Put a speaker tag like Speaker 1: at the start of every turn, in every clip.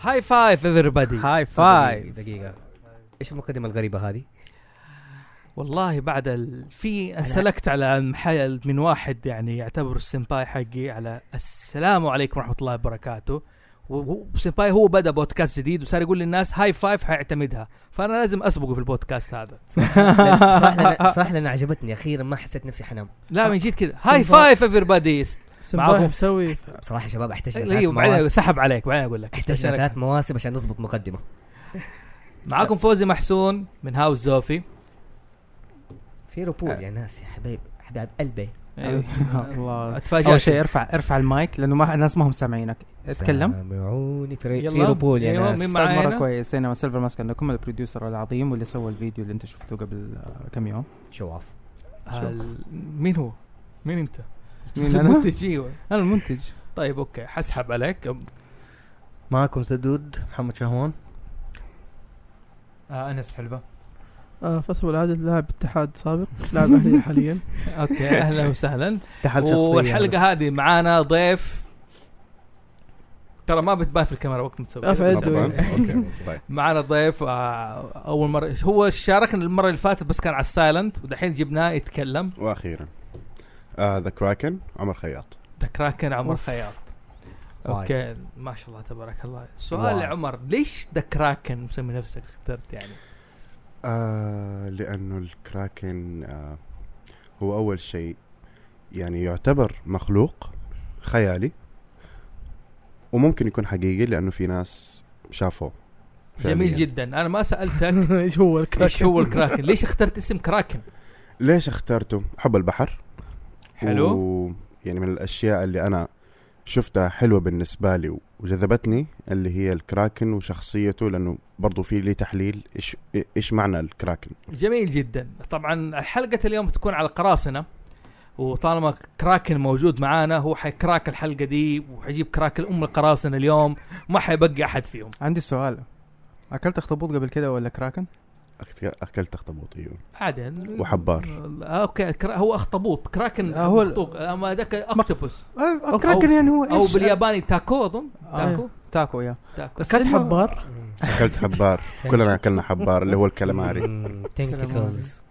Speaker 1: هاي فايف ايفربادي
Speaker 2: هاي
Speaker 3: دقيقة-
Speaker 2: فايف
Speaker 3: دقيقة ايش المقدمة الغريبة هذه؟
Speaker 1: والله بعد ال... في انسلكت على المحل من واحد يعني يعتبر السمباي حقي على السلام عليكم ورحمه الله وبركاته وسمباي هو بدا بودكاست جديد وصار يقول للناس هاي فايف حيعتمدها فانا لازم اسبقه في البودكاست هذا
Speaker 3: صراحة لأن- صراحة لأن عجبتني أخيرا ما حسيت نفسي حنام
Speaker 1: لا من جد كذا هاي
Speaker 4: سمباي.
Speaker 1: فايف ايفربادي
Speaker 4: سمباي
Speaker 1: معاهم.
Speaker 4: مسوي
Speaker 3: بصراحة شباب احتاجنا ثلاث
Speaker 1: ايوه بعدين
Speaker 3: مواسم
Speaker 1: سحب عليك بعدين اقول لك
Speaker 3: احتاجنا ثلاث مواسم عشان نضبط مقدمة
Speaker 1: معاكم فوزي محسون من هاوس زوفي
Speaker 3: في ربول
Speaker 1: آه.
Speaker 3: يا ناس يا حبايب حبايب قلبي
Speaker 1: أيوه. إيه،
Speaker 2: الله اول
Speaker 1: اتفاجئ
Speaker 2: أيوه. شيء ارفع ارفع المايك لانه ما الناس ما هم سامعينك اتكلم
Speaker 3: سامعوني في, في
Speaker 1: يلا.
Speaker 3: ربول يا
Speaker 1: أيوة،
Speaker 3: ناس
Speaker 1: مين
Speaker 2: صار
Speaker 1: معانا؟
Speaker 2: مره كويس انا سيلفر ماسك عندكم البروديوسر العظيم واللي سوى الفيديو اللي انت شفته قبل آه، كم يوم
Speaker 3: شواف
Speaker 1: هل- مين هو؟ مين انت؟
Speaker 2: مين انا؟
Speaker 1: المنتج ايوه
Speaker 2: انا المنتج
Speaker 1: طيب اوكي حسحب عليك
Speaker 5: معكم سدود محمد شهوان
Speaker 6: آه انس حلبه
Speaker 4: آه فيصل العادة لاعب اتحاد سابق لاعب اهلي حاليا
Speaker 1: اوكي اهلا وسهلا
Speaker 5: تحل
Speaker 1: والحلقه هذه معانا ضيف ترى ما بتبان في الكاميرا وقت ما
Speaker 4: آه،
Speaker 1: تسوي
Speaker 4: فعز
Speaker 7: طبعا
Speaker 4: دوي.
Speaker 7: اوكي طيب
Speaker 1: معانا ضيف آه، اول مره هو شاركنا المره اللي فاتت بس كان على السايلنت ودحين جبناه يتكلم
Speaker 7: واخيرا آه ذا كراكن عمر خياط
Speaker 1: ذا كراكن عمر
Speaker 4: أوف.
Speaker 1: خياط
Speaker 3: واي.
Speaker 1: اوكي ما شاء الله تبارك الله
Speaker 3: واو.
Speaker 1: سؤال يا عمر ليش ذا كراكن مسمي نفسك اخترت يعني
Speaker 7: آه لانه الكراكن آه هو اول شيء يعني يعتبر مخلوق خيالي وممكن يكون حقيقي لانه في ناس شافوه
Speaker 1: جميل
Speaker 7: فعلياً.
Speaker 1: جدا انا ما سالتك
Speaker 4: ايش هو الكراكن
Speaker 1: ايش هو الكراكن ليش اخترت اسم كراكن
Speaker 7: ليش اخترته حب البحر
Speaker 1: حلو
Speaker 7: و يعني من الاشياء اللي انا شفتها حلوه بالنسبه لي وجذبتني اللي هي الكراكن وشخصيته لانه برضو في لي تحليل ايش ايش معنى الكراكن
Speaker 1: جميل جدا طبعا حلقه اليوم تكون على القراصنه وطالما كراكن موجود معانا هو حيكراك الحلقه دي وحيجيب كراكن ام القراصنه اليوم ما حيبقى احد فيهم
Speaker 2: عندي سؤال اكلت اخطبوط قبل كده ولا كراكن؟
Speaker 7: أكت- اكلت اخطبوط ايوه
Speaker 1: عادي
Speaker 7: وحبار.
Speaker 1: آه، اوكي كرا هو اخطبوط كراكن
Speaker 2: آه، هو
Speaker 1: هو
Speaker 2: ال-
Speaker 1: مخطوق اما ذاك اكتوبس
Speaker 2: آه، كراكن يعني هو
Speaker 1: او
Speaker 2: ايش؟
Speaker 1: بالياباني تاكو اظن
Speaker 4: آه.
Speaker 1: تاكو
Speaker 2: تاكو يا
Speaker 1: تاكو
Speaker 4: بس كانت حبار
Speaker 3: Mm.
Speaker 7: اكلت حبار كلنا اكلنا حبار اللي هو الكلماري
Speaker 3: Mm. تنكلز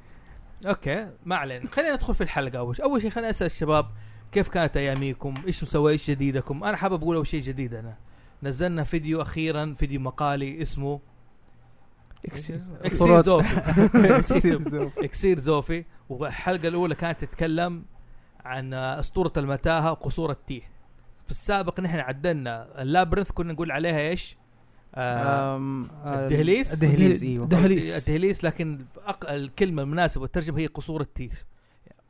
Speaker 1: اوكي ما علينا خلينا ندخل في الحلقه اول شيء اول شيء خلينا اسال الشباب كيف كانت اياميكم ايش مسوي ايش جديدكم انا حابب اقول اول شيء جديد انا نزلنا فيديو اخيرا فيديو مقالي اسمه
Speaker 4: إكسير.
Speaker 1: يعني؟ اكسير زوفي
Speaker 2: سيب زوب.
Speaker 1: اكسير زوفي والحلقه الاولى كانت تتكلم عن اسطوره المتاهه وقصور التيه في السابق نحن عدلنا اللابرنث كنا نقول عليها ايش؟ آه
Speaker 2: آم، آه،
Speaker 1: الدهليز؟
Speaker 2: الدهليز ايوه
Speaker 4: دهليس
Speaker 1: الدهليس أه، لكن أق- الكلمه المناسبه والترجمه هي قصور التيس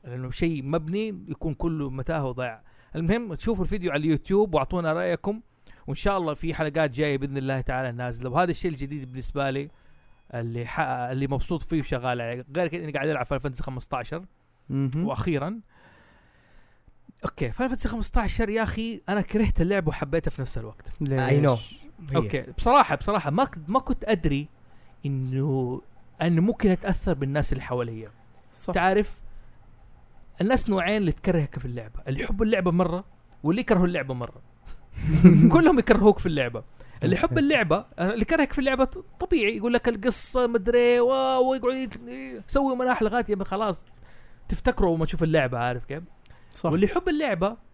Speaker 1: لانه شيء مبني يكون كله متاهه وضياع المهم تشوفوا الفيديو على اليوتيوب واعطونا رايكم وان شاء الله في حلقات جايه باذن الله تعالى نازله وهذا الشيء الجديد بالنسبه لي اللي ح... اللي مبسوط فيه وشغال عليه غير كذا اني قاعد العب فاينل فانتسي 15
Speaker 2: مهم.
Speaker 1: واخيرا اوكي فاينل فانتسي 15 يا اخي انا كرهت اللعبه وحبيتها في نفس الوقت
Speaker 2: ليش؟
Speaker 3: I know.
Speaker 1: اوكي بصراحه بصراحه ما كنت ما كنت ادري انه انه ممكن اتاثر بالناس اللي حواليا
Speaker 4: صح
Speaker 1: تعرف الناس نوعين اللي تكرهك في اللعبه اللي يحبوا اللعبه مره واللي يكرهوا اللعبه مره كلهم يكرهوك في اللعبه اللي يحب اللعبه اللي كرهك في اللعبه طبيعي يقول لك القصه مدري واو ويقعد يت- يسوي مناح لغايه يبقى خلاص تفتكره وما تشوف اللعبه عارف كيف
Speaker 4: صح
Speaker 1: واللي يحب اللعبه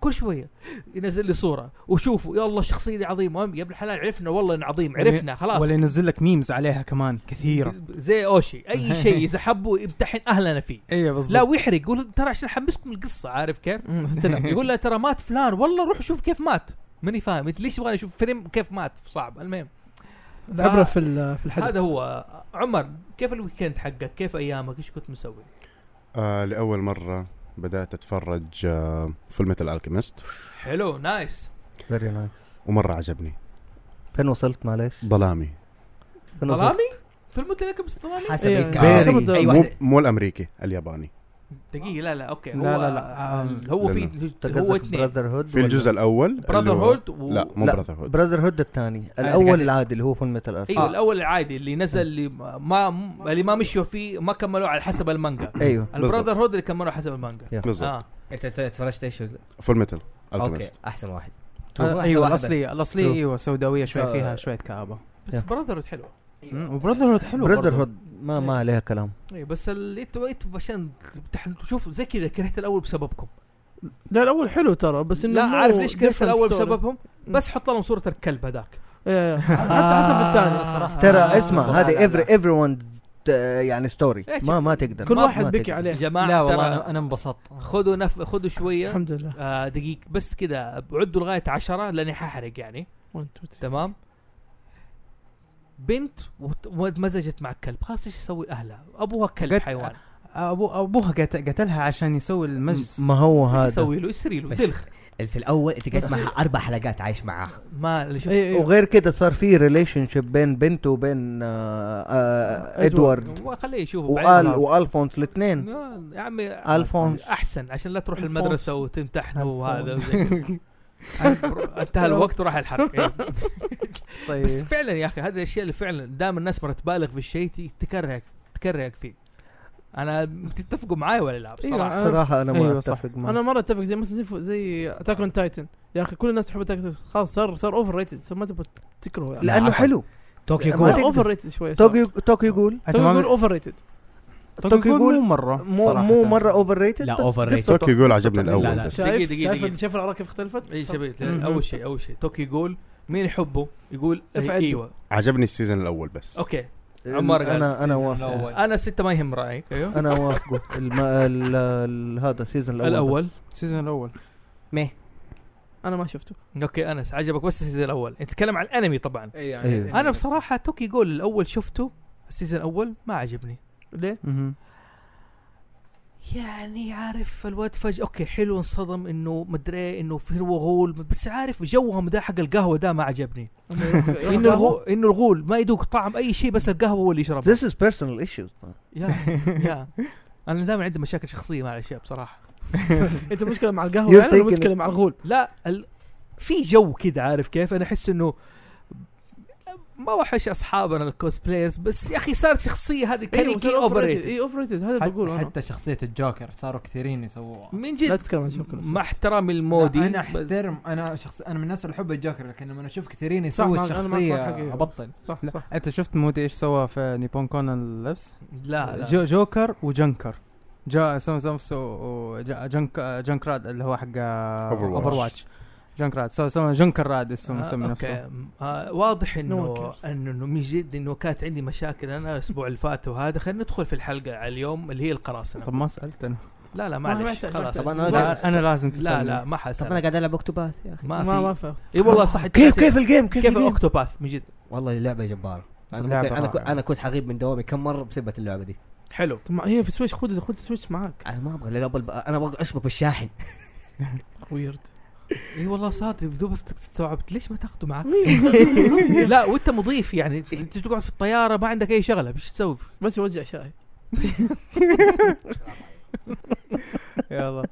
Speaker 1: كل شويه ينزل لي صوره وشوفوا يا الله الشخصيه دي عظيمه يا ابن الحلال عرفنا والله انه عظيم عرفنا خلاص
Speaker 2: ولا ينزل لك ميمز عليها كمان كثيره
Speaker 1: زي اوشي اي شيء اذا حبوا يمتحن اهلنا فيه
Speaker 2: ايوه بالضبط
Speaker 1: لا ويحرق يقول ترى عشان احمسكم القصه عارف كيف
Speaker 4: مم، تلعب.
Speaker 1: يقول له ترى مات فلان والله روح شوف كيف مات ماني فاهم انت ليش تبغاني اشوف فيلم كيف مات صعب المهم
Speaker 4: العبره في ال- في الحدث
Speaker 1: هذا هو عمر كيف الويكند حقك كيف ايامك ايش كنت مسوي
Speaker 7: آه لاول مره بدات اتفرج آه فيلم الالكيميست
Speaker 1: حلو نايس
Speaker 5: فيري نايس
Speaker 7: ومره عجبني
Speaker 3: فين وصلت معلش؟
Speaker 7: ظلامي
Speaker 3: فين وصلت؟
Speaker 1: ظلامي فيلم قلت لكم بس ظلامي
Speaker 3: حسب
Speaker 4: إيه.
Speaker 3: الكلام
Speaker 4: Very.
Speaker 3: اي
Speaker 7: مو,
Speaker 3: واحدة
Speaker 7: مو الامريكي الياباني
Speaker 1: دقيقه لا لا اوكي
Speaker 2: لا،
Speaker 1: هو آه،
Speaker 2: لا، لا، آم،
Speaker 1: هو
Speaker 7: لا،
Speaker 1: في هو اثنين
Speaker 3: براذر هود
Speaker 7: في الجزء الاول اللي
Speaker 1: براذر
Speaker 7: هو-
Speaker 1: هولد و...
Speaker 7: لا مو
Speaker 3: لا،
Speaker 7: براذر هولد
Speaker 3: براذر هود الثاني
Speaker 2: قاعد-
Speaker 3: الاول العادي اللي هو فيلم ميتال ارت
Speaker 1: ايوه
Speaker 2: آه.
Speaker 1: الاول العادي اللي نزل اللي ما م- اللي ما مشوا فيه ما كملوا على حسب المانجا
Speaker 6: آه، أيوة.
Speaker 3: ايوه
Speaker 1: البراذر هود اللي كملوا حسب المانجا
Speaker 7: بالضبط
Speaker 1: اه
Speaker 3: انت تفرجت ايش؟
Speaker 7: فول ميتال
Speaker 3: اوكي
Speaker 7: الكيميست
Speaker 3: احسن واحد
Speaker 6: آه،
Speaker 3: واحدة
Speaker 6: أيوة،
Speaker 2: ايوه
Speaker 3: واحدة.
Speaker 2: الاصلي الاصلي
Speaker 5: True.
Speaker 2: ايوه سوداويه شوي
Speaker 3: So-
Speaker 2: فيها شويه كابه
Speaker 1: بس
Speaker 5: Yeah.
Speaker 1: براذر حلوه
Speaker 2: وبراذر هود حلو
Speaker 5: برادر
Speaker 2: برضه.
Speaker 5: هود ما ما عليها كلام
Speaker 1: اي إيه، بس اللي انت انت عشان تح- شوف زي كذا كرهت الاول بسببكم
Speaker 4: لا الاول حلو ترى بس انه
Speaker 1: لا
Speaker 4: مو
Speaker 1: عارف ليش كرهت
Speaker 4: different
Speaker 1: الاول
Speaker 4: story.
Speaker 1: بسببهم بس حط لهم صوره الكلب هذاك
Speaker 4: إيه، حتى حتى في الثاني صراحه
Speaker 5: ترى
Speaker 1: آه،
Speaker 5: اسمع
Speaker 1: بس لا،
Speaker 5: هذه
Speaker 1: لا.
Speaker 5: ايفري ايفري ون يعني ستوري
Speaker 1: إيه،
Speaker 5: ما ما تقدر
Speaker 4: كل
Speaker 5: ما-
Speaker 4: واحد
Speaker 5: ما
Speaker 4: بكي
Speaker 5: تقدر.
Speaker 1: يا
Speaker 4: عليه
Speaker 1: جماعه
Speaker 6: لا
Speaker 1: ترى
Speaker 6: والله أنا- انا انبسطت
Speaker 1: خذوا نف خذوا شويه
Speaker 4: الحمد لله
Speaker 1: آه دقيق بس كذا عدوا لغايه عشرة لاني ححرق يعني
Speaker 4: 1 2
Speaker 1: تمام بنت وت- ومزجت مع الكلب خلاص ايش يسوي اهلها ابوها كلب
Speaker 2: قد-
Speaker 1: حيوان
Speaker 2: ابو ابوها قت- قتلها عشان يسوي المجلس
Speaker 5: ما هو
Speaker 1: ايش
Speaker 5: هذا
Speaker 1: يسوي له يسري له
Speaker 3: بس-
Speaker 1: دلخ
Speaker 3: في الاول انت قاعد
Speaker 4: بس-
Speaker 3: معها اربع حلقات عايش معاها
Speaker 1: ما اللي شفت
Speaker 4: 3 ايوه
Speaker 5: وغير كده صار في ريليشن شيب بين بنته وبين آه، آه، ادوارد
Speaker 1: وخليه يشوفه
Speaker 5: وال
Speaker 1: بعدين.
Speaker 5: والفونس الاثنين
Speaker 1: آه، يا عمي
Speaker 5: الفونس
Speaker 1: احسن عشان لا تروح
Speaker 4: الفونس.
Speaker 1: المدرسه وتمتحنه وهذا
Speaker 2: الفونس.
Speaker 1: وزي كذا. انتهى الوقت وراح الحرق إيه.
Speaker 2: طيب
Speaker 4: إيه.
Speaker 1: بس فعلا يا اخي هذه الاشياء اللي فعلا دام الناس مرة تبالغ في الشيء تي- تكرهك تكرهك فيه انا تتفقوا معاي ولا لا
Speaker 4: إيه،
Speaker 1: بصراحه
Speaker 4: أنا-
Speaker 5: صراحه انا ما
Speaker 2: أيوة صح.
Speaker 5: اتفق معه
Speaker 4: انا مره اتفق زي مثلا زي- زي اتاك اون تايتن يا اخي كل الناس تحب اتاك خلاص صار صار اوفر ريتد صار ما تبغى تكرهه يعني.
Speaker 5: لانه حلو
Speaker 3: طوكيو
Speaker 5: ما
Speaker 3: جول
Speaker 5: تقدر.
Speaker 4: اوفر ريتد شويه
Speaker 5: طوكيو طوكيو جول
Speaker 4: توكيو
Speaker 2: تمام.
Speaker 4: يقول اوفر ريتد
Speaker 2: طوكيو
Speaker 5: طوكيو
Speaker 2: جول مو
Speaker 5: جول
Speaker 2: مره
Speaker 5: مو
Speaker 2: صراحة.
Speaker 5: مو مره اوفر ريتد
Speaker 3: لا اوفر ريتد
Speaker 7: توكيو يقول عجبني الاول
Speaker 3: لا، لا.
Speaker 7: بس
Speaker 1: دقيقة،
Speaker 4: شايف
Speaker 1: دقيقة، دقيقة.
Speaker 4: شايف شايف الاراء كيف اختلفت؟
Speaker 1: اي إيه شبيت
Speaker 2: مهم.
Speaker 1: اول شيء اول شيء توكي جول مين يحبه يقول
Speaker 4: افعل.
Speaker 1: ايوه
Speaker 7: عجبني السيزون الاول بس
Speaker 1: اوكي عمار قال
Speaker 5: انا انا وافق
Speaker 6: الاول
Speaker 1: انا ستة ما يهم رايك ايوه
Speaker 5: انا وافقه الم... ال... ال... هذا السيزون الاول
Speaker 1: الاول
Speaker 2: السيزون الاول
Speaker 4: انا ما شفته
Speaker 1: اوكي انس عجبك بس السيزون الاول انت تتكلم عن الانمي طبعا
Speaker 3: إيه،
Speaker 6: إيه، يعني
Speaker 5: أيوة.
Speaker 1: انا بصراحه توكي جول الاول شفته السيزون الاول ما عجبني
Speaker 4: ليه؟
Speaker 2: مهم.
Speaker 1: يعني عارف الواد فجأة اوكي حلو انصدم انه مدري انه في وغول بس عارف جوهم ده حق القهوة ده ما عجبني
Speaker 5: إيه،
Speaker 1: انه الغو... انه الغول ما يدوق طعم اي شيء بس القهوة هو اللي يشربها
Speaker 5: This is personal issues
Speaker 1: يا يا انا دائما عندي مشاكل شخصية مع الاشياء بصراحة
Speaker 4: انت مشكله مع القهوه
Speaker 5: You're
Speaker 4: يعني ولا
Speaker 5: taking it.
Speaker 4: مشكله مع الغول؟
Speaker 1: لا ال... في جو كده عارف كيف انا احس انه ما وحش اصحابنا الكوسبلايرز بس يا اخي صارت شخصية هذه كانكي اوفر ريتد
Speaker 4: اي اوفر إيه، ريتد هذا بقول انا
Speaker 6: حتى شخصية الجوكر صاروا كثيرين يسووها
Speaker 1: من
Speaker 4: لا
Speaker 1: جد
Speaker 4: تتكلم عن شوكولا
Speaker 1: مع
Speaker 6: مودي
Speaker 1: احترامي المودي
Speaker 6: انا
Speaker 1: بس-
Speaker 6: احترم انا شخص انا من الناس اللي احب الجوكر لكن لما اشوف كثيرين
Speaker 4: صح،
Speaker 6: يسووا
Speaker 4: ما- أنا معك معك
Speaker 6: الشخصية
Speaker 4: حقيقي.
Speaker 6: ابطل
Speaker 4: صح
Speaker 2: لا.
Speaker 4: صح
Speaker 2: انت شفت مودي ايش سوى في نيبون كونان اللبس؟
Speaker 1: لا لا
Speaker 2: جو جوكر وجنكر جا سمى نفسه و- جا- جنك جنك راد اللي هو حق
Speaker 7: Overwatch.
Speaker 2: اوفر واتش جنك راد سوى سوى جنكر راد اسمه مسمي نفسه
Speaker 1: اوكي آه واضح انه
Speaker 4: one cares.
Speaker 1: انه إنه من جد انه كانت عندي مشاكل انا الاسبوع اللي فات وهذا خلينا ندخل في الحلقه على اليوم اللي هي القراصنه
Speaker 2: طب ما سالت انا
Speaker 1: لا لا
Speaker 4: ما
Speaker 1: معلش
Speaker 4: محتاج-
Speaker 1: خلاص
Speaker 4: محتاج.
Speaker 3: طب أنا-
Speaker 1: لا
Speaker 2: لا انا لازم
Speaker 1: لا,
Speaker 2: تسالني
Speaker 1: لا ما
Speaker 3: طب انا
Speaker 1: حسأل
Speaker 3: قاعد العب اكتوباث يا اخي
Speaker 1: ما
Speaker 4: ما ما
Speaker 1: في
Speaker 4: فهمت
Speaker 1: اي والله صح
Speaker 5: كيف كيف الجيم كيف,
Speaker 1: كيف
Speaker 5: الجيم؟
Speaker 1: اوكتوباث من جد
Speaker 3: والله لعبه جباره انا
Speaker 2: لعبة
Speaker 3: ممكن- انا كو-
Speaker 2: رائعة.
Speaker 3: انا كنت حغيب من دوامي كم مره بسبه اللعبه دي
Speaker 1: حلو
Speaker 4: طب ما هي في سويش خذ خذ سويش معاك
Speaker 3: انا ما ابغى العب الب- انا ابغى اشبك بالشاحن
Speaker 4: ويرد
Speaker 1: اي والله صادق دوب استوعبت ليش ما تاخذه معك لا وانت مضيف يعني انت تقعد في الطياره ما عندك اي شغله ايش تسوي
Speaker 4: بس يوزع شاي
Speaker 2: يلا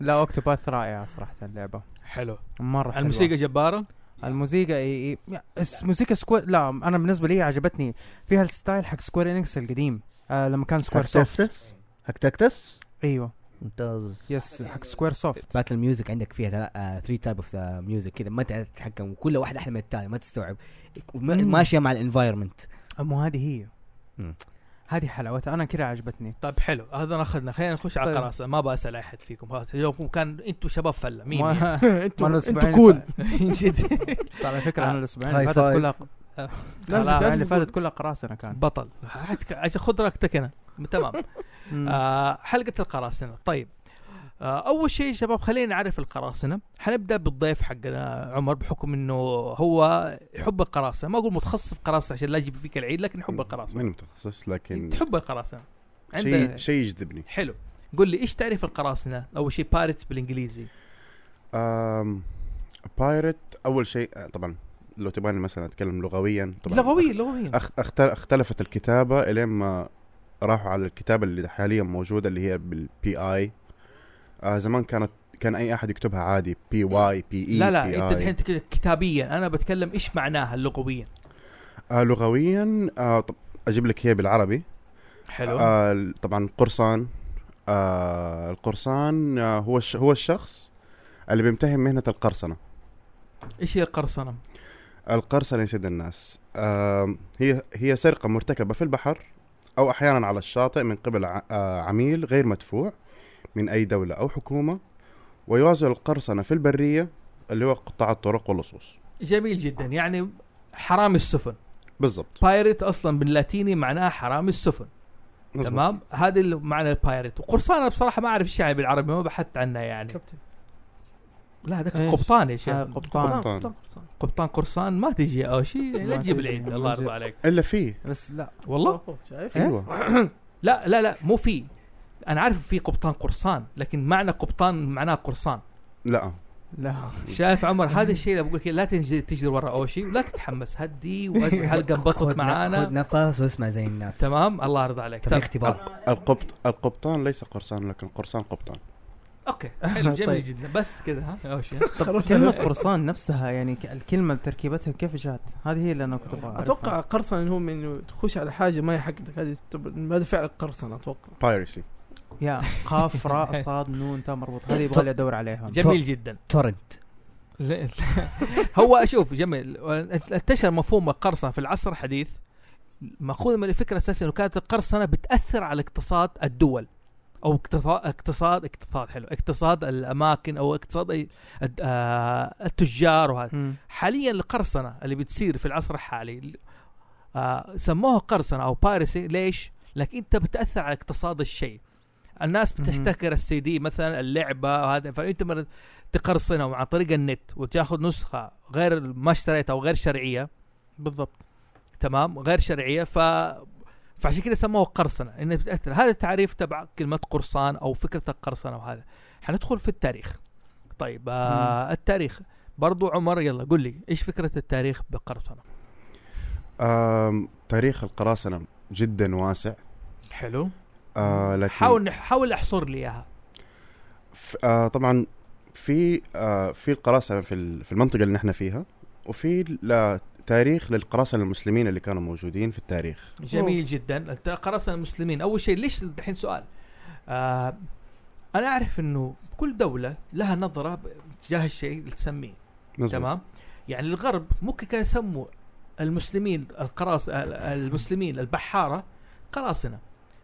Speaker 2: لا اوكتوباث رائعه صراحه اللعبه
Speaker 1: حلو
Speaker 2: مره حلوة.
Speaker 1: الموسيقى جباره
Speaker 2: الموسيقى اي اي اس- موسيقى سكوير لا انا بالنسبه لي عجبتني فيها الستايل حق سكوير انكس القديم آه لما كان سكوير
Speaker 5: حق
Speaker 2: سوفت
Speaker 5: تكتس حق تكتس
Speaker 2: ايوه
Speaker 5: ممتاز
Speaker 2: يس حق سكوير سوفت
Speaker 3: باتل ميوزك عندك فيها آه، 3 تايب اوف ذا ميوزك كذا ما تعرف تتحكم وكل واحد احلى من الثاني ما تستوعب
Speaker 2: مم.
Speaker 3: م- ماشيه مع الانفايرمنت
Speaker 2: مو هذه هي
Speaker 3: مم.
Speaker 2: هذه حلاوتها انا كذا عجبتني
Speaker 1: طيب حلو هذا اخذنا خلينا نخش على
Speaker 2: طيب.
Speaker 1: القراصنه ما بسال اي احد فيكم خلاص اليوم كان انتوا شباب فله مين يعني.
Speaker 2: ما-
Speaker 4: انتوا
Speaker 2: ما أنا
Speaker 4: انتوا
Speaker 2: الأسبوعين
Speaker 4: كول
Speaker 2: اللي
Speaker 1: من جد
Speaker 2: فات- ترى على فكره انا الاسبوعين
Speaker 5: هاي
Speaker 2: اللي فاتت
Speaker 5: فايف.
Speaker 2: كلها
Speaker 4: لا،
Speaker 1: خلاص.
Speaker 2: الاسبوعين اللي
Speaker 4: تقول-
Speaker 2: فاتت كلها قراصنه كان
Speaker 1: بطل حتك- عشان خذ راحتك انا تمام
Speaker 2: مم.
Speaker 1: آه حلقه القراصنه طيب آه اول شيء شباب خلينا نعرف القراصنه حنبدا بالضيف حقنا عمر بحكم انه هو يحب القراصنه ما اقول متخصص في القراصنه عشان لا اجيب فيك العيد لكن يحب القراصنه
Speaker 7: ماني متخصص لكن
Speaker 1: تحب القراصنه
Speaker 7: شيء
Speaker 1: عنده
Speaker 7: شيء يجذبني
Speaker 1: حلو قل لي ايش تعريف القراصنه اول شيء بارت بالانجليزي
Speaker 7: بايرت اول شيء آه، طبعا لو تبغاني مثلا اتكلم لغويا طبعا
Speaker 1: لغويا لغويا
Speaker 7: أخ- أخت- اختلفت الكتابه الين ما راحوا على الكتابه اللي حاليا موجوده اللي هي بالبي اي آه زمان كانت كان اي احد يكتبها عادي بي واي بي اي
Speaker 1: لا لا انت الحين تك- كتابيا انا بتكلم ايش معناها لغويا
Speaker 7: آه لغويا آه طب اجيب لك هي بالعربي
Speaker 1: حلو
Speaker 7: آه ال- طبعا قرصان آه القرصان آه هو الش هو الشخص اللي بيمتهن مهنه القرصنه
Speaker 1: ايش هي القرصنه؟
Speaker 7: القرصنة يا سيد الناس آم، هي هي سرقة مرتكبة في البحر أو أحيانا على الشاطئ من قبل ع- آه، عميل غير مدفوع من أي دولة أو حكومة ويواصل القرصنة في البرية اللي هو قطاع الطرق واللصوص
Speaker 1: جميل جدا يعني حرام السفن
Speaker 7: بالضبط
Speaker 1: بايرت اصلا باللاتيني معناها حرام السفن
Speaker 7: مظبوط.
Speaker 1: تمام هذا اللي معنى البايرت وقرصانه بصراحه ما اعرف ايش يعني بالعربي ما بحثت عنها يعني
Speaker 4: كابتن
Speaker 1: لا هذاك
Speaker 2: إيش؟
Speaker 1: قبطان يا شيخ
Speaker 2: آه، قبطان
Speaker 7: قبطان.
Speaker 4: قبطان قبطان.
Speaker 1: قبطان قرصان ما تجي او شيء لا
Speaker 2: ما
Speaker 1: تجيب
Speaker 2: تجي.
Speaker 1: العيد
Speaker 2: ما
Speaker 1: الله
Speaker 2: تجي.
Speaker 1: يرضى عليك
Speaker 7: إلا فيه
Speaker 2: بس لا
Speaker 1: والله
Speaker 4: أوه،
Speaker 1: إيه؟
Speaker 4: شايف
Speaker 7: أيوة
Speaker 1: لا لا لا مو في انا عارف في قبطان قرصان لكن معنى قبطان معناه قرصان
Speaker 7: لا
Speaker 2: لا
Speaker 1: شايف عمر هذا الشيء اللي بقول لك لا تنجد تجري ورا اوشي ولا تتحمس هدي وهدي الحلقه انبسط
Speaker 3: خذ- خذ
Speaker 1: معانا
Speaker 3: نفس واسمع زي الناس
Speaker 1: تمام الله يرضى عليك
Speaker 3: انت في
Speaker 1: تمام.
Speaker 3: اختبار
Speaker 7: القبط القبطان ليس قرصان لكن قرصان قبطان
Speaker 1: اوكي حلو جميل
Speaker 2: طيب.
Speaker 1: جدا بس كذا ها اوشي
Speaker 2: طب كلمة قرصان نفسها يعني ك- الكلمة تركيبتها كيف جات؟ هذه هي اللي انا كنت ابغى أعرفها.
Speaker 4: اتوقع قرصنه إن هو من إنه تخش على حاجه ما هي حقتك هذه تعتبر- هذا فعل قرصنه اتوقع
Speaker 7: بايرسي
Speaker 2: يا قاف راء صاد نون تاء مربوط هذه يبغى لي ادور عليها
Speaker 1: جميل جدا
Speaker 3: تورنت
Speaker 1: لا- هو اشوف جميل انتشر مفهوم القرصنه في العصر الحديث ماخوذ من الفكره الاساسيه انه كانت القرصنه بتاثر على اقتصاد الدول او اقتصاد اقتصاد اقتصاد حلو اقتصاد الاماكن او اقتصاد أي- الد- آه، التجار وهذا
Speaker 2: مم.
Speaker 1: حاليا القرصنه اللي بتصير في العصر الحالي آه سموها قرصنه او بارسي ليش؟ لكن انت بتاثر على اقتصاد الشيء الناس
Speaker 2: مهم.
Speaker 1: بتحتكر السي دي مثلا اللعبه وهذا فانت مرة تقرصنه عن طريق النت وتاخذ نسخه غير ما اشتريتها او غير شرعيه
Speaker 2: بالضبط
Speaker 1: تمام غير شرعيه ف فعشان كده سموه قرصنه انها بتاثر هذا التعريف تبع كلمه قرصان او فكره القرصنه وهذا حندخل في التاريخ طيب آه التاريخ برضو عمر يلا قل لي ايش فكره التاريخ بقرصنه
Speaker 7: آم، تاريخ القراصنة جدا واسع
Speaker 1: حلو
Speaker 7: آه، لكن
Speaker 1: حاول نح- حاول احصر لي اياها
Speaker 7: ف- آه طبعا في آه في القراصنه في ال- في المنطقه اللي نحن فيها وفي ل- تاريخ للقراصنه المسلمين اللي كانوا موجودين في التاريخ
Speaker 1: جميل جدا أنت قرصنا المسلمين اول شيء ليش الحين سؤال آه انا اعرف انه كل دوله لها نظره ب- تجاه الشيء اللي تسميه
Speaker 7: مزبوط.
Speaker 1: تمام يعني الغرب ممكن كانوا يسموا المسلمين القراص ال- المسلمين البحاره قراصنه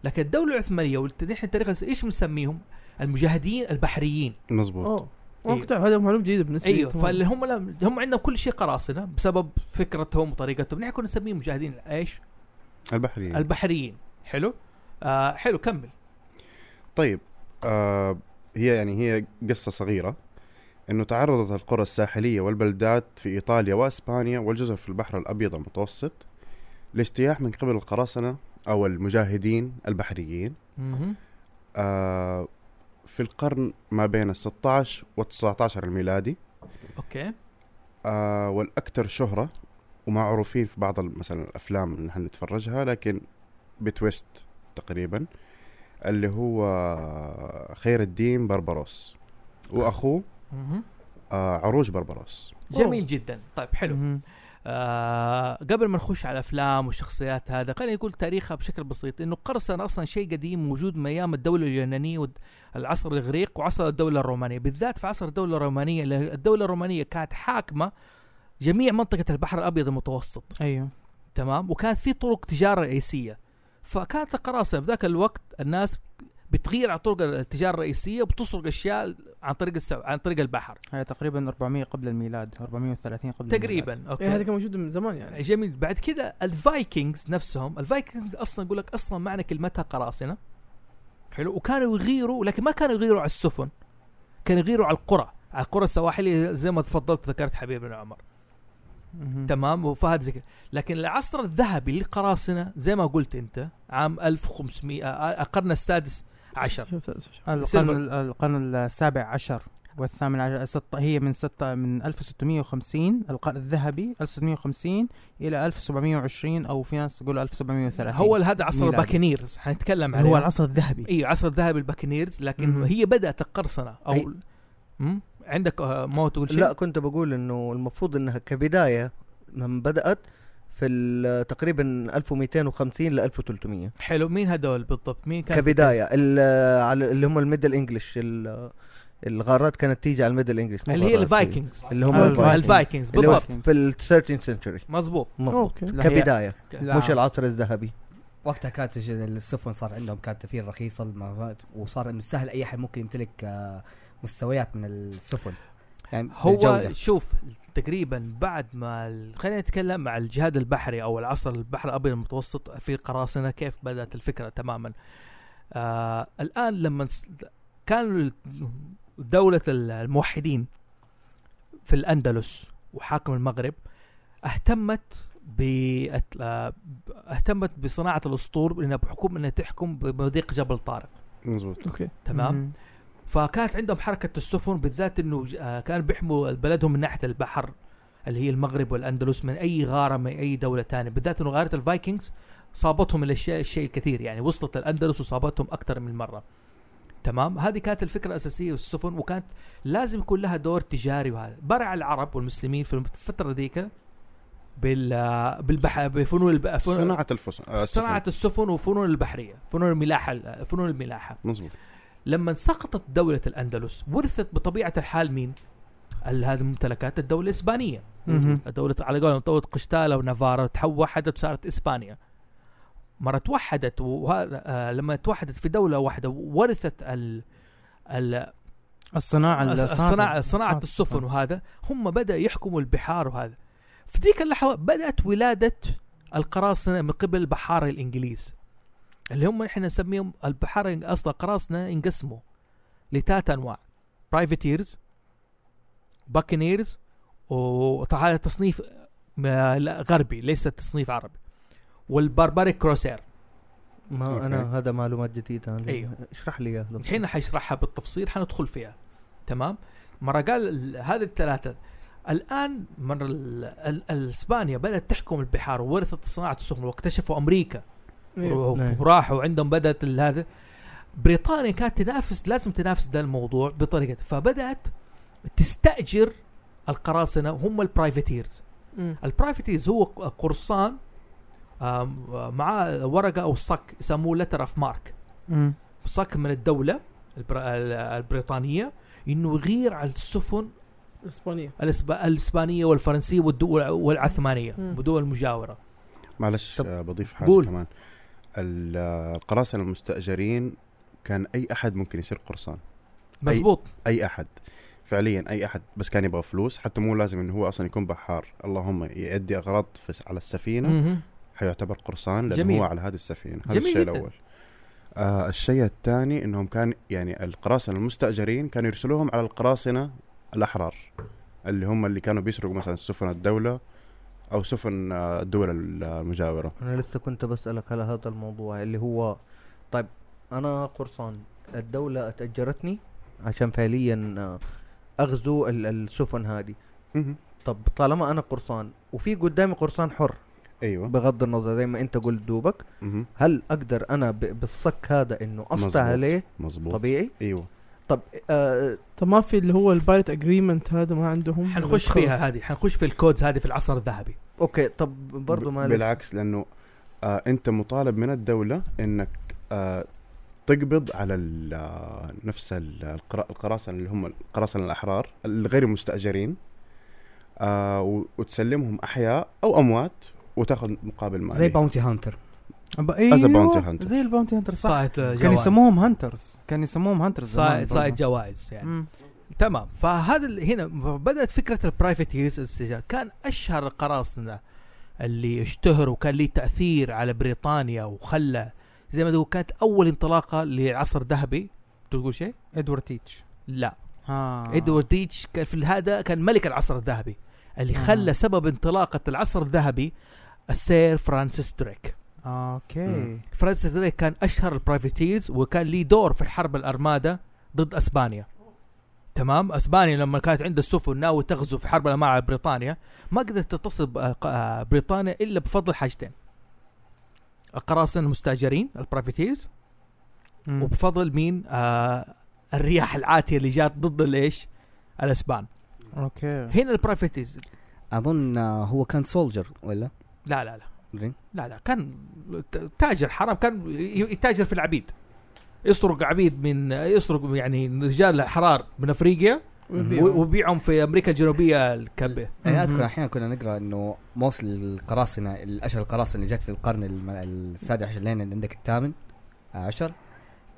Speaker 1: لكن الدوله العثمانيه والتاريخ التاريخ ايش مسميهم المجاهدين البحريين
Speaker 7: مظبوط
Speaker 4: اوه
Speaker 1: إيه.
Speaker 4: ما كنت أعرف، هذا معلومه جديده بالنسبه لي
Speaker 1: ايوه
Speaker 4: تمام.
Speaker 1: فاللي هم لا- هم عندنا كل شيء قراصنه بسبب فكرتهم وطريقتهم نحن كنا نسميهم مجاهدين ايش
Speaker 7: البحريين
Speaker 1: البحريين حلو آه حلو كمل
Speaker 7: طيب آه هي يعني هي قصه صغيره انه تعرضت القرى الساحليه والبلدات في ايطاليا واسبانيا والجزر في البحر الابيض المتوسط لاجتياح من قبل القراصنه او المجاهدين البحريين آه في القرن ما بين ال 16 و 19 الميلادي
Speaker 1: اوكي
Speaker 7: آه والاكثر شهره ومعروفين في بعض ال- مثلا الافلام اللي نحن نتفرجها لكن بتويست تقريبا اللي هو آه، خير الدين بربروس واخوه
Speaker 1: مهم.
Speaker 7: آه عروج بربروس
Speaker 1: جميل جدا طيب حلو
Speaker 2: مم.
Speaker 1: آه قبل ما نخش على افلام وشخصيات هذا خلينا نقول تاريخها بشكل بسيط انه قرصنة اصلا شيء قديم موجود من ايام الدوله اليونانيه والعصر الاغريق وعصر الدوله الرومانيه بالذات في عصر الدوله الرومانيه لأن الدوله الرومانيه كانت حاكمه جميع منطقه البحر الابيض المتوسط
Speaker 2: ايوه
Speaker 1: تمام وكانت في طرق تجاره رئيسيه فكانت القراصنه في ذاك الوقت الناس بتغير عن طرق التجاره الرئيسيه وبتسرق اشياء عن طريق السو... عن طريق البحر
Speaker 2: هي تقريبا 400 قبل الميلاد 430 قبل الميلاد.
Speaker 1: تقريبا
Speaker 4: إيه، هذا
Speaker 1: اوكي
Speaker 4: كان موجود من زمان يعني
Speaker 1: جميل بعد كده الفايكنجز نفسهم الفايكنجز اصلا يقول لك اصلا معنى كلمتها قراصنه حلو وكانوا يغيروا لكن ما كانوا يغيروا على السفن كانوا يغيروا على القرى على القرى السواحليه زي ما تفضلت ذكرت حبيبنا عمر
Speaker 2: مهم.
Speaker 1: تمام وفهد ذكي لكن العصر الذهبي للقراصنه زي ما قلت انت عام 1500 آه، القرن السادس عشر
Speaker 4: شوف- شوف- شوف.
Speaker 1: سيلفر.
Speaker 2: القرن القرن السابع عشر والثامن عشر ست هي من ستة من 1650 القرن الذهبي 1650 الى 1720 او في ناس تقول 1730
Speaker 1: هو هذا عصر
Speaker 2: ميلادي.
Speaker 1: الباكنيرز حنتكلم عليه
Speaker 2: هو العصر الذهبي
Speaker 1: ايوه عصر الذهبي الباكنيرز لكن
Speaker 2: مم.
Speaker 1: هي بدات القرصنه او
Speaker 5: أي.
Speaker 1: مم؟ عندك آه، ما هو تقول شيء
Speaker 5: لا كنت بقول انه المفروض انها كبدايه من بدات في ال- تقريبا 1250 ل 1300
Speaker 1: حلو مين هذول بالضبط مين كان
Speaker 5: كبدايه ال- على اللي هم الميدل انجلش ال- الغارات كانت تيجي على الميدل انجلش
Speaker 1: اللي هي الفايكنجز
Speaker 5: اللي هم
Speaker 2: آه،
Speaker 5: الفايكنجز
Speaker 1: الفايكنجز
Speaker 5: اللي هو
Speaker 1: بالضبط
Speaker 2: Vikings.
Speaker 5: في ال 13 century
Speaker 1: مظبوط
Speaker 5: مظبوط
Speaker 4: اوكي
Speaker 2: لا، هي-
Speaker 5: كبدايه
Speaker 2: لا.
Speaker 5: مش العصر الذهبي
Speaker 3: وقتها كانت الش- السفن صار عندهم كانت تفير رخيصه المعلومات وصار انه سهل اي احد ممكن يمتلك آه، مستويات من السفن يعني
Speaker 1: هو
Speaker 3: بالجودة.
Speaker 1: شوف تقريبا بعد ما ال- خلينا نتكلم عن الجهاد البحري او العصر البحر الابيض المتوسط في قراصنه كيف بدات الفكره تماما آه الان لما نس- كانوا ال- دوله ال- الموحدين في الاندلس وحاكم المغرب اهتمت ب آه، اهتمت بصناعه الاسطور لانها بحكم انها تحكم بمضيق جبل طارق
Speaker 7: مزبوط
Speaker 4: اوكي
Speaker 1: تمام
Speaker 2: مم.
Speaker 1: فكانت عندهم حركه السفن بالذات انه ج- آه، كان بيحموا بلدهم من ناحيه البحر اللي هي المغرب والاندلس من اي غاره من اي دوله ثانيه بالذات انه غاره الفايكنجز صابتهم الاشياء الشيء الكثير يعني وصلت الاندلس وصابتهم اكثر من مره تمام هذه كانت الفكره الاساسيه للسفن وكانت لازم يكون لها دور تجاري وهذا برع العرب والمسلمين في الفتره ذيك بال آه، بالبح بفنون الب... فن-
Speaker 7: صناعه الفصل آه، السفن.
Speaker 1: صناعه السفن وفنون البحريه فنون الملاحه ال- فنون الملاحه
Speaker 7: مزبوط
Speaker 1: لما سقطت دولة الأندلس ورثت بطبيعة الحال مين؟ ال- هذه الممتلكات الدولة الإسبانية
Speaker 2: مم.
Speaker 1: الدولة على قولهم دولة قشتالة ونافارا توحدت وصارت إسبانيا مرة توحدت وهذا آه لما توحدت في دولة واحدة ورثت ال ال
Speaker 2: الصناعه
Speaker 1: الصناعة صناعة
Speaker 2: صناعة-
Speaker 1: السفن وهذا هم بدأ يحكموا البحار وهذا في ذيك اللحظة بدأت ولادة القراصنة من قبل البحارة الإنجليز اللي هم احنا نسميهم البحارة أصلا قراصنة انقسموا لثلاث أنواع برايفتيرز باكنيرز وطبعا تصنيف م- لا، غربي ليس تصنيف عربي والبربريك كروسير
Speaker 5: ما
Speaker 7: أوكي.
Speaker 5: انا هذا معلومات جديده أنا-
Speaker 1: أيوه.
Speaker 5: اشرح لي اياها لو
Speaker 1: الحين حشرحها بالتفصيل حندخل فيها تمام مرة قال ال- هذه الثلاثة الآن من ال- ال- الإسبانيا بدأت تحكم البحار وورثت صناعة السفن واكتشفوا أمريكا
Speaker 4: أيوه.
Speaker 1: و-
Speaker 5: نعم.
Speaker 1: وراحوا عندهم بدأت ال- هذا بريطانيا كانت تنافس لازم تنافس ده الموضوع بطريقة فبدأت تستأجر القراصنة هم البرايفتيرز
Speaker 4: مم.
Speaker 1: البرايفتيز هو قرصان آم، معاه ورقه او صك يسموه لتر اوف مارك
Speaker 2: مم.
Speaker 1: صك من الدوله البر- ال- البريطانيه انه يغير على السفن
Speaker 4: اسبانيا
Speaker 1: الإسب- الاسبانيه والفرنسيه والدول والعثمانيه
Speaker 4: مم.
Speaker 1: والدول المجاوره
Speaker 7: معلش
Speaker 5: طب،
Speaker 7: آه، بضيف حاجه
Speaker 1: قول.
Speaker 7: كمان ال- آه، القراصنه المستاجرين كان اي احد ممكن يصير قرصان
Speaker 1: مزبوط
Speaker 7: اي احد فعليا اي احد بس كان يبغى فلوس حتى مو لازم انه هو اصلا يكون بحار اللهم يؤدي اغراض في- على السفينه
Speaker 1: مهم.
Speaker 7: حيعتبر قرصان لانه
Speaker 1: جميل.
Speaker 7: هو على هذه السفينه هذا
Speaker 1: جميل
Speaker 7: الشيء
Speaker 1: جداً.
Speaker 7: الاول آه الشيء الثاني انهم كان يعني القراصنه المستاجرين كانوا يرسلوهم على القراصنه الاحرار اللي هم اللي كانوا بيسرقوا مثلا سفن الدوله او سفن آه، الدول المجاوره
Speaker 5: انا لسه كنت بسالك على هذا الموضوع اللي هو طيب انا قرصان الدوله اتاجرتني عشان فعليا آه، اغزو ال- السفن هذه
Speaker 7: مهم.
Speaker 5: طب طالما انا قرصان وفي قدامي قرصان حر
Speaker 7: ايوه
Speaker 5: بغض النظر زي ما انت قلت دوبك
Speaker 7: مهم.
Speaker 5: هل اقدر انا ب- بالصك هذا انه
Speaker 7: مظبوط.
Speaker 5: اسطى عليه
Speaker 7: مظبوط
Speaker 5: طبيعي
Speaker 7: ايوه
Speaker 5: طب آه
Speaker 4: طب ما في اللي هو البايرت اجريمنت هذا ما عندهم
Speaker 1: حنخش
Speaker 4: خلاص.
Speaker 1: فيها هذه حنخش في الكودز هذه في العصر الذهبي
Speaker 5: اوكي طب برضه
Speaker 7: ب-
Speaker 5: معلش
Speaker 7: بالعكس لانه آه انت مطالب من الدوله انك آه تقبض على ال- آه، نفس ال- القرا- القراصنه اللي هم القراصنه الاحرار الغير مستاجرين آه و- وتسلمهم احياء او اموات وتاخذ مقابل مالي
Speaker 3: زي باونتي هانتر
Speaker 2: ب-
Speaker 7: As a bounty
Speaker 2: أيوه،
Speaker 7: hunter.
Speaker 2: زي الباونتي هانتر صح
Speaker 1: صائد
Speaker 2: كان
Speaker 1: جوائز.
Speaker 2: يسموهم هانترز كان يسموهم هانترز
Speaker 1: صائد
Speaker 2: زمان
Speaker 1: صائد
Speaker 2: برضه.
Speaker 1: جوائز يعني
Speaker 2: مم.
Speaker 1: تمام فهذا ال- هنا بدات فكره البرايفتيرز الاستئجار كان اشهر القراصنه اللي اشتهر وكان ليه تاثير على بريطانيا وخلى زي ما تقول كانت اول انطلاقه لعصر ذهبي تقول شيء؟
Speaker 2: ادوارد تيتش
Speaker 1: لا
Speaker 2: ها
Speaker 1: آه. ادوارد ديتش كان في هذا كان ملك العصر الذهبي اللي خلى
Speaker 2: آه.
Speaker 1: سبب انطلاقه العصر الذهبي السير فرانسيس دريك
Speaker 2: اوكي
Speaker 7: مم.
Speaker 1: فرانسيس دريك كان اشهر البرايفتيرز وكان ليه دور في الحرب الارمادا ضد اسبانيا تمام اسبانيا لما كانت عند السفن ناوي تغزو في حرب مع بريطانيا ما قدرت تتصل ب- آه، ق- آه، بريطانيا الا بفضل حاجتين القراصنه المستاجرين البرايفتيرز
Speaker 2: مم.
Speaker 1: وبفضل مين آه الرياح العاتيه اللي جات ضد الايش الاسبان
Speaker 2: اوكي
Speaker 1: هنا البرايفتيرز
Speaker 3: اظن آه، هو كان سولجر ولا
Speaker 1: لا لا لا
Speaker 3: أدري.
Speaker 1: لا لا كان ت- تاجر حرام كان ي- يتاجر في العبيد يسرق عبيد من يسرق يعني رجال احرار من افريقيا
Speaker 4: ويبيعوا.
Speaker 1: و- ويبيعهم في امريكا الجنوبيه الكبه
Speaker 3: يعني
Speaker 2: مهم.
Speaker 3: اذكر احيانا كنا نقرا انه موصل القراصنه الاشهر القراصنه اللي جت في القرن الم- السادس عشر لين اللي عندك الثامن عشر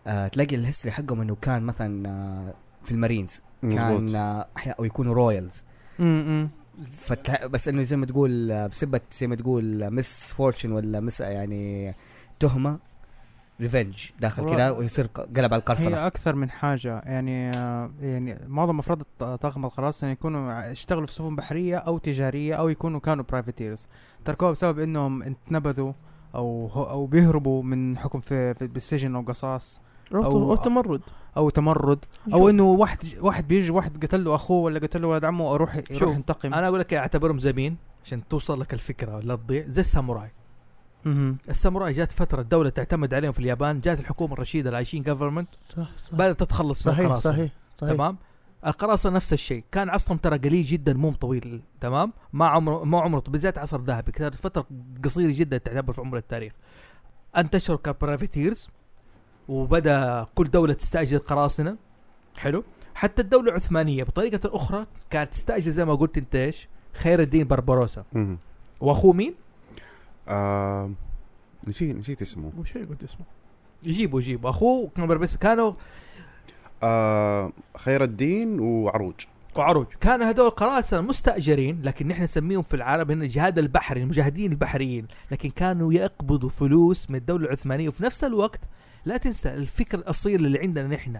Speaker 3: آه، تلاقي الهيستوري حقهم انه كان مثلا آه، في المارينز كان
Speaker 7: مظبوط
Speaker 3: آه، احيانا ويكونوا رويالز
Speaker 2: امم
Speaker 3: فتح بس انه زي ما تقول آه، بسبه زي ما تقول آه، مس فورتشن ولا مس يعني تهمه ريفنج داخل كذا ويصير ق- قلب على القرصنه
Speaker 2: هي اكثر من حاجه يعني آه، يعني معظم افراد الط- طاقم القراصنه يكونوا ع- اشتغلوا في سفن بحريه او تجاريه او يكونوا كانوا برايفتيرز تركوها بسبب انهم انتنبذوا او هو- او بيهربوا من حكم في, في بالسجن او قصاص أو-
Speaker 4: او التمرد
Speaker 2: او تمرد او انه واحد ج- واحد بيجي واحد قتل له اخوه ولا قتل له ولد عمه واروح
Speaker 1: شوف،
Speaker 2: يروح ينتقم
Speaker 1: انا اقول لك اعتبرهم زمين عشان توصل لك الفكره لا تضيع زي الساموراي
Speaker 2: مهم.
Speaker 1: الساموراي جات فتره الدوله تعتمد عليهم في اليابان جات الحكومه الرشيده العايشين جفرمنت بدات تتخلص من
Speaker 5: صحيح
Speaker 1: القراصنه
Speaker 5: صحيح صحيح
Speaker 1: تمام القراصنه نفس الشيء كان عصرهم ترى قليل جدا مو طويل تمام ما عمره ما عمره بالذات عصر ذهبي كانت فتره قصيره جدا تعتبر في عمر التاريخ انتشروا كبرافتيرز وبدا كل دوله تستاجر قراصنه حلو حتى الدوله العثمانيه بطريقه اخرى كانت تستاجر زي ما قلت انت ايش خير الدين بربروسا
Speaker 7: مهم.
Speaker 1: واخوه مين
Speaker 7: آه، نسيت نسيت اسمه
Speaker 4: وش اللي قلت اسمه؟
Speaker 1: يجيبوا يجيبوا اخوه كان بربروسا كانوا
Speaker 7: آه، خير الدين وعروج
Speaker 1: وعروج كان هذول قراصنة مستأجرين لكن نحن نسميهم في العرب هنا الجهاد البحري المجاهدين البحريين لكن كانوا يقبضوا فلوس من الدولة العثمانية وفي نفس الوقت لا تنسى الفكر الأصيل اللي عندنا نحن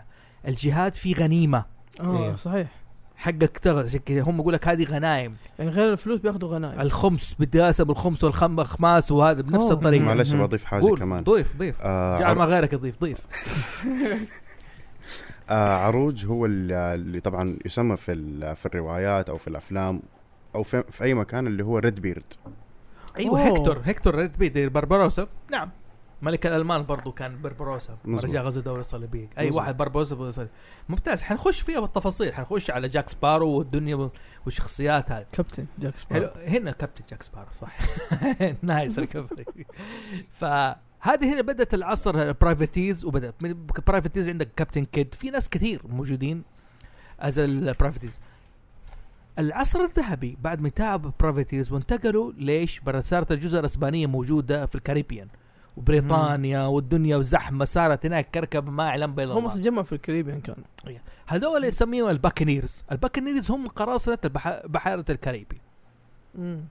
Speaker 1: الجهاد فيه غنيمة
Speaker 4: اه
Speaker 1: إيه.
Speaker 4: صحيح
Speaker 1: حقك تغرس عشان كذا هم يقول لك هذه غنايم
Speaker 4: يعني غير الفلوس بياخذوا غنائم
Speaker 1: الخمس بداسة بالخمس والخم خماس وهذا بنفس
Speaker 4: طيب. أوه.
Speaker 1: الطريقة
Speaker 7: معلش بضيف حاجه
Speaker 1: قول
Speaker 7: كمان
Speaker 1: ضيف ضيف
Speaker 7: آه،
Speaker 1: جعل ما غيرك يضيف ضيف
Speaker 7: آه عروج هو ال- اللي طبعا يسمى في ال- في الروايات او في الافلام او في, في اي مكان اللي هو ريد بيرد أيوة،
Speaker 1: ايوه
Speaker 4: أوه.
Speaker 1: هكتور هكتور ريد بيد
Speaker 7: إيه،
Speaker 1: بربروسا نعم ملك الالمان برضو كان بربروسا لما
Speaker 7: مظبوط.
Speaker 1: رجع غزا الدوله الصليبيه اي
Speaker 7: مظبوط.
Speaker 1: واحد بربروسا بربروسا. ممتاز حنخش فيها بالتفاصيل حنخش على جاك سبارو والدنيا والشخصيات هذه
Speaker 4: كابتن جاك سبارو
Speaker 1: حلو هنا كابتن جاك سبارو صح نايس ريكفري فهذه هنا بدات العصر البرايفتيز وبدات من برايفتيز عندك كابتن كيد في ناس كثير موجودين از البرايفتيز العصر الذهبي بعد ما تعب برايفتيز وانتقلوا ليش؟ برا صارت الجزر الاسبانيه موجوده في الكاريبيان وبريطانيا والدنيا وزحمه صارت هناك كركبه ما يعلم بين
Speaker 4: هم
Speaker 1: الله
Speaker 4: اصلا جمع في الكاريبيان كانوا
Speaker 1: هذول اللي يسميهم الباكنيرز الباكنيرز هم قراصنه البح- بحيره الكاريبي
Speaker 4: مم.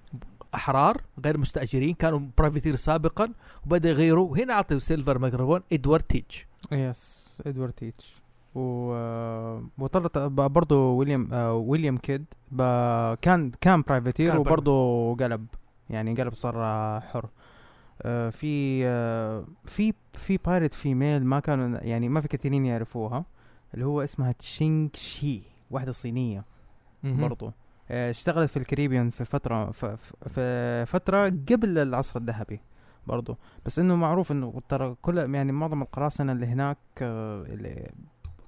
Speaker 1: احرار غير مستاجرين كانوا برايفتير سابقا وبدا يغيروا هنا اعطوا سيلفر ميكروفون ادوارد تيتش
Speaker 2: يس ادوارد تيتش و آه، وطلعت برضه ويليام آه، ويليام كيد ب- كان كان برايفتير
Speaker 1: كان
Speaker 2: وبرضه قلب يعني قلب صار آه، حر آه، في آه، في في بايرت فيميل ما كانوا يعني ما في كثيرين يعرفوها اللي هو اسمها تشينغ شي واحدة صينية برضو آه، اشتغلت في الكاريبيان في فترة في, في فترة قبل العصر الذهبي برضو بس انه معروف انه ترى كل يعني معظم القراصنة اللي هناك آه، اللي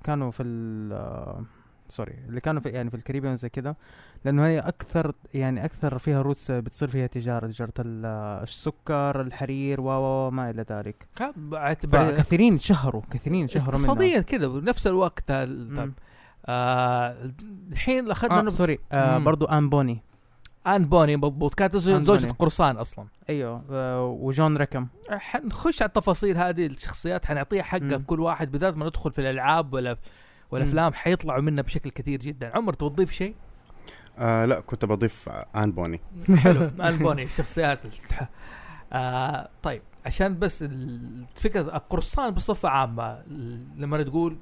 Speaker 2: كانوا في ال آه، سوري اللي كانوا في يعني في الكاريبيان زي كذا لانه هي اكثر يعني اكثر فيها روتس بتصير فيها تجارة تجارة ال- آه، السكر الحرير و- و و- ما الى ذلك فكثيرين شهروا كثيرين شهروا منها
Speaker 1: اقتصاديا كذا بنفس الوقت ال- طب.
Speaker 2: مم.
Speaker 1: آه، الحين اخذنا
Speaker 2: آه
Speaker 1: آه
Speaker 2: سوري آه
Speaker 1: مم.
Speaker 2: برضو ان بوني
Speaker 1: ان بوني مضبوط كانت زوجة
Speaker 2: آن
Speaker 1: زوجة
Speaker 2: بوني.
Speaker 1: قرصان اصلا
Speaker 2: ايوه آه وجون ريكم
Speaker 1: حنخش على التفاصيل هذه الشخصيات حنعطيها حقها
Speaker 2: مم.
Speaker 1: كل واحد بالذات ما ندخل في الالعاب ولا والافلام حيطلعوا منها بشكل كثير جدا عمر تضيف شيء
Speaker 7: آه لا كنت بضيف ان بوني
Speaker 1: حلو البوني شخصيات التح- آه طيب عشان بس ال- فكره القرصان بصفه عامه ال- لما تقول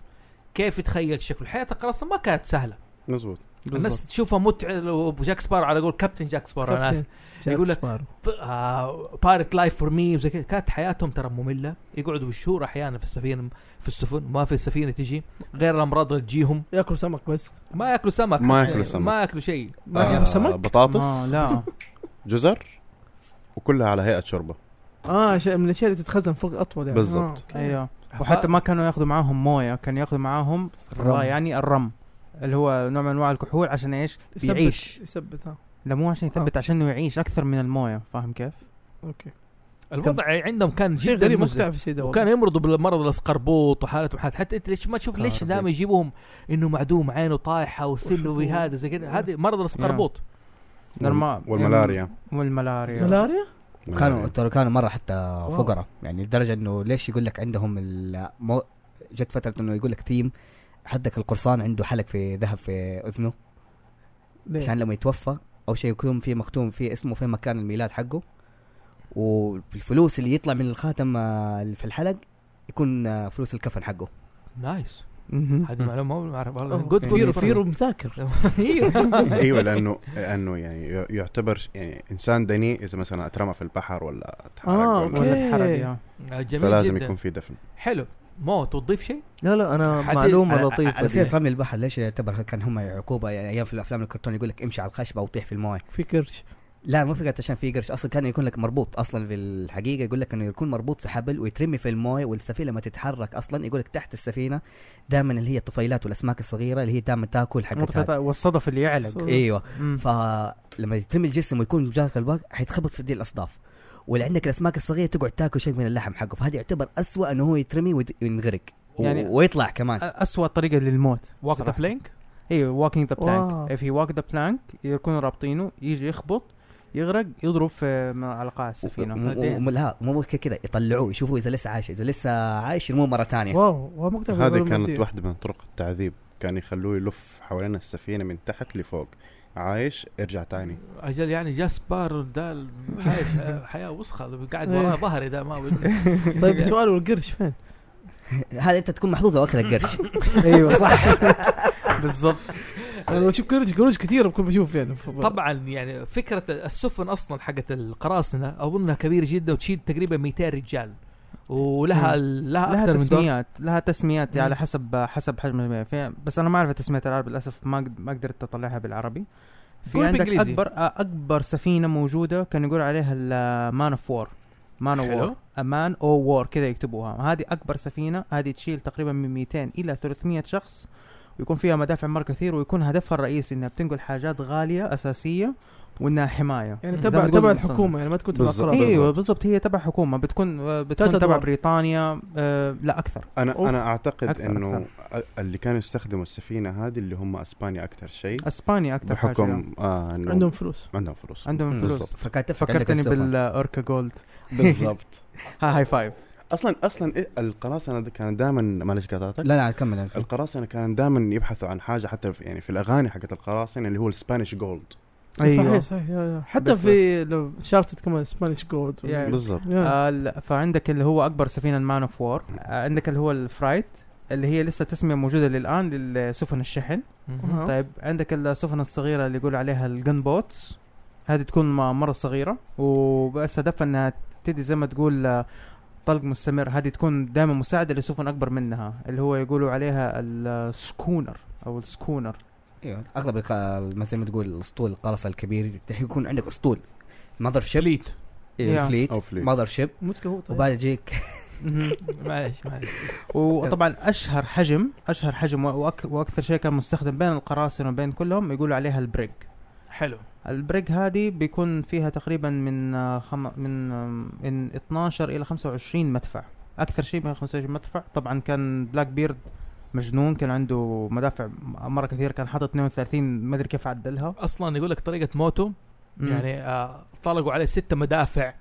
Speaker 1: كيف تخيل شكله حياه القرصان ما كانت سهله
Speaker 7: مظبوط
Speaker 1: الناس تشوفها متعه لو جاك سبارو على قول كابتن جاك سبارو انا
Speaker 4: كابتن
Speaker 1: آسف.
Speaker 4: جاك
Speaker 1: يقول لك-
Speaker 4: سبارو
Speaker 1: آه بارت لايف فور مي وزي كذا كانت حياتهم ترى ممله يقعدوا بالشهور احيانا في السفينه في السفن ما في سفينه تجي غير الامراض اللي تجيهم
Speaker 4: ياكل سمك بس
Speaker 1: ما ياكلوا سمك
Speaker 7: ما
Speaker 1: آه،
Speaker 7: ياكلوا سمك.
Speaker 1: ما ياكلوا شيء
Speaker 4: ما ياكل آه، سمك
Speaker 2: ما-
Speaker 7: آه، بطاطس
Speaker 2: آه، لا
Speaker 7: جزر وكلها على هيئه شوربه
Speaker 4: اه شيء من الاشياء اللي تتخزن فوق اطول يعني
Speaker 7: بالضبط.
Speaker 4: آه، أوكي.
Speaker 2: ايوه وحتى ما كانوا ياخذوا معاهم مويه كانوا ياخذوا معاهم را- يعني الرمل اللي هو نوع من انواع الكحول عشان ايش؟
Speaker 4: يثبت-
Speaker 2: يعيش.
Speaker 4: يثبت آه. ها
Speaker 2: لا مو عشان يثبت عشان انه يعيش اكثر من المويه فاهم كيف؟
Speaker 4: اوكي
Speaker 1: الوضع عندهم كان
Speaker 4: شيء
Speaker 1: جدا
Speaker 4: غريب
Speaker 1: مزعج
Speaker 4: مقطع في شيء ده
Speaker 1: وكان
Speaker 4: والله.
Speaker 1: يمرضوا بالمرض الاسقربوط وحالتهم حالات حتى انت ليش ما تشوف ليش دائما يجيبوهم انه معدوم عينه طايحه وسلوي
Speaker 4: وحبوب.
Speaker 1: هذا زي كذا هذا مرض الاسقربوط
Speaker 2: نرمال
Speaker 7: والملاريا
Speaker 2: يعني والملاريا
Speaker 4: ملاريا
Speaker 7: ملاريا.
Speaker 3: كانوا ترى كانوا مره حتى فقراء يعني لدرجه انه ليش يقول لك عندهم المو... جت فتره انه يقول لك ثيم حدك القرصان عنده حلق في ذهب في اذنه
Speaker 4: ليه؟
Speaker 3: عشان لما يتوفى او شيء يكون فيه مختوم فيه اسمه فين مكان الميلاد حقه والفلوس اللي يطلع من الخاتم آه، اللي في الحلق يكون آه، فلوس الكفن حقه
Speaker 1: نعم. نايس
Speaker 2: مهم.
Speaker 1: هذه معلومه ما اعرف والله
Speaker 4: أوه،
Speaker 1: جود
Speaker 4: فيرو فيرو مذاكر
Speaker 1: أيوه.
Speaker 7: ايوه لانه لانه يعني ي- يعتبر يعني انسان دنيء اذا مثلا اترمى في البحر ولا اتحرق
Speaker 4: آه،
Speaker 7: ولا-
Speaker 4: أوكي.
Speaker 2: ولا تحرق يا.
Speaker 1: نعم، جميل
Speaker 7: فلازم
Speaker 1: جدا
Speaker 7: يكون في دفن
Speaker 1: حلو مو تضيف شيء
Speaker 5: لا لا انا
Speaker 1: حتى-
Speaker 5: معلومه
Speaker 3: على-
Speaker 5: لطيفه
Speaker 3: على
Speaker 5: دي.
Speaker 3: سيره رمي البحر ليش يعتبر كان هم عقوبه يعني ايام في الافلام الكرتون يقول لك امشي على الخشبه وطيح في المويه
Speaker 4: في كرش
Speaker 3: لا مو فكره عشان في قرش اصلا كان يكون لك مربوط اصلا في الحقيقه يقول لك انه يكون مربوط في حبل ويترمي في المويه والسفينه لما تتحرك اصلا يقول لك تحت السفينه دائما اللي هي الطفيلات والاسماك الصغيره اللي هي دائما تاكل حقت هذا.
Speaker 2: مقتطع والصدف اللي يعلق إيه.
Speaker 4: صدف.
Speaker 3: ايوه
Speaker 2: مم.
Speaker 3: فلما يترمي الجسم ويكون جاك الباك حيتخبط في دي الاصداف واللي عندك الاسماك الصغيره تقعد تاكل شيء من اللحم حقه فهذا يعتبر أسوأ انه هو يترمي ويت- وينغرق
Speaker 2: يعني-
Speaker 3: يعني ويطلع كمان
Speaker 2: اسوء طريقه للموت
Speaker 1: واك ذا
Speaker 2: صراحة.
Speaker 1: بلينك
Speaker 2: ايوه واكينج ذا
Speaker 4: واو.
Speaker 2: بلانك اف هي واك ذا بلانك يكونوا رابطينه يجي يخبط يغرق يضرب في من- على قاع السفينه
Speaker 1: بعدين.
Speaker 3: وم- وم- لا مو ممكن كذا يطلعوه يشوفوه اذا لسه عايش اذا لسه عايش يرموه مره
Speaker 2: إيه.
Speaker 3: ثانيه
Speaker 4: واو واو مقطع في
Speaker 7: هذه
Speaker 4: الألبوم
Speaker 7: كانت
Speaker 4: الدير.
Speaker 7: واحده من طرق التعذيب كان يخلوه يلف حوالين السفينه من تحت لفوق عايش ارجع تاني
Speaker 1: اجل يعني جاسبار ده عايش حياه وسخه قاعد
Speaker 4: إيه.
Speaker 1: وراه ظهري ده ما
Speaker 4: طيب سؤال والقرش فين؟
Speaker 3: هذا انت تكون محظوظ لو اكلك قرش
Speaker 2: ايوه صح بالضبط إيه.
Speaker 4: انا لو اشوف قرش قروش كثير بكون بشوف يعني ف-
Speaker 1: طبعا يعني فكره السفن اصلا حقت القراصنه اظنها كبيره جدا وتشيل تقريبا 200 رجال ولها لها
Speaker 2: لها
Speaker 1: اكثر من دور
Speaker 2: تسميات لها تسميات
Speaker 1: مم.
Speaker 2: على حسب حسب حجم المياه فيها بس انا ما اعرف تسميات العربي للاسف ما قد- ما قدرت اطلعها بالعربي في
Speaker 1: قول
Speaker 2: عندك
Speaker 1: بإنجليزي.
Speaker 2: اكبر آه، اكبر سفينه موجوده كان يقول عليها المان اوف وور مان اوف
Speaker 1: حلو.
Speaker 2: وور امان او وور كذا يكتبوها هذه اكبر سفينه هذه تشيل تقريبا من 200 الى 300 شخص ويكون فيها مدافع مره كثير ويكون هدفها الرئيسي انها بتنقل حاجات غاليه اساسيه وانها حمايه
Speaker 4: يعني
Speaker 2: زي ما
Speaker 4: تبع
Speaker 2: نقول
Speaker 4: تبع
Speaker 2: مثلاً.
Speaker 4: الحكومه يعني ما تكون تبع
Speaker 7: بالظبط.
Speaker 4: قراصنه
Speaker 7: بالضبط.
Speaker 2: ايوه بالضبط هي تبع حكومه بتكون آه،
Speaker 4: تلات
Speaker 2: بتكون تبع
Speaker 4: أدوار.
Speaker 2: بريطانيا آه، لا اكثر
Speaker 7: انا
Speaker 4: أوف.
Speaker 7: انا اعتقد
Speaker 2: أكثر-
Speaker 7: انه اللي كانوا يستخدموا السفينه هذه اللي هم اسبانيا اكثر شيء
Speaker 2: اسبانيا اكثر حاجة.
Speaker 7: بحكم آه إنه
Speaker 4: عندهم فلوس
Speaker 7: عندهم فلوس
Speaker 2: عندهم
Speaker 7: مم.
Speaker 2: فلوس
Speaker 7: بالضبط.
Speaker 3: فكانت تفرق عندك
Speaker 2: فكرتني
Speaker 3: السفن.
Speaker 2: بالاوركا جولد
Speaker 7: بالضبط
Speaker 2: ها هاي فايف
Speaker 7: اصلا اصلا إيه القراصنه دا- كانت دائما معلش قطعتك
Speaker 3: لا لا كمل ألف.
Speaker 7: القراصنه كانوا دائما يبحثوا عن حاجه حتى في يعني في الاغاني حقت القراصنه اللي هو السبانيش جولد
Speaker 2: أيوة.
Speaker 4: صحيح صحيح يا- يا. حتى
Speaker 2: أيوه. بس-
Speaker 4: في لو شارتت كمان سبانيش جولد
Speaker 2: يا-
Speaker 7: بالضبط
Speaker 2: آه ال- فعندك اللي هو اكبر سفينه المان اوف وور آه عندك اللي هو الفرايت اللي هي لسه تسميه موجوده للان للسفن الشحن
Speaker 1: أه. مهم.
Speaker 2: طيب عندك السفن الصغيره اللي يقول عليها الجن بوتس هذه تكون م- مره صغيره وبس هدفها انها تدي زي ما تقول آه، طلق مستمر هذه تكون دائما مساعده لسفن اكبر منها اللي هو يقولوا عليها آه، السكونر او السكونر
Speaker 3: ايوه اغلب الق- ال- زي ما تقول الاسطول القرص الكبير يكون عندك اسطول ماذر شيب
Speaker 1: شليت
Speaker 2: Yeah.
Speaker 3: فليت
Speaker 7: او فليت
Speaker 3: ماذر شيب
Speaker 4: مشكله هو طيب
Speaker 3: وبعد يجيك
Speaker 1: معلش معلش
Speaker 2: وطبعا اشهر حجم اشهر حجم وأك- واكثر شيء كان مستخدم بين القراصنه وبين كلهم يقولوا عليها البريك
Speaker 1: حلو
Speaker 2: البريك هذه بيكون فيها تقريبا من آه، خم... من آه، من 12 الى 25 مدفع اكثر شيء من 25 مدفع طبعا كان بلاك بيرد مجنون كان عنده مدافع مره كثير كان حاطط 32 ما ادري كيف عدلها
Speaker 1: اصلا يقول لك طريقه موته
Speaker 2: مم.
Speaker 1: يعني آه طلقوا عليه ست مدافع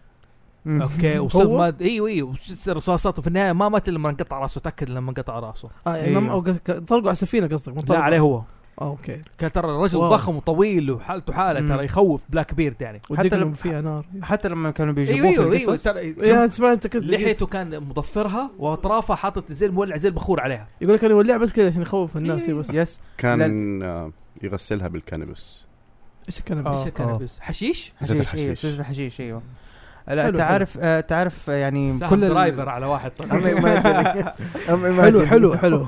Speaker 2: مم.
Speaker 1: اوكي وصار
Speaker 4: هو؟
Speaker 1: ما ايوه ايوه وست رصاصات وفي النهايه ما مات إلا لما انقطع راسه تاكد لما انقطع راسه
Speaker 4: اه يعني ما-
Speaker 2: أيوه.
Speaker 4: أو قص- ك- طلقوا على السفينه قصدك مو
Speaker 1: لا
Speaker 4: طلقوا.
Speaker 1: عليه هو
Speaker 4: اه اوكي
Speaker 1: كان ترى الرجل
Speaker 4: واو.
Speaker 1: ضخم وطويل وحالته حاله
Speaker 2: مم.
Speaker 1: ترى يخوف بلاك بيرد يعني
Speaker 2: حتى لو-
Speaker 4: ودقلهم فيها نار
Speaker 2: حتى لما كانوا
Speaker 1: ايوه
Speaker 2: بيجيبوه
Speaker 1: ايوه,
Speaker 2: في
Speaker 1: أيوة
Speaker 2: القصص
Speaker 1: ترى شوف
Speaker 4: يا سمعت انت كنت-
Speaker 1: لحيته كان مضفرها واطرافها حاطط زي المولع زي البخور عليها
Speaker 4: يقول لك انا ولع بس كذا عشان يخوف
Speaker 2: إيه.
Speaker 4: الناس هي بس
Speaker 1: أيوة،
Speaker 2: يس
Speaker 7: كان آه، يغسلها بالكنبس
Speaker 4: ايش الكلام
Speaker 2: آه.
Speaker 4: بس؟
Speaker 1: إيش الكنبس؟ حشيش
Speaker 7: زيت
Speaker 2: حشيش ايوه
Speaker 7: الحشيش.
Speaker 2: زيت الحشيش ايوه لا
Speaker 4: حلو،
Speaker 2: انت
Speaker 4: حلو.
Speaker 2: عارف آه، تعرف آه، يعني
Speaker 1: سهم
Speaker 2: كل ال-
Speaker 1: درايفر على واحد
Speaker 5: أم
Speaker 1: طلع
Speaker 5: imagine- أم
Speaker 4: حلو
Speaker 5: imagine.
Speaker 4: حلو حلو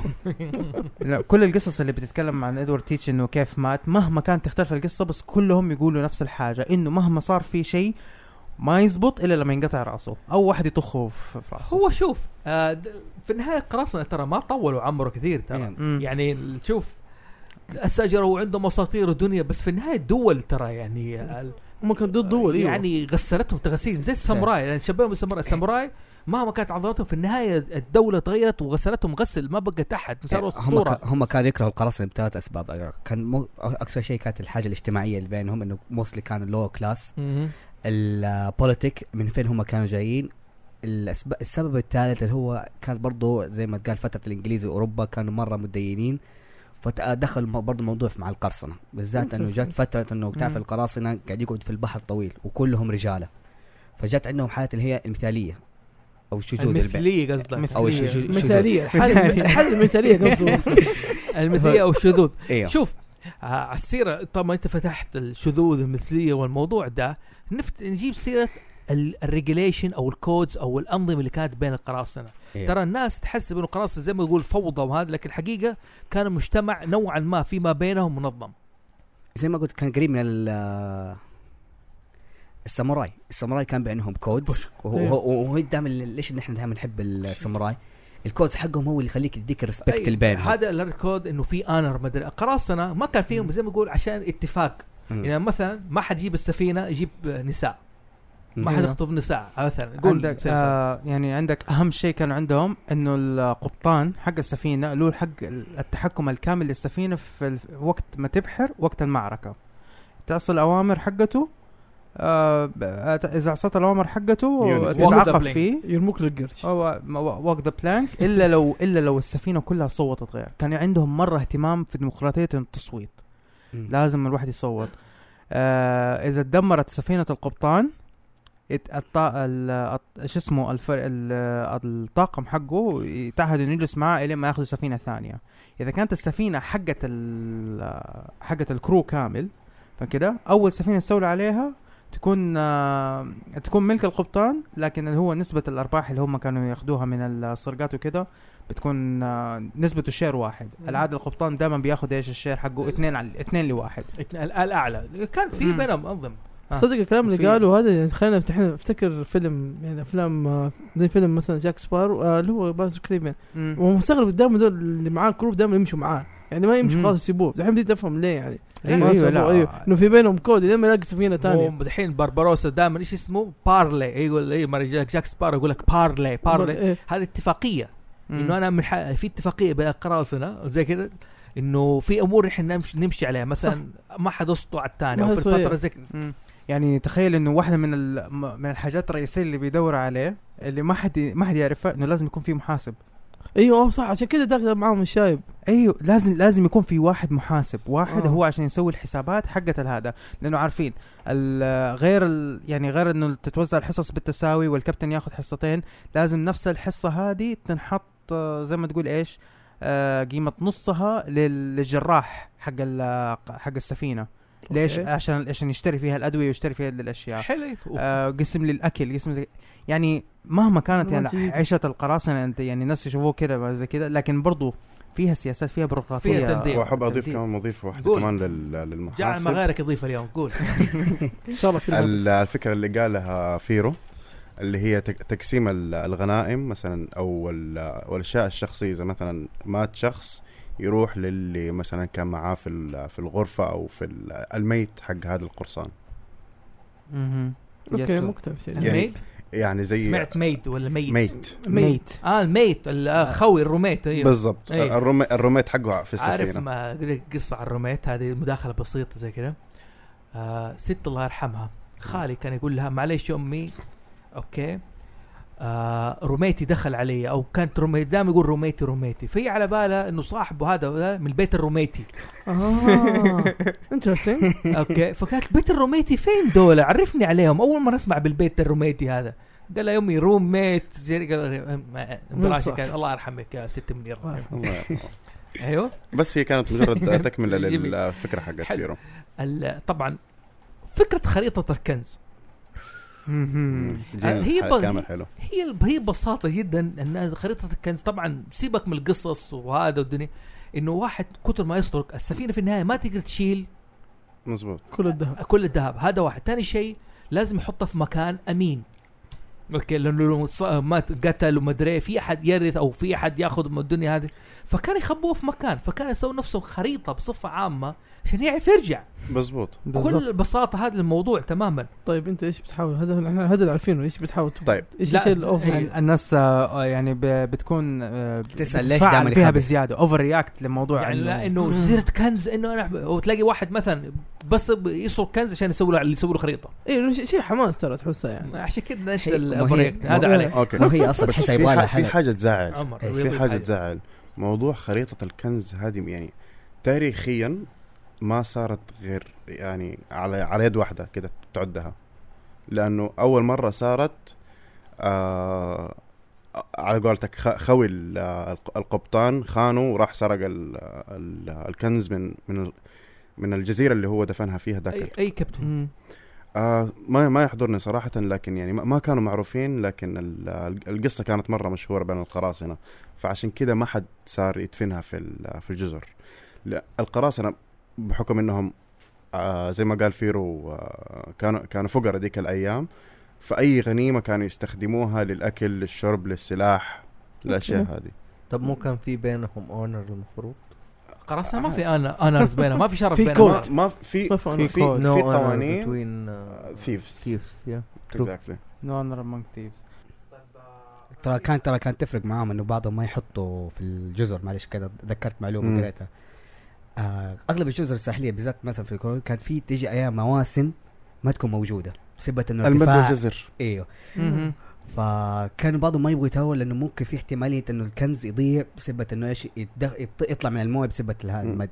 Speaker 2: لا، كل القصص اللي بتتكلم عن ادوارد تيتش انه كيف مات مهما كانت تختلف القصه بس كلهم يقولوا نفس الحاجه انه مهما صار في شيء ما يزبط الا لما ينقطع راسه او واحد يطخه في في راسه
Speaker 1: هو شوف آه د- في النهايه القراصنه ترى ما طولوا عمره كثير ترى
Speaker 3: إيه.
Speaker 2: مم.
Speaker 1: يعني ال- شوف السجرة وعندهم اساطير الدنيا بس في النهايه الدول ترى يعني ال-
Speaker 4: هم كانوا ضد دول
Speaker 2: إيوه.
Speaker 4: ايوه يعني
Speaker 1: يعني غسلتهم تغسيل زي الساموراي لان شبههم بالساموراي الساموراي مهما كانت عضلاتهم في النهايه الدوله تغيرت وغسلتهم غسل ما بقت احد صاروا
Speaker 3: إيه،
Speaker 2: إيه،
Speaker 3: هم
Speaker 1: اسطوره
Speaker 3: كا- هم كانوا يكرهوا القراصنه بثلاث اسباب يعني كان مو اكثر شيء كانت الحاجه الاجتماعيه اللي بينهم انه موصلي كانوا لو كلاس
Speaker 1: مهم.
Speaker 3: البوليتيك من فين هم كانوا جايين الأسب- السبب الثالث اللي هو كان برضو زي ما قال فتره الانجليز واوروبا كانوا مره متدينين فدخل برضو الموضوع مع القرصنه بالذات انه جت
Speaker 4: Interesting.
Speaker 3: فتره انه تعرف
Speaker 2: مم.
Speaker 3: القراصنه قاعد يقعد في البحر طويل وكلهم رجاله فجت عندهم حاله اللي هي المثاليه او الشذوذ الب-
Speaker 1: المثليه قصدك
Speaker 3: او
Speaker 2: مثلية.
Speaker 3: الشذوذ
Speaker 4: مثاليه الحل
Speaker 2: يعني.
Speaker 4: الحل المثاليه قصده
Speaker 1: المثليه او الشذوذ
Speaker 3: ايوه
Speaker 1: شوف آه، على السيره طبعا انت فتحت الشذوذ المثليه والموضوع ده نفت نجيب سيره الريجليشن او الكودز او الانظمه اللي كانت بين القراصنه
Speaker 3: إيه.
Speaker 1: ترى الناس تحسب انه قراصنه زي ما يقول فوضى وهذا لكن الحقيقه كان مجتمع نوعا ما فيما بينهم منظم
Speaker 3: زي ما قلت كان قريب من ال- آه، الساموراي الساموراي كان بينهم كودز وهو-
Speaker 4: إيه.
Speaker 3: وهو وهو دائما ليش نحن دائما نحب الساموراي الكودز حقهم هو اللي يخليك يديك الريسبكت
Speaker 1: أي،
Speaker 3: اللي بينهم
Speaker 1: هذا الريكورد انه في انر ما ادري القراصنه ما كان فيهم زي ما يقول عشان اتفاق
Speaker 3: مم.
Speaker 1: يعني مثلا ما حد يجيب السفينه يجيب آه، نساء ما
Speaker 2: مم.
Speaker 1: حد يخطف نساء مثلا قول
Speaker 2: عندك
Speaker 1: سيف.
Speaker 2: آه يعني عندك اهم شيء كان عندهم انه القبطان حق السفينه له الحق التحكم الكامل للسفينه في ال- وقت ما تبحر وقت المعركه تصل الاوامر حقته آه ب- آه، اذا عصت الاوامر حقته
Speaker 7: Unit.
Speaker 1: Walk
Speaker 2: تتعاقب
Speaker 1: the plank.
Speaker 2: فيه
Speaker 4: يرموك للقرش
Speaker 2: واك ذا بلانك الا لو الا لو السفينه كلها صوتت غير كان عندهم مره اهتمام في ديمقراطيه التصويت
Speaker 3: مم.
Speaker 2: لازم الواحد يصوت آه اذا تدمرت سفينه القبطان ات- الط- ال- الط- شو اسمه الفرق ال- الطاقم حقه يتعهد انه يجلس معاه الين ما ياخذوا سفينه ثانيه اذا كانت السفينه حقت ال- حقت الكرو كامل فكده اول سفينه استولى عليها تكون آه تكون ملك القبطان لكن اللي هو نسبه الارباح اللي هم كانوا ياخذوها من السرقات وكده بتكون آه نسبه الشير واحد العاده القبطان دائما بياخذ ايش الشير حقه اثنين على اثنين لواحد
Speaker 1: ال- الاعلى كان في
Speaker 2: مم.
Speaker 1: بينهم انظمه آه.
Speaker 4: صدق الكلام اللي
Speaker 2: وفي-
Speaker 4: قاله هذا يعني خلينا نفتح افتكر فيلم يعني افلام آه، زي فيلم مثلا جاك سبارو آه، اللي هو باز كريمين ومستغرب دائما دول اللي معاه الكروب دائما يمشوا معاه يعني ما يمشوا
Speaker 2: مم.
Speaker 4: خلاص يسيبوه دحين بديت افهم ليه يعني
Speaker 2: ايوه
Speaker 4: ما
Speaker 2: ايوه لا
Speaker 4: سابوه، انه في بينهم كود لين ما يلاقي سفينه ثانيه
Speaker 1: هم دحين بربروسا دائما ايش اسمه بارلي إيه، يقول اي مرة جاك جاك سبارو يقول لك بارلي بارلي
Speaker 4: إيه.
Speaker 1: هذه اتفاقيه
Speaker 2: مم.
Speaker 1: انه انا من ح... في اتفاقيه بين القراصنه زي كذا انه في امور احنا نمشي, نمشي عليها مثلا ما حد يسطو على الثاني
Speaker 4: ما
Speaker 1: او في
Speaker 4: حد يسوي.
Speaker 1: الفتره زي كذا
Speaker 2: مم. يعني تخيل انه واحده من ال- م- من الحاجات الرئيسيه اللي بيدور عليه اللي ما حد ما حد يعرفها انه لازم يكون في محاسب
Speaker 4: ايوه أوه، صح عشان كذا داخل معاهم الشايب
Speaker 2: ايوه لازم لازم يكون في واحد محاسب واحد
Speaker 4: آه.
Speaker 2: آه. هو عشان يسوي الحسابات حقت هذا لانه عارفين ال- غير ال يعني غير انه تتوزع الحصص بالتساوي والكابتن ياخذ حصتين لازم نفس الحصه هذه تنحط آه، زي ما تقول ايش آه، قيمه نصها لل- للجراح حق ال- حق السفينه ليش
Speaker 4: أوكي.
Speaker 2: عشان عشان يشتري فيها الادويه ويشتري فيها الاشياء
Speaker 1: حلو
Speaker 2: آه، قسم للاكل قسم زي يعني مهما كانت
Speaker 4: والله
Speaker 2: يعني
Speaker 4: جيد.
Speaker 2: عيشه القراصنه انت يعني الناس يشوفوه كده زي كده لكن برضو فيها سياسات فيها بيروقراطيه
Speaker 1: فيها تنظيم.
Speaker 7: واحب اضيف
Speaker 2: تنظيم.
Speaker 7: كمان وظيفه واحده
Speaker 1: قول.
Speaker 7: كمان لل-
Speaker 1: جعل ما
Speaker 7: للمحاسب
Speaker 1: غيرك يضيف اليوم قول
Speaker 4: ان شاء الله في الهدف.
Speaker 7: ال- الفكره اللي قالها فيرو اللي هي تك- تقسيم ال- الغنائم مثلا او ال- والاشياء الشخصيه اذا مثلا مات شخص يروح للي مثلا كان معاه في ال- في الغرفه او في ال- الميت حق هذا القرصان
Speaker 2: مهم.
Speaker 4: اوكي
Speaker 2: يس.
Speaker 4: مكتب شيء
Speaker 7: يعني
Speaker 1: الميت
Speaker 7: يعني زي
Speaker 1: سمعت ميد ولا ميت
Speaker 7: ميت
Speaker 2: ميت
Speaker 1: اه الميت ال- آه، خوي الروميت أيوه.
Speaker 7: بالضبط
Speaker 1: أيوه.
Speaker 7: الرمي- الرميت حقه في
Speaker 1: عارف
Speaker 7: السفينه
Speaker 1: ما قلت قصه عن روميت هذه مداخله بسيطه زي كذا آه ست الله يرحمها خالي كان يقول لها معليش يا امي اوكي آه روميتي دخل علي او كانت روميتي دائما يقول روميتي روميتي فهي على بالها انه صاحبه هذا آه، من البيت الروميتي
Speaker 4: اه انترستنج
Speaker 1: اوكي فقالت بيت الروميتي فين دول عرفني عليهم اول مره اسمع بالبيت الروميتي هذا قال لها يمي روميت جري- قال براشي
Speaker 4: صح.
Speaker 1: كان الله يرحمك يا ست منير
Speaker 7: الله يرحمه.
Speaker 1: ايوه
Speaker 7: بس هي كانت مجرد تكمله
Speaker 1: جميل.
Speaker 7: للفكره حقت
Speaker 1: حلو.
Speaker 7: فيرو
Speaker 1: ال- طبعا فكره خريطه الكنز
Speaker 2: مهم.
Speaker 1: آه، هي
Speaker 7: هي
Speaker 1: بغ-
Speaker 7: كامل حلو
Speaker 1: هي هي ببساطه جدا ان خريطه الكنز طبعا سيبك من القصص وهذا والدنيا انه واحد كتر ما يسرق السفينه في النهايه ما تقدر تشيل
Speaker 7: مزبوط
Speaker 4: كل الذهب
Speaker 1: كل الذهب هذا واحد ثاني شيء لازم يحطه في مكان امين اوكي لانه لو ص- مات قتل وما ادري إيه، في احد يرث او في احد ياخذ من الدنيا هذه فكان يخبوه في مكان فكان يسوي نفسه خريطه بصفه عامه عشان يعرف يرجع
Speaker 7: مزبوط
Speaker 1: كل البساطه هذا الموضوع تماما
Speaker 4: طيب انت ايش بتحاول هذا احنا هذا اللي عارفينه ايش بتحاول تف-
Speaker 7: طيب.
Speaker 4: ايش
Speaker 1: لا،
Speaker 4: الشيء الاوفر
Speaker 1: أيوه.
Speaker 2: ال- الناس آه، آه، يعني ب- بتكون
Speaker 3: تسأل ليش دائماً
Speaker 2: دائما فيها
Speaker 3: يخبي؟
Speaker 2: بزياده اوفر رياكت لموضوع
Speaker 1: يعني لا
Speaker 2: إنه-
Speaker 1: انه زرت كنز انه انا أحب- وتلاقي واحد مثلا بس ب- يسرق كنز عشان يسوي له اللي يسوي له خريطه
Speaker 4: ايوه شيء شيء حماس ترى تحسه يعني
Speaker 1: عشان كذا انت
Speaker 3: هي-
Speaker 1: ال-
Speaker 3: ما هي-
Speaker 1: بريك. هذا
Speaker 3: ما-
Speaker 1: عليك
Speaker 7: اوكي
Speaker 3: ما هي اصلا
Speaker 7: بس
Speaker 3: تحسها
Speaker 7: في
Speaker 3: يبغى لها
Speaker 7: ح- في
Speaker 3: حاجه
Speaker 7: حاجه تزعل
Speaker 1: عمر
Speaker 7: إيه، في حاجه تزعل موضوع خريطه الكنز هذه يعني تاريخيا ما صارت غير يعني على على يد واحده كده تعدها لانه اول مره صارت آه على قولتك خ- خوي ال- الق- القبطان خانه وراح سرق ال ال الكنز من من ال- من الجزيره اللي هو دفنها فيها ذاك
Speaker 1: اي اي كابتن
Speaker 2: مم.
Speaker 7: آه ما ما يحضرني صراحة لكن يعني ما- ما كانوا معروفين لكن ال- ال- القصة كانت مرة مشهورة بين القراصنة فعشان كذا ما حد صار يدفنها في ال- في الجزر لا القراصنة بحكم انهم آه زي ما قال فيرو آه كانوا كانوا فقراء ذيك الايام فأي غنيمة كانوا يستخدموها للأكل للشرب للسلاح الأشياء هذه
Speaker 5: طب مو كان في بينهم اونر المفروض
Speaker 1: قراصنه ما في انا انا بينها ما آه. في شرف
Speaker 4: في
Speaker 1: بينها
Speaker 4: كود.
Speaker 1: ما-
Speaker 7: ما, ما في
Speaker 4: ما في
Speaker 7: في,
Speaker 4: honor.
Speaker 7: في,
Speaker 2: No
Speaker 7: في
Speaker 5: honor
Speaker 7: قوانين
Speaker 5: uh,
Speaker 7: آه،
Speaker 5: between uh,
Speaker 7: thieves
Speaker 5: ثيفز يا true.
Speaker 7: exactly.
Speaker 2: نو انر امونج ثيفز
Speaker 3: ترى كان ترى كان تفرق معاهم انه بعضهم ما يحطوا في الجزر معلش كذا ذكرت معلومه
Speaker 7: مم.
Speaker 3: قريتها آه اغلب الجزر الساحليه بالذات مثلا في كورو كان في تيجي ايام مواسم ما تكون موجوده بسبب انه
Speaker 7: المد
Speaker 3: ارتفاع
Speaker 7: والجزر
Speaker 3: ايوه فكان بعضهم ما يبغوا يتهاون لانه ممكن في احتماليه انه الكنز يضيع بسبب انه ايش يتدخ- يط- يطلع من المويه بسبب هذا
Speaker 7: مم.
Speaker 3: المد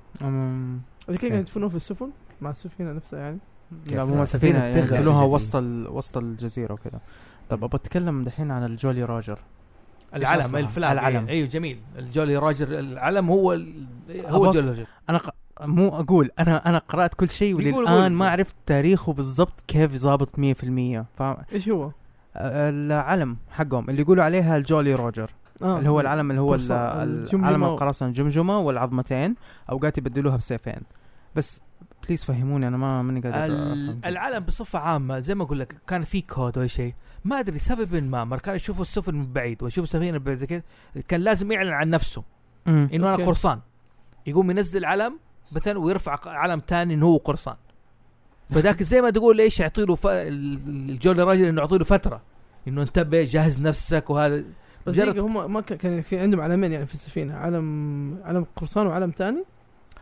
Speaker 4: هذيك كانوا
Speaker 7: إيه.
Speaker 4: يدفنوه في السفن مع السفينه نفسها يعني
Speaker 2: لا مو
Speaker 3: السفينة
Speaker 2: سفينه يعني
Speaker 3: بتغرق.
Speaker 2: يدخلوها
Speaker 3: الجزيرة.
Speaker 2: وسط ال- وسط الجزيره وكذا طب ابغى اتكلم دحين عن الجولي روجر
Speaker 1: العلم
Speaker 2: أصلها؟
Speaker 1: الفلاج
Speaker 2: العلم.
Speaker 1: العلم ايوه جميل الجولي راجر العلم هو ال- هو
Speaker 2: أبغى-
Speaker 1: جولي راجر
Speaker 2: انا ق... مو اقول انا انا قرات كل شيء
Speaker 1: يقول-
Speaker 2: وللان
Speaker 1: قول.
Speaker 2: ما عرفت تاريخه بالضبط كيف ظابط 100% فاهم
Speaker 4: ايش هو؟
Speaker 2: آه، العلم حقهم اللي يقولوا عليها الجولي روجر
Speaker 4: آه.
Speaker 2: اللي هو العلم اللي هو ال-
Speaker 4: قرصان-
Speaker 2: ال-
Speaker 4: الجمجمة
Speaker 2: علم
Speaker 4: و-
Speaker 2: القراصنه الجمجمه والعظمتين اوقات يبدلوها بسيفين بس بليز فهموني انا ما ماني قادر أفهم.
Speaker 1: ال- العلم بصفه عامه زي ما اقول لك كان في كود او شيء ما ادري سبب ما مر كان يشوفوا السفن من بعيد ويشوفوا سفينه بعيد كده كان لازم يعلن عن نفسه
Speaker 2: مم.
Speaker 1: انه انا
Speaker 4: أوكي.
Speaker 1: قرصان يقوم ينزل علم مثلا ويرفع ق- علم تاني انه هو قرصان فذاك زي ما تقول ايش يعطي له ف... ال- الجولي راجل انه يعطي له فتره انه انتبه جهز نفسك وهذا
Speaker 4: بس
Speaker 1: مجرد-
Speaker 4: دقيقة هم ما كان- كان في عندهم علمين يعني في السفينه علم علم قرصان وعلم ثاني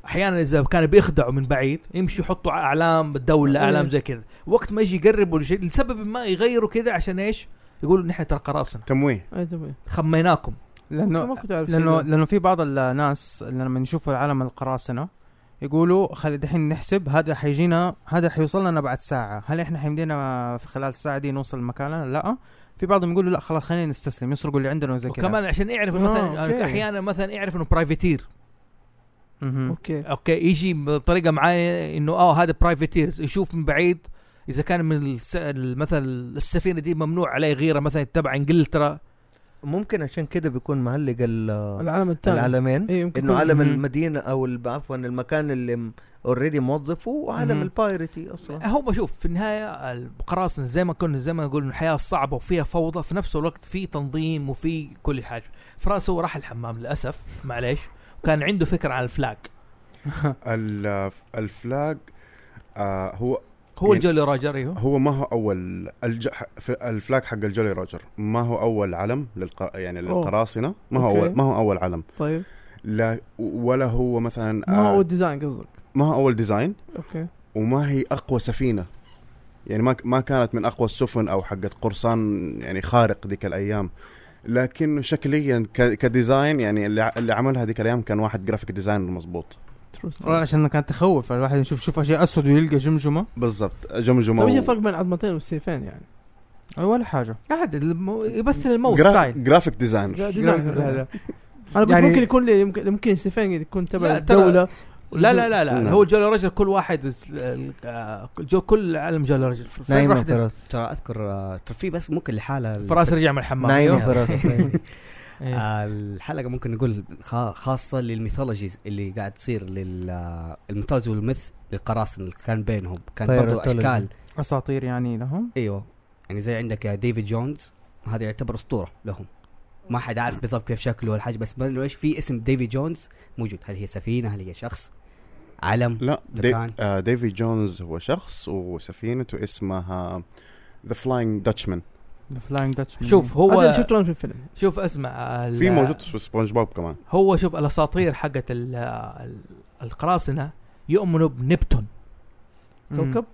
Speaker 1: احيانا اذا كانوا بيخدعوا من بعيد يمشوا يحطوا اعلام الدوله
Speaker 4: إيه.
Speaker 1: اعلام زي كذا وقت ما يجي يقربوا لشيء لسبب ما يغيروا كذا عشان ايش يقولوا نحن ترى قراصنه
Speaker 7: تمويه
Speaker 4: اي تبغي
Speaker 1: خميناكم
Speaker 2: لانه
Speaker 4: ما كنت اعرف شيء
Speaker 2: لانه
Speaker 4: ده.
Speaker 2: لانه في بعض الناس لما يشوفوا العالم القراصنه يقولوا خلي دحين نحسب هذا حيجينا هذا حيوصل لنا بعد ساعه هل احنا حيمدينا في خلال الساعه دي نوصل مكاننا لا في بعضهم يقولوا لا خلاص خلينا نستسلم يسرقوا اللي عندنا وزي كذا
Speaker 1: وكمان عشان يعرف
Speaker 4: آه،
Speaker 1: مثلا
Speaker 4: أوكي.
Speaker 1: احيانا مثلا يعرف انه برايفتير
Speaker 2: مهم.
Speaker 4: اوكي
Speaker 1: اوكي يجي بطريقه معينه انه اه هذا برايفتيرز يشوف من بعيد اذا كان من الس... ال- مثلا السفينه دي ممنوع عليه غيره مثلا تبع انجلترا
Speaker 5: ممكن عشان كده بيكون معلق ال-
Speaker 4: العلم الثاني
Speaker 5: العلمين
Speaker 4: اي يمكن
Speaker 5: انه
Speaker 4: يكون-
Speaker 5: علم
Speaker 2: مم.
Speaker 5: المدينه او ال- عفوا المكان اللي اوريدي موظفه وعلم
Speaker 2: مم.
Speaker 5: البايرتي اصلا
Speaker 1: هو شوف في النهايه القراصنه زي ما كنا زي ما نقول إن الحياه صعبه وفيها فوضى في نفس الوقت في تنظيم وفي كل حاجه فراس هو راح الحمام للاسف معليش وكان عنده فكره عن الفلاج
Speaker 7: ال- الفلاج آه هو
Speaker 1: هو
Speaker 7: يعني-
Speaker 1: الجولي راجر ايوه
Speaker 7: هو ما هو اول الج... ح- في- الفلاج حق الجولي روجر ما هو اول علم للق... يعني
Speaker 4: أوه.
Speaker 7: للقراصنه ما هو
Speaker 4: أوكي.
Speaker 7: أول... ما هو اول علم
Speaker 4: طيب
Speaker 7: لا ولا هو مثلا
Speaker 4: ما هو
Speaker 7: آه...
Speaker 4: الديزاين قصدك
Speaker 7: ما هو اول ديزاين
Speaker 4: اوكي
Speaker 7: وما هي اقوى سفينه يعني ما ك- ما كانت من اقوى السفن او حقت قرصان يعني خارق ذيك الايام لكن شكليا ك... كديزاين يعني اللي, ع... اللي عملها ذيك الايام كان واحد جرافيك ديزاينر مضبوط
Speaker 4: ترو ستوري.
Speaker 2: والله عشان كانت تخوف الواحد يشوف شوف اشياء اسود ويلقى جمجمه
Speaker 7: بالضبط جمجمه
Speaker 4: طيب ايش
Speaker 7: و-
Speaker 4: الفرق بين عظمتين والسيفين يعني؟
Speaker 2: أي ولا حاجه
Speaker 1: قاعد المو... آه، يمثل المو
Speaker 7: جرا-
Speaker 1: ستايل
Speaker 7: جرافيك ديزاينر
Speaker 4: لا،
Speaker 2: هذا.
Speaker 4: ديزاين انا قلت
Speaker 2: يعني-
Speaker 4: ممكن يكون لي يمكن يمكن السيفين يكون تبع
Speaker 1: لا، ترى-
Speaker 4: الدوله
Speaker 1: لا لا لا
Speaker 7: نعم.
Speaker 1: لا هو الجولي راجر كل واحد يس- آه، جو كل علم جولي راجر ف- فين راح دز-
Speaker 3: ترى اذكر آه، ترى في بس ممكن لحالها ال-
Speaker 1: فراس رجع من الحمام
Speaker 5: نايمة
Speaker 1: أيوه.
Speaker 5: فراس
Speaker 7: نعم.
Speaker 1: إيه.
Speaker 3: آه، الحلقه ممكن نقول خا- خاصه للميثولوجيز اللي قاعد تصير آه، للميثولوجي والمث للقراصنه اللي كان بينهم كان برضو
Speaker 5: Pyrotology.
Speaker 3: اشكال أيوة.
Speaker 2: اساطير يعني لهم
Speaker 3: ايوه يعني زي عندك ديفيد جونز هذا يعتبر اسطوره لهم ما حد عارف بالضبط كيف شكله ولا حاجه بس ما أدري ايش في اسم ديفي جونز موجود هل هي سفينه هل هي شخص علم
Speaker 7: لا دي
Speaker 3: دكان.
Speaker 7: آه ديفي جونز هو شخص وسفينته اسمها ذا فلاينج داتشمان
Speaker 2: فلاينج داتش
Speaker 1: شوف
Speaker 4: هذا
Speaker 1: هو
Speaker 4: اللي شفته انا في الفيلم
Speaker 1: شوف اسمع ال-
Speaker 7: في موجود في سبونج بوب كمان
Speaker 1: هو شوف الاساطير حقت ال- ال- القراصنه يؤمنوا بنبتون
Speaker 4: كوكب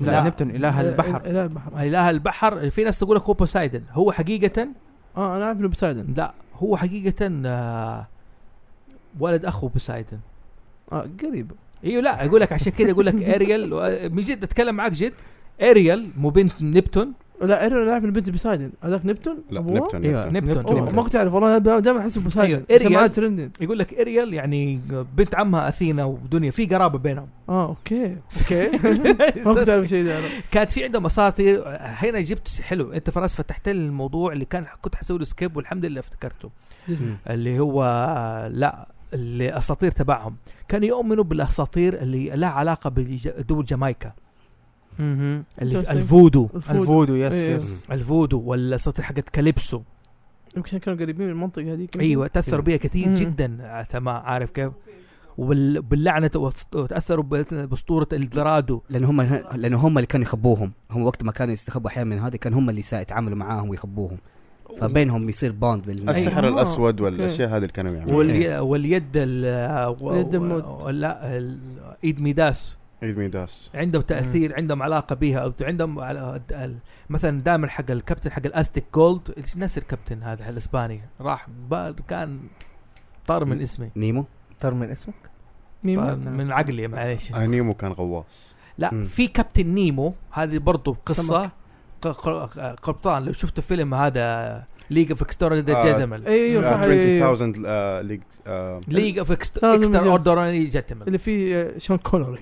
Speaker 4: إيه،
Speaker 2: لا,
Speaker 1: لا.
Speaker 2: نبتون اله البحر
Speaker 4: اله البحر
Speaker 1: اله البحر في ناس تقول لك هو بوسايدن هو حقيقه
Speaker 4: اه انا عارف انه بسايدن
Speaker 1: لا هو حقيقه آه، ولد اخو بوسايدن
Speaker 4: اه قريب
Speaker 1: ايوه لا يقول لك عشان كذا يقول لك اريال و- من جد اتكلم معك جد اريال مو بنت نبتون
Speaker 4: لا انا عارف انه بنت بسايدن هذاك نبتون
Speaker 7: لا
Speaker 4: أبوه؟
Speaker 7: نبتون
Speaker 2: أيوة.
Speaker 7: نبتون.
Speaker 1: نبتون,
Speaker 4: أوه، ما كنت اعرف والله أنا دائما احسب بسايدن
Speaker 1: أيوة،
Speaker 4: سمعت
Speaker 1: إريال.
Speaker 4: ترندين
Speaker 1: يقول لك اريال يعني بنت عمها اثينا ودنيا في قرابه بينهم
Speaker 4: اه اوكي اوكي ما كنت اعرف شيء ده أنا.
Speaker 1: كانت في عندهم اساطير هنا جبت حلو انت فراس فتحت لي الموضوع اللي كان كنت حسوي له سكيب والحمد لله افتكرته
Speaker 4: ديزني.
Speaker 1: اللي هو لا الاساطير تبعهم كانوا يؤمنوا بالاساطير اللي لها علاقه بدول جامايكا
Speaker 2: مهم.
Speaker 1: اللي
Speaker 4: Interesting.
Speaker 1: الفودو
Speaker 4: الفود
Speaker 2: الفودو يس
Speaker 4: إيه.
Speaker 2: يس
Speaker 1: الفودو والاساطير حقت كاليبسو
Speaker 4: يمكن كانوا قريبين من المنطقه هذيك
Speaker 1: ايوه تاثروا بها كثير
Speaker 4: مم.
Speaker 1: جدا تمام عارف كيف وباللعنه وتاثروا باسطوره الدرادو
Speaker 3: لان هم لان هم اللي كانوا يخبوهم هم وقت ما كانوا يستخبوا احيانا من هذا كان هم اللي سا- يتعاملوا معاهم ويخبوهم فبينهم يصير بوند بال
Speaker 7: السحر
Speaker 4: أيوة.
Speaker 7: الاسود والاشياء هذه اللي كانوا يعملوها
Speaker 1: والي واليد ال
Speaker 4: يد الموت.
Speaker 1: و- لا ال- ايد ميداس
Speaker 7: عيد ميداس
Speaker 1: عندهم تاثير عندهم علاقه بها عندهم على- ال- مثلا دائما حق الكابتن حق الاستيك جولد إيش نسي الكابتن هذا الاسباني راح بال- كان طار من اسمي
Speaker 3: نيمو
Speaker 5: ترى من اسمك
Speaker 4: مين
Speaker 1: طار
Speaker 4: ما-
Speaker 1: من عقلي معليش
Speaker 7: انيمو كان غواص
Speaker 1: لا
Speaker 3: مم.
Speaker 1: في كابتن نيمو هذه برضو قصه ق- ق- قبطان لو شفت فيلم هذا ليج اوف
Speaker 7: آه.
Speaker 1: اكسترا جنتلمان
Speaker 4: ايوه صح
Speaker 7: آه،
Speaker 4: أيوه.
Speaker 7: 20000 آه، ليج آه،
Speaker 1: ليج اوف
Speaker 4: آه، لما
Speaker 1: اكسترا
Speaker 4: جاء.
Speaker 1: اوردراري جنتلمان
Speaker 4: اللي فيه آه، شون كونوري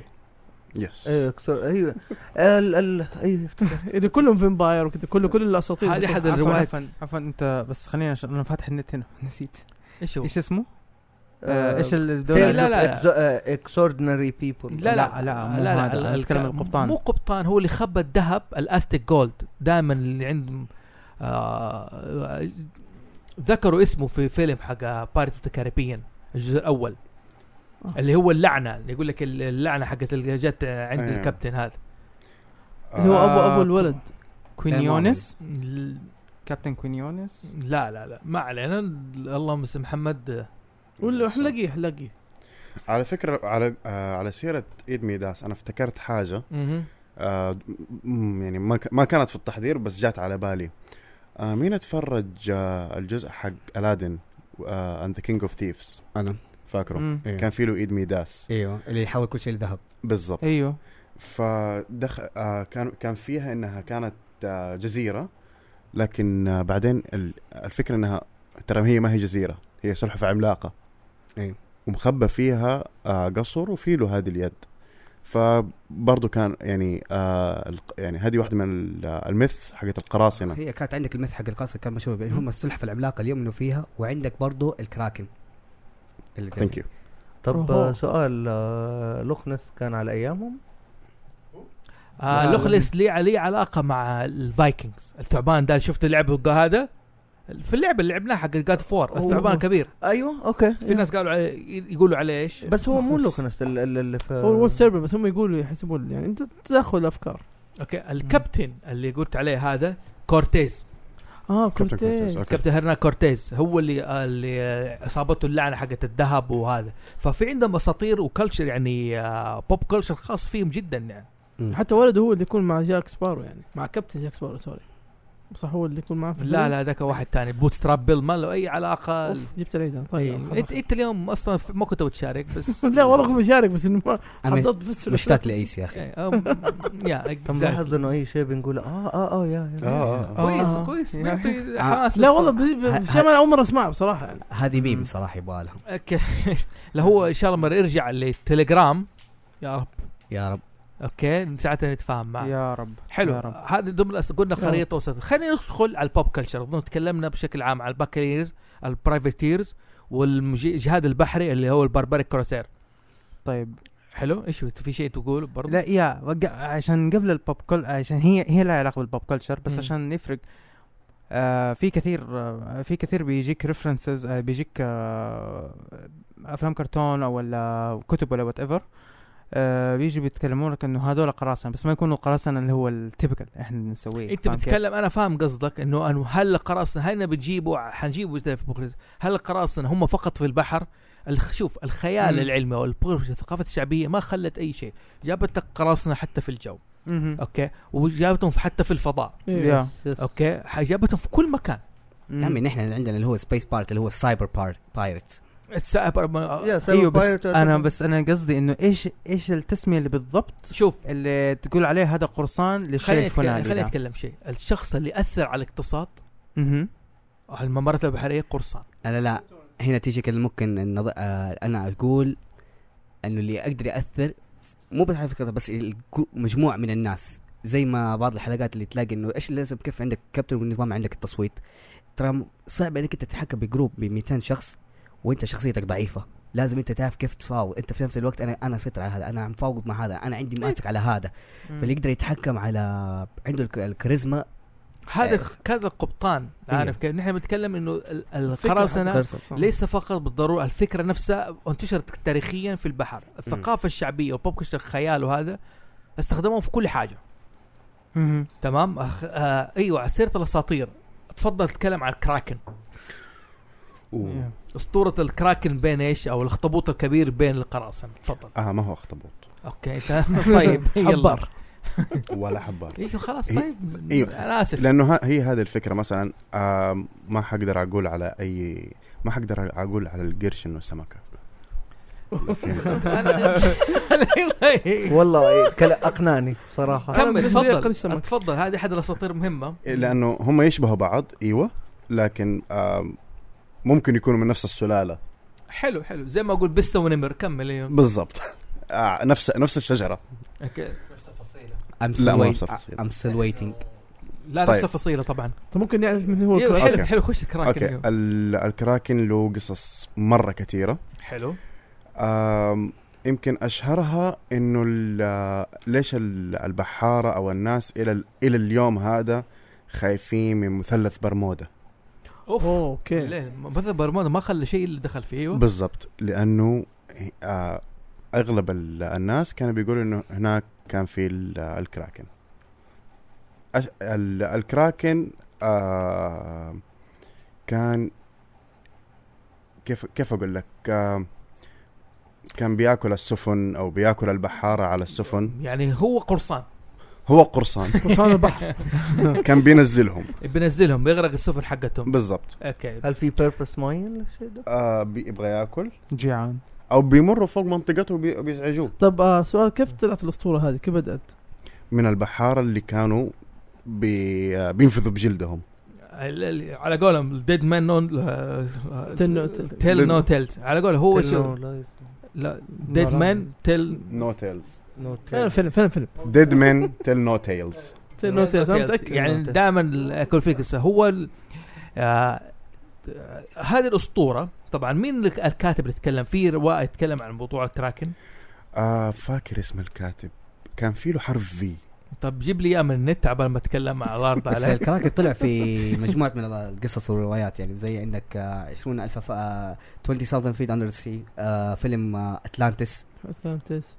Speaker 7: يس
Speaker 5: ايوه كسر- ايوه ال ال ايوه
Speaker 4: اللي كلهم فامباير وكذا كله كل الاساطير
Speaker 1: هذه احد
Speaker 2: عفوا
Speaker 1: الروايات
Speaker 2: عفوا عفوا انت بس خلينا عشان انا فاتح النت هنا نسيت
Speaker 1: ايش هو؟
Speaker 2: ايش اسمه؟ آه،
Speaker 5: آه،
Speaker 2: ايش الدولة
Speaker 1: في- لا، لا.
Speaker 5: uh, اكسوردينري بيبل
Speaker 1: لا لا
Speaker 2: لا، لا، مو هذا. أنا أتكلم عن القبطان.
Speaker 1: مو قبطان هو اللي خبى الذهب الاستيك جولد دائما اللي عندهم آه ذكروا اسمه في فيلم حق بارت اوف ذا كاريبيان الجزء الاول
Speaker 4: آه.
Speaker 1: اللي هو اللعنه اللي يقول لك اللعنه حقت اللي جت عند
Speaker 7: أيوة.
Speaker 1: الكابتن هذا
Speaker 4: اللي هو ابو
Speaker 2: آه،
Speaker 4: ابو الولد
Speaker 2: كوين
Speaker 3: لا، ما
Speaker 2: يونس
Speaker 1: ل-
Speaker 2: كابتن كوين يونس
Speaker 1: لا لا لا ما علينا اللهم اسم محمد
Speaker 4: ولا حلقي حلقي
Speaker 7: على فكره على آه، على سيره ايد ميداس انا افتكرت حاجه آه م- يعني ما ك- ما كانت في التحضير بس جات على بالي آه مين اتفرج آه الجزء حق آه، الادن اند ذا كينج اوف ثيفز
Speaker 3: انا
Speaker 7: فاكره
Speaker 2: مم.
Speaker 7: كان في له ايد ميداس
Speaker 3: ايوه أيوة. اللي يحول كل شيء لذهب
Speaker 7: بالضبط
Speaker 2: ايوه
Speaker 7: فدخل آه كان كان فيها انها كانت آه جزيره لكن آه بعدين ال- الفكره انها ترى هي ما هي جزيره هي سلحفه عملاقه
Speaker 3: أيوة.
Speaker 7: ومخبى فيها آه قصر وفي له هذه اليد فبرضه كان يعني آه الق- يعني هذه واحده من ال- آه، الميثs حقت القراصنه
Speaker 3: هي كانت عندك المثل حق القصر كان مشهور بين هم السلحفه العملاقه اللي يؤمنوا فيها وعندك برضو الكراكن اللي
Speaker 7: ثانك يو
Speaker 5: طب
Speaker 4: أوهو.
Speaker 5: آه، سؤال آه، لوخنس كان على ايامهم
Speaker 1: آه
Speaker 5: لا،
Speaker 1: لوخلس لي عليه علاقه مع الفايكنجز الثعبان ده شفت لعبه هذا في اللعبه اللي لعبناها حق جاد فور
Speaker 5: هو-
Speaker 1: الثعبان
Speaker 5: هو.
Speaker 1: كبير
Speaker 5: ايوه اوكي
Speaker 1: في ناس قالوا عليه يقولوا عليه ايش
Speaker 5: بس هو مو
Speaker 4: لوخنس.
Speaker 5: لوخنس ال- ال- اللي في
Speaker 4: هو سيربر بس هم يقولوا يحسبون يعني انت تدخل الافكار
Speaker 1: اوكي الكابتن اللي قلت عليه هذا كورتيز
Speaker 4: اه
Speaker 7: كابتن كورتيز،
Speaker 4: كورتيز
Speaker 7: أوكي.
Speaker 1: كابتن هرنا كورتيز هو اللي آه، اللي آه، اصابته اللعنه حقت الذهب وهذا ففي عندهم اساطير وكلتشر يعني آه، بوب كلتشر خاص فيهم جدا يعني
Speaker 4: حتى ولده هو اللي يكون مع جاك سبارو يعني مع كابتن جاك سبارو سوري صح هو اللي يكون معاه في
Speaker 1: لا
Speaker 4: الفيلم؟
Speaker 1: لا ذاك واحد ثاني بوت ستراب بيل ما له اي علاقه
Speaker 4: اوف جبت العيد أنا.
Speaker 1: طيب
Speaker 4: طيب
Speaker 1: انت
Speaker 4: حصل.
Speaker 1: انت اليوم اصلا في- ما كنت بتشارك بس
Speaker 4: لا والله كنت بشارك بس انه ما
Speaker 3: انا
Speaker 4: حطيت بس
Speaker 3: مشتاق لايس يا اخي
Speaker 1: إيه، أم- يا
Speaker 5: كان ملاحظ انه اي شيء بنقول اه اه اه يا يا
Speaker 7: اه
Speaker 1: كويس
Speaker 2: آه.
Speaker 1: كويس
Speaker 2: يا
Speaker 1: بيعطي حماس
Speaker 4: لا
Speaker 1: للصوت.
Speaker 4: والله بس- بس- شيء ما اول مره اسمعه بصراحه يعني
Speaker 3: هذه ميم صراحه يبغى لها
Speaker 1: أوكي. لا هو ان شاء الله مرة يرجع للتليجرام يا رب
Speaker 3: يا رب
Speaker 1: اوكي ساعتها نتفاهم معه
Speaker 2: يا رب
Speaker 1: حلو
Speaker 2: يا رب.
Speaker 1: هذا ضمن الأس- قلنا
Speaker 4: يا
Speaker 1: خريطه وسط خلينا ندخل على البوب كلتشر اظن تكلمنا بشكل عام على الباكريرز البرايفتيرز والجهاد البحري اللي هو البربريك كروسير
Speaker 2: طيب
Speaker 1: حلو ايش في شيء تقول برضه
Speaker 2: لا يا وقع- عشان قبل البوب كل عشان هي هي لها علاقه بالبوب كلتشر بس
Speaker 1: مم.
Speaker 2: عشان نفرق آه، آه في كثير آه في كثير بيجيك ريفرنسز آه بيجيك آه افلام كرتون او ولا كتب ولا وات ايفر آه بيجوا بيتكلمون لك انه هذول قراصنه بس ما يكونوا قراصنه اللي هو التيبكال احنا نسويه
Speaker 3: إيه،
Speaker 1: انت
Speaker 2: فاهم كيف؟
Speaker 1: بتتكلم انا فاهم قصدك انه انه هل القراصنه هل بتجيبه حنجيبه زي في بوكلت. هل القراصنه هم فقط في البحر الخ- شوف الخيال
Speaker 2: مم.
Speaker 1: العلمي او الثقافه الشعبيه ما خلت اي شيء جابت لك قراصنه حتى في الجو
Speaker 2: مهم.
Speaker 1: اوكي وجابتهم في- حتى في الفضاء
Speaker 4: إيه.
Speaker 2: يا.
Speaker 1: اوكي ح- جابتهم في كل مكان
Speaker 3: يا عمي نعم. نحن اللي عندنا اللي هو سبيس بارت اللي هو السايبر بارت بايرتس
Speaker 1: السائبر ما-
Speaker 2: ايوه بس انا بس انا قصدي انه ايش ايش التسميه اللي بالضبط
Speaker 1: شوف
Speaker 2: اللي تقول عليه هذا قرصان للشيء
Speaker 1: خليني أتكلم-
Speaker 2: الفلاني
Speaker 1: خليني
Speaker 2: ده.
Speaker 1: اتكلم شيء الشخص اللي اثر على الاقتصاد
Speaker 2: مهم.
Speaker 1: على الممرات البحريه قرصان
Speaker 3: انا لا هنا تيجي كده ممكن النظ... آه انا اقول انه اللي اقدر ياثر مو بس على فكره بس الجرو- مجموعه من الناس زي ما بعض الحلقات اللي تلاقي انه ايش لازم كيف عندك كابتن والنظام عندك التصويت ترى م- صعب انك انت تتحكم بجروب ب 200 شخص وانت شخصيتك ضعيفه لازم انت تعرف كيف تصاوب انت في نفس الوقت انا انا سيطر على هذا انا عم فاوض مع هذا انا عندي ماسك على هذا فاللي يقدر يتحكم على عنده الك- الكاريزما
Speaker 1: هذا
Speaker 3: إيه.
Speaker 1: هذا القبطان
Speaker 3: إيه.
Speaker 1: عارف كيف نحن بنتكلم انه ال- القراصنه ليس فقط بالضروره الفكره نفسها انتشرت تاريخيا في البحر الثقافه الشعبيه والبوب كلتشر الخيال وهذا استخدموه في كل حاجه
Speaker 2: مهم.
Speaker 1: تمام أخ... آه... ايوه على سيره الاساطير تفضل تتكلم عن الكراكن
Speaker 7: أوه.
Speaker 1: اسطوره الكراكن بين ايش او الاخطبوط الكبير بين القراصنه تفضل
Speaker 7: اه ما هو اخطبوط
Speaker 1: اوكي تمام طيب يلا
Speaker 4: حبار.
Speaker 7: ولا حبار
Speaker 1: ايوه خلاص
Speaker 7: إيه.
Speaker 1: طيب
Speaker 5: أيوة.
Speaker 7: إيوه.
Speaker 1: انا اسف
Speaker 7: لانه ها هي هذه الفكره مثلا آه ما حقدر اقول على اي ما حقدر اقول على القرش انه سمكه
Speaker 1: أنا- أنا-
Speaker 5: والله إيه، كلا- اقنعني بصراحه
Speaker 4: أنا
Speaker 1: كمل
Speaker 4: بالنسبة لي أقل
Speaker 1: تفضل
Speaker 4: سمك.
Speaker 1: تفضل هذه احد الاساطير مهمه
Speaker 5: إيه،
Speaker 7: لانه هم يشبهوا بعض ايوه لكن آه ممكن يكونوا من نفس السلاله
Speaker 1: حلو حلو زي ما اقول بسته ونمر كمل ايوه
Speaker 7: بالضبط آه نفس نفس الشجره
Speaker 1: أوكي.
Speaker 3: I'm
Speaker 7: لا،
Speaker 3: still,
Speaker 7: ما هو
Speaker 3: wait...
Speaker 7: بصف الصيد.
Speaker 3: I'm still waiting
Speaker 1: لا
Speaker 7: طيب.
Speaker 1: نفس الفصيله طبعا
Speaker 4: طب ممكن نعرف من هو
Speaker 1: أيوه،
Speaker 4: الكراك؟
Speaker 1: حلو
Speaker 7: أوكي.
Speaker 1: حلو خش كراكن
Speaker 7: اوكي
Speaker 1: أيوه.
Speaker 7: ال- الكراكن له قصص مره كثيره
Speaker 1: حلو
Speaker 7: آم، يمكن اشهرها انه ال- ليش ال- البحاره او الناس الى ال- الى اليوم هذا خايفين من مثلث برمودا
Speaker 1: اوف
Speaker 4: أوه، اوكي
Speaker 1: ليه مثلا برمودا ما خلى شيء اللي دخل فيه ايوه
Speaker 7: بالضبط لانه آه، اغلب ال- الناس كانوا بيقولوا انه هناك كان في ال- الكراكن أش- ال- الكراكن آه، كان كيف كيف اقول لك آه، كان بياكل السفن او بياكل البحاره على السفن
Speaker 1: يعني هو قرصان
Speaker 7: هو قرصان
Speaker 4: قرصان البحر
Speaker 7: كان بينزلهم
Speaker 1: بينزلهم بيغرق السفن حقتهم
Speaker 7: بالضبط
Speaker 1: اوكي
Speaker 5: هل في بيربس معين للشيء ده؟
Speaker 7: آه بيبغى ياكل
Speaker 2: جيعان
Speaker 7: او بيمروا فوق منطقته وبي- وبيزعجوه
Speaker 4: طب آه سؤال كيف طلعت الاسطوره هذه؟ كيف بدات؟
Speaker 7: من البحاره اللي كانوا بي... آه، بينفذوا بجلدهم
Speaker 1: ال- ال- على قولهم ديد مان نو
Speaker 4: تل-
Speaker 1: تيل
Speaker 7: تل-
Speaker 1: نو تيلز على قوله هو شو لا ديد
Speaker 5: لا.
Speaker 1: مان تيل
Speaker 7: نو تيلز
Speaker 4: فين فين فين فين؟
Speaker 7: ديد مان تيل نو تيلز
Speaker 4: نوتيز انا متاكد
Speaker 1: يعني
Speaker 5: نوتيز.
Speaker 1: دائما اكل فيك الس- هو ال- آه، آه، هذه الاسطوره طبعا مين اللي- الكاتب اللي تكلم في روايه تكلم عن موضوع الكراكن
Speaker 7: آه فاكر اسم الكاتب كان في له حرف في
Speaker 1: طب جيب لي اياه من النت عبال ما اتكلم على الارض
Speaker 3: بس
Speaker 1: عليه
Speaker 3: الكراكن طلع في مجموعه من القصص والروايات يعني زي عندك آه، 20000 ف- آه، 20000 فيت اندر سي آه، فيلم اتلانتس
Speaker 4: اتلانتس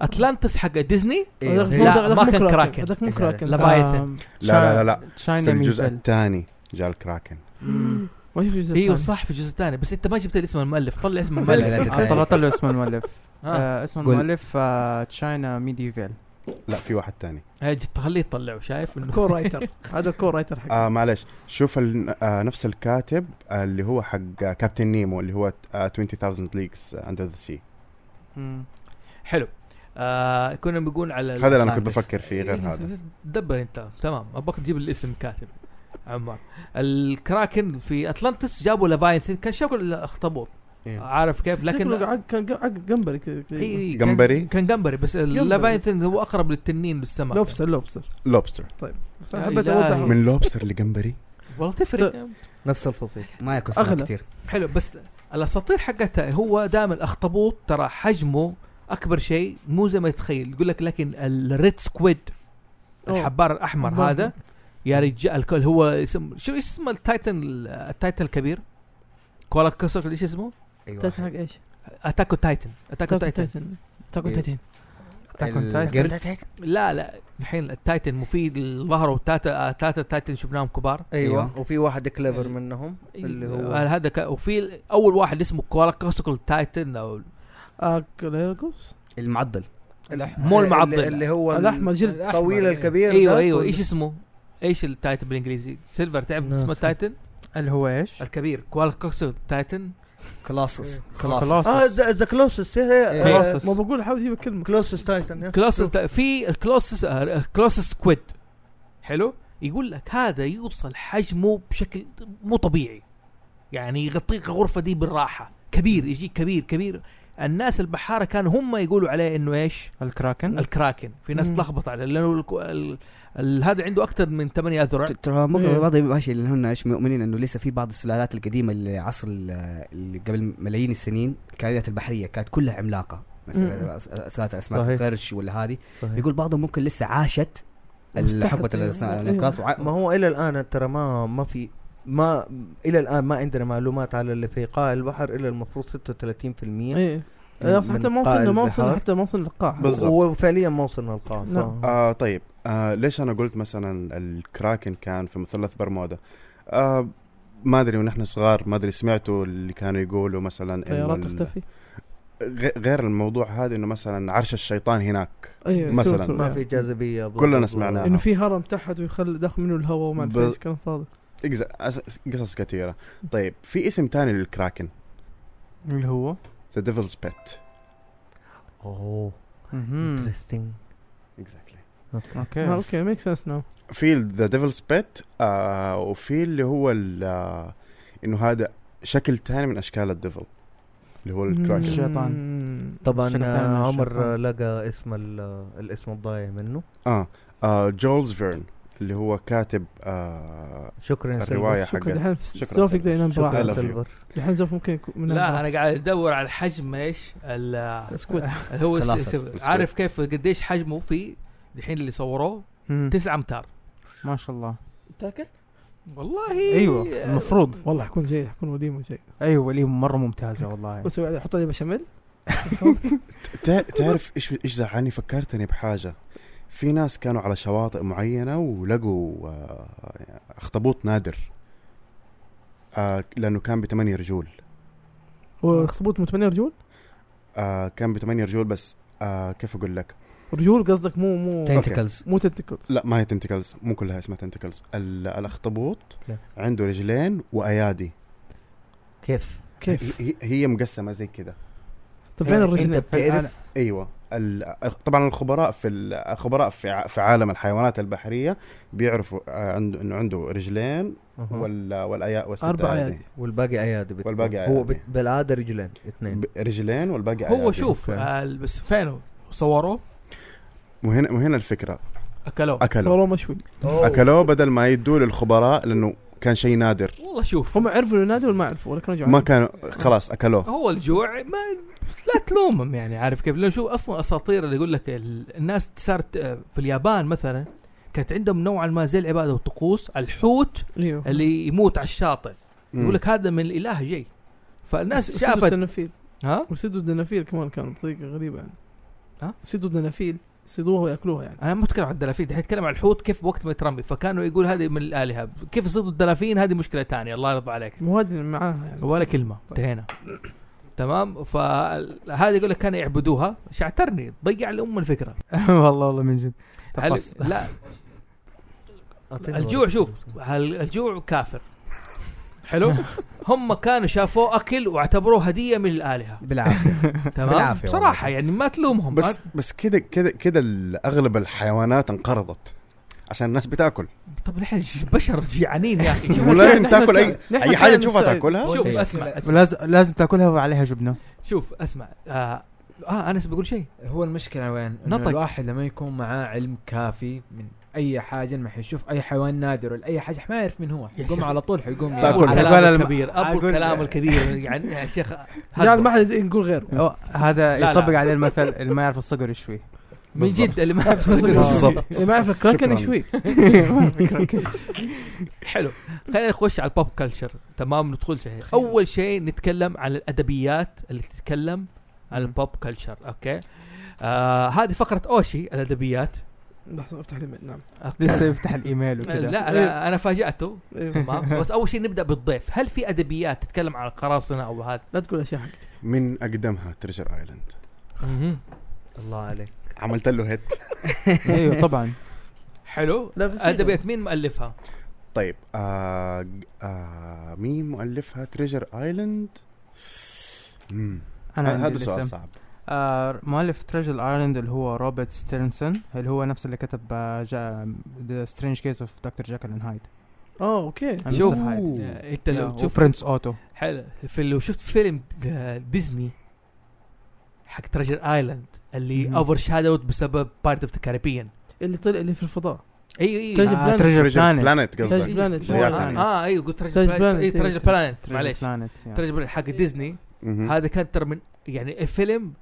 Speaker 1: اتلانتس حق ديزني
Speaker 3: إيه،
Speaker 4: هذاك-
Speaker 1: إيه. أيوه. لا،
Speaker 4: هذاك
Speaker 1: ما
Speaker 4: مو
Speaker 1: كان
Speaker 4: كراكن،
Speaker 1: كراكن. إيه.
Speaker 4: هذاك مو كراكن
Speaker 1: لبايثن.
Speaker 7: لا لا لا لا في
Speaker 2: تشاينا
Speaker 7: الجزء
Speaker 2: ميزل
Speaker 7: الثاني جاء الكراكن
Speaker 4: ما في جزء
Speaker 1: ايوه
Speaker 4: ثاني.
Speaker 1: صح في الجزء الثاني بس انت ما جبت لي اسم المؤلف طلع اسم
Speaker 3: لا، لا، لا،
Speaker 1: المؤلف
Speaker 3: تتعب.
Speaker 2: طلع طلع اسم المؤلف
Speaker 1: آه.
Speaker 2: آه، اسم
Speaker 3: قول.
Speaker 2: المؤلف آه، تشاينا ميديفيل
Speaker 7: لا في واحد ثاني
Speaker 1: هاي جت- خليه يطلعه شايف انه
Speaker 4: كو رايتر هذا الكو رايتر حق
Speaker 7: آه معلش شوف ال... آه نفس الكاتب آه اللي هو حق آه، كابتن نيمو اللي هو آه 20000 ليجز اندر ذا سي
Speaker 1: حلو آه كنا بنقول على ال-
Speaker 7: هذا اللي انا كنت
Speaker 3: أتلانتس.
Speaker 7: بفكر فيه غير
Speaker 1: إيه،
Speaker 7: هذا
Speaker 1: دبر انت تمام ابغاك تجيب الاسم كاتب عمار الكراكن في اتلانتس جابوا لفاينث كان شكله الاخطبوط
Speaker 7: إيه.
Speaker 1: عارف كيف
Speaker 4: شكله
Speaker 1: لكن
Speaker 4: عق- كان عق جنبري كذا
Speaker 1: إيه، إيه، كان-
Speaker 7: جمبري؟
Speaker 1: كان جمبري بس
Speaker 4: جمبري.
Speaker 1: اللافاينثن هو اقرب للتنين بالسمك
Speaker 4: لوبستر لوبستر
Speaker 7: لوبستر
Speaker 4: بس أنا
Speaker 1: يا
Speaker 4: حبيت
Speaker 1: إلهي.
Speaker 4: اوضح
Speaker 7: من لوبستر لجمبري
Speaker 1: والله تفرق
Speaker 5: نفس الفصيل
Speaker 3: ما ياكل
Speaker 4: أغلى.
Speaker 3: سمك كثير
Speaker 1: حلو بس الاساطير حقتها هو دائما الاخطبوط ترى حجمه اكبر شيء مو زي ما تتخيل يقول لك لكن الريد سكويد
Speaker 4: أوه.
Speaker 1: الحبار الاحمر
Speaker 4: حبار
Speaker 1: هذا يا رجال الكل هو اسم شو اسم التايتن التايتن الكبير؟ كوالا كسر ايش اسمه؟
Speaker 3: أيوه.
Speaker 4: تايتن حق ايش؟
Speaker 1: اتاك تايتن اتاك
Speaker 4: تاكو
Speaker 1: تايتن
Speaker 4: تايتن تاكو
Speaker 3: إيه.
Speaker 4: تايتن
Speaker 2: تاكون
Speaker 3: القرد.
Speaker 2: تايتن
Speaker 1: إيه. لا لا الحين التايتن مفيد الظهر والتاتا ثلاثة تايتن شفناهم كبار
Speaker 3: أيوة.
Speaker 5: ايوه وفي واحد كليفر
Speaker 1: ال-
Speaker 5: منهم اللي
Speaker 1: هو
Speaker 5: هو
Speaker 1: هذا ك... وفي ال- اول واحد اسمه كوالا كوسكل تايتن او
Speaker 4: آه، كليركوس
Speaker 3: المعضل
Speaker 5: الأح-
Speaker 1: مو المعضل.
Speaker 5: اللي- اللي هو
Speaker 4: الاحمر جلد
Speaker 1: الأحمر.
Speaker 5: الطويل الكبير
Speaker 1: ايوه
Speaker 5: ده.
Speaker 1: ايوه ايش اسمه؟ ايش التايتن بالانجليزي؟ سيلفر تعرف
Speaker 5: ناس.
Speaker 1: اسمه التايتن؟
Speaker 2: اللي هو ايش؟
Speaker 1: الكبير كوالا كوسكل تايتن
Speaker 3: كلاسس
Speaker 2: كلاسس.
Speaker 5: اه
Speaker 1: آه،
Speaker 5: ذا ذا كلوسس
Speaker 3: إيه.
Speaker 2: Colossus.
Speaker 4: ما بقول حاول اجيب الكلمه
Speaker 5: كلوسس تايتن
Speaker 1: كلاسس في الكلاسس آه، كلاسس سكويد حلو يقول لك هذا يوصل حجمه بشكل مو طبيعي يعني يغطيك الغرفه دي بالراحه كبير يجيك كبير كبير الناس البحاره كانوا هم يقولوا عليه انه ايش
Speaker 2: الكراكن
Speaker 1: الكراكن في ناس
Speaker 4: مم.
Speaker 1: تلخبط عليه لانه الكو- ال- ال- هذا عنده اكثر من ثمانية اذرع
Speaker 5: أه.
Speaker 3: ترى
Speaker 4: إيه.
Speaker 3: ممكن بعض ماشي اللي هن ايش مؤمنين انه لسه في بعض السلالات القديمه اللي عصر ال- اللي قبل ملايين السنين الكائنات البحريه كانت كلها عملاقه مثلا
Speaker 4: مم.
Speaker 3: سلالات الاسماك
Speaker 5: صحيح.
Speaker 3: القرش ولا هذه
Speaker 5: صحيح.
Speaker 3: يقول بعضهم ممكن لسه عاشت
Speaker 4: مستحيل.
Speaker 3: حقبه
Speaker 4: إيه.
Speaker 3: الانقاص وع-
Speaker 5: ما هو الى الان ترى ما ما في ما الى الان ما عندنا معلومات على اللي في قاع البحر الا المفروض 36%
Speaker 4: ايه أصلاً حتى ما وصلنا ما وصلنا حتى ما وصلنا القاع
Speaker 7: بالضبط.
Speaker 5: وفعليا ما وصلنا القاع ف-
Speaker 4: نعم.
Speaker 7: آه طيب آه ليش انا قلت مثلا الكراكن كان في مثلث برمودا آه ما ادري ونحن صغار ما ادري سمعتوا اللي كانوا يقولوا مثلا إنه
Speaker 4: طيارات
Speaker 7: ال-
Speaker 4: تختفي
Speaker 7: غ- غير الموضوع هذا انه مثلا عرش الشيطان هناك
Speaker 4: ايوه
Speaker 7: مثلاً
Speaker 4: توتر.
Speaker 5: ما في جاذبيه بلا
Speaker 7: كلنا
Speaker 5: بلا بلا.
Speaker 7: سمعناها.
Speaker 4: انه في هرم تحت ويخلي داخل منه الهواء وما اعرف
Speaker 7: بال-
Speaker 4: ايش كلام فاضي
Speaker 7: إجز- أس- قصص كثيره طيب في اسم تاني للكراكن
Speaker 2: اللي هو
Speaker 7: ذا ديفلز بيت
Speaker 5: اوه
Speaker 2: مهم.
Speaker 5: انترستنج
Speaker 7: اكزاكتلي
Speaker 4: آه،
Speaker 2: اوكي
Speaker 4: اوكي ميك سنس ناو
Speaker 7: في ذا ديفلز بيت آه، وفي اللي هو ال- آه، انه هذا شكل تاني من اشكال الديفل اللي هو الكراكن
Speaker 2: الشيطان.
Speaker 5: طبعا
Speaker 2: الشكل الثاني من
Speaker 5: آه، عمر آه،
Speaker 2: الشيطان.
Speaker 5: لقى اسم ال- الاسم الضايع منه
Speaker 7: اه, آه جولز فيرن اللي هو كاتب آه
Speaker 5: شكرا يا
Speaker 7: الرواية
Speaker 5: سيلفر.
Speaker 4: شكرا
Speaker 7: حقت-
Speaker 4: دحين
Speaker 7: شكراً.
Speaker 4: سوفيك ده ينام
Speaker 5: شكرا
Speaker 7: I
Speaker 5: يا
Speaker 7: love
Speaker 4: براحة
Speaker 7: you.
Speaker 5: سيلفر
Speaker 4: دحين سوف ممكن يكون ينام
Speaker 1: لا
Speaker 4: براحة.
Speaker 1: انا قاعد ادور على حجم ايش ال-
Speaker 4: سكوت
Speaker 1: اللي هو
Speaker 3: Colossus.
Speaker 1: س- س- عارف كيف قديش حجمه في الحين اللي صوروه
Speaker 2: مم.
Speaker 1: 9 امتار
Speaker 2: ما شاء الله
Speaker 4: تاكل
Speaker 1: والله
Speaker 2: ايوه المفروض
Speaker 4: والله حكون جيد حكون وليمه جيد
Speaker 2: ايوه ولي مره ممتازه والله
Speaker 4: واسوي عليه احط عليه بشاميل
Speaker 7: تع- تعرف ايش ايش زعلني فكرتني بحاجه في ناس كانوا على شواطئ معينه ولقوا آه، اخطبوط نادر آه، لانه كان بثمانية رجول
Speaker 4: واخطبوط من 8 رجول
Speaker 7: آه، كان بثمانية رجول بس آه، كيف اقول لك
Speaker 4: رجول قصدك مو مو
Speaker 3: تنتكلز
Speaker 4: مو تنتكلز
Speaker 7: لا ما هي تنتكلز مو كلها اسمها تنتكلز الاخطبوط
Speaker 5: كيف؟
Speaker 7: عنده رجلين وايادي
Speaker 5: كيف
Speaker 1: إيه.
Speaker 4: كيف
Speaker 7: هي- هي مقسمه زي كده
Speaker 4: طب فين
Speaker 5: أنت
Speaker 4: الرجلين
Speaker 5: بتعرف
Speaker 7: ايوه ال- طبعا الخبراء في ال- الخبراء في ع- في عالم الحيوانات البحريه بيعرفوا آه، عنده انه عنده رجلين
Speaker 5: أها.
Speaker 7: وال والايا والست
Speaker 4: أربع
Speaker 7: أيادي.
Speaker 4: أيادي.
Speaker 5: والباقي ايادي بتكون.
Speaker 7: والباقي
Speaker 5: هو
Speaker 7: أيادي.
Speaker 5: بت- بالعاده رجلين اثنين
Speaker 7: ب- رجلين والباقي
Speaker 1: هو
Speaker 7: أيادي.
Speaker 1: شوف
Speaker 5: أوكي.
Speaker 1: آه، بس فينه صوروه
Speaker 7: وهنا وهنا الفكره
Speaker 1: اكلوه
Speaker 7: اكلوا
Speaker 4: صاروا مشوي
Speaker 7: اكلوه بدل ما يدوه للخبراء لانه كان شيء نادر
Speaker 1: والله شوف
Speaker 4: هم عرفوا انه نادي ولا ما عرفوا ولا كانوا جوعانين
Speaker 1: يعني
Speaker 7: ما كان خلاص اكلوه
Speaker 1: هو الجوع ما لا تلومهم يعني عارف كيف لو شو اصلا اساطير اللي يقول لك ال- الناس صارت آه، في اليابان مثلا كانت عندهم نوعا ما زي العباده والطقوس الحوت
Speaker 4: ايوه
Speaker 1: اللي يموت على الشاطئ يقول لك هذا من الاله جاي فالناس
Speaker 4: وسيدوا
Speaker 1: شافت
Speaker 4: الدنافيل
Speaker 1: ها
Speaker 4: وسيدوا الدنافيل كمان كانوا بطريقه غريبه يعني
Speaker 1: ها؟
Speaker 4: سيدوا الدنافيل سيدوها وياكلوها يعني
Speaker 1: انا ما اتكلم عن الدلافين دحين اتكلم عن الحوت كيف وقت ما يترمي فكانوا يقول هذه من الالهه كيف يصيدوا الدلافين هذه مشكله ثانيه الله يرضى عليك
Speaker 4: مواد معاها يعني
Speaker 1: ولا كلمه
Speaker 3: طيب.
Speaker 1: انتهينا تمام فهذا يقول لك كانوا يعبدوها شعترني ضيع الام الفكره
Speaker 2: والله والله من جد طب
Speaker 1: هل...
Speaker 2: خلاص.
Speaker 1: لا
Speaker 5: أعطيني
Speaker 1: الجوع
Speaker 5: ورقة.
Speaker 1: شوف هل... الجوع كافر حلو هم كانوا شافوه اكل واعتبروه هديه من الالهه
Speaker 3: بالعافيه
Speaker 1: تمام
Speaker 3: بالعافية والله.
Speaker 1: بصراحه يعني ما تلومهم
Speaker 7: بس بس كده كده كده ال- اغلب الحيوانات انقرضت عشان الناس بتاكل
Speaker 1: طب نحن بشر جيعانين يا اخي شوف
Speaker 7: مو لازم تاكل اي
Speaker 4: نحن
Speaker 7: اي حاجه
Speaker 4: كلنا
Speaker 7: تشوفها
Speaker 4: نستعد.
Speaker 7: تاكلها
Speaker 1: شوف اسمع اسمع
Speaker 2: ولازم لازم تاكلها وعليها جبنه
Speaker 1: شوف اسمع آه, اه انس بقول شيء
Speaker 6: هو المشكله وين؟ إنه
Speaker 1: نطق.
Speaker 6: الواحد لما يكون معاه علم كافي من اي حاجه ما حيشوف اي حيوان نادر ولا اي حاجه ما يعرف من هو
Speaker 1: شيخ.
Speaker 6: يقوم على طول حيقوم
Speaker 7: تاكل.
Speaker 1: ابو
Speaker 6: ياكل.
Speaker 1: الكلام
Speaker 2: أقول الم-
Speaker 1: الكبير ابو
Speaker 2: أقول-
Speaker 1: الكلام الكبير يعني يا شيخ
Speaker 4: يعني ما حد يقول غيره
Speaker 2: أو هذا
Speaker 1: لا، لا.
Speaker 2: يطبق عليه المثل اللي ما يعرف الصقر يشويه
Speaker 1: من جد اللي ما يعرف السكر
Speaker 7: بالضبط.
Speaker 4: اللي إيه، ما يعرف الكراكن
Speaker 7: شكراً.
Speaker 4: يشوي
Speaker 1: حلو خلينا نخش على البوب كلتشر تمام ندخل شيء اول شيء نتكلم عن الادبيات اللي تتكلم عن البوب كلتشر اوكي آه هذه فقره اوشي الادبيات
Speaker 4: لحظه افتح لي نعم
Speaker 1: أوكي.
Speaker 2: لسه يفتح الايميل وكذا
Speaker 1: لا انا انا فاجاته
Speaker 4: إيه.
Speaker 1: تمام بس اول شيء نبدا بالضيف هل في ادبيات تتكلم عن القراصنه او هذا
Speaker 4: لا تقول اشياء حقتي
Speaker 7: من اقدمها تريجر ايلاند
Speaker 5: الله عليك
Speaker 7: عملت له هيت
Speaker 2: ايوه طبعا
Speaker 1: حلو
Speaker 4: لا بس إيه.
Speaker 1: ادبيات مين مؤلفها
Speaker 7: طيب آه آه مين مؤلفها تريجر ايلاند مم.
Speaker 2: انا عندي
Speaker 7: هذا سؤال
Speaker 2: الاسم.
Speaker 7: صعب
Speaker 2: آه مؤلف تريجل ايلاند اللي هو روبرت ستيرنسون اللي هو نفس اللي كتب آه، ذا سترينج كيس اوف دكتور جاكل اند هايد
Speaker 4: اه اوكي
Speaker 1: شوف.
Speaker 2: هايد
Speaker 1: آه، انت لو تشوف
Speaker 2: برنس اوتو
Speaker 1: حلو في لو شفت فيلم د- ديزني حق تريجر ايلاند اللي
Speaker 2: مم.
Speaker 1: اوفر شادوت بسبب بارت اوف ذا كاريبيان
Speaker 4: اللي طلع اللي في الفضاء
Speaker 1: ايوه
Speaker 2: أيوة،
Speaker 1: ايوه
Speaker 4: ترجر بلانت.
Speaker 2: تريجر بلانت
Speaker 7: بلانت
Speaker 4: ترجر
Speaker 7: قصدك
Speaker 4: بلانت
Speaker 7: شيء
Speaker 4: آه.
Speaker 7: ثاني.
Speaker 1: اه ايوه قلت
Speaker 4: Treasure
Speaker 1: تريجر بلانت
Speaker 4: Planet.
Speaker 1: إيه، تريجر بلانت
Speaker 2: Treasure
Speaker 1: معليش
Speaker 2: Planet، yeah.
Speaker 1: تريجر بلانت حق ديزني
Speaker 7: مهم.
Speaker 1: هذا كان ترى من يعني فيلم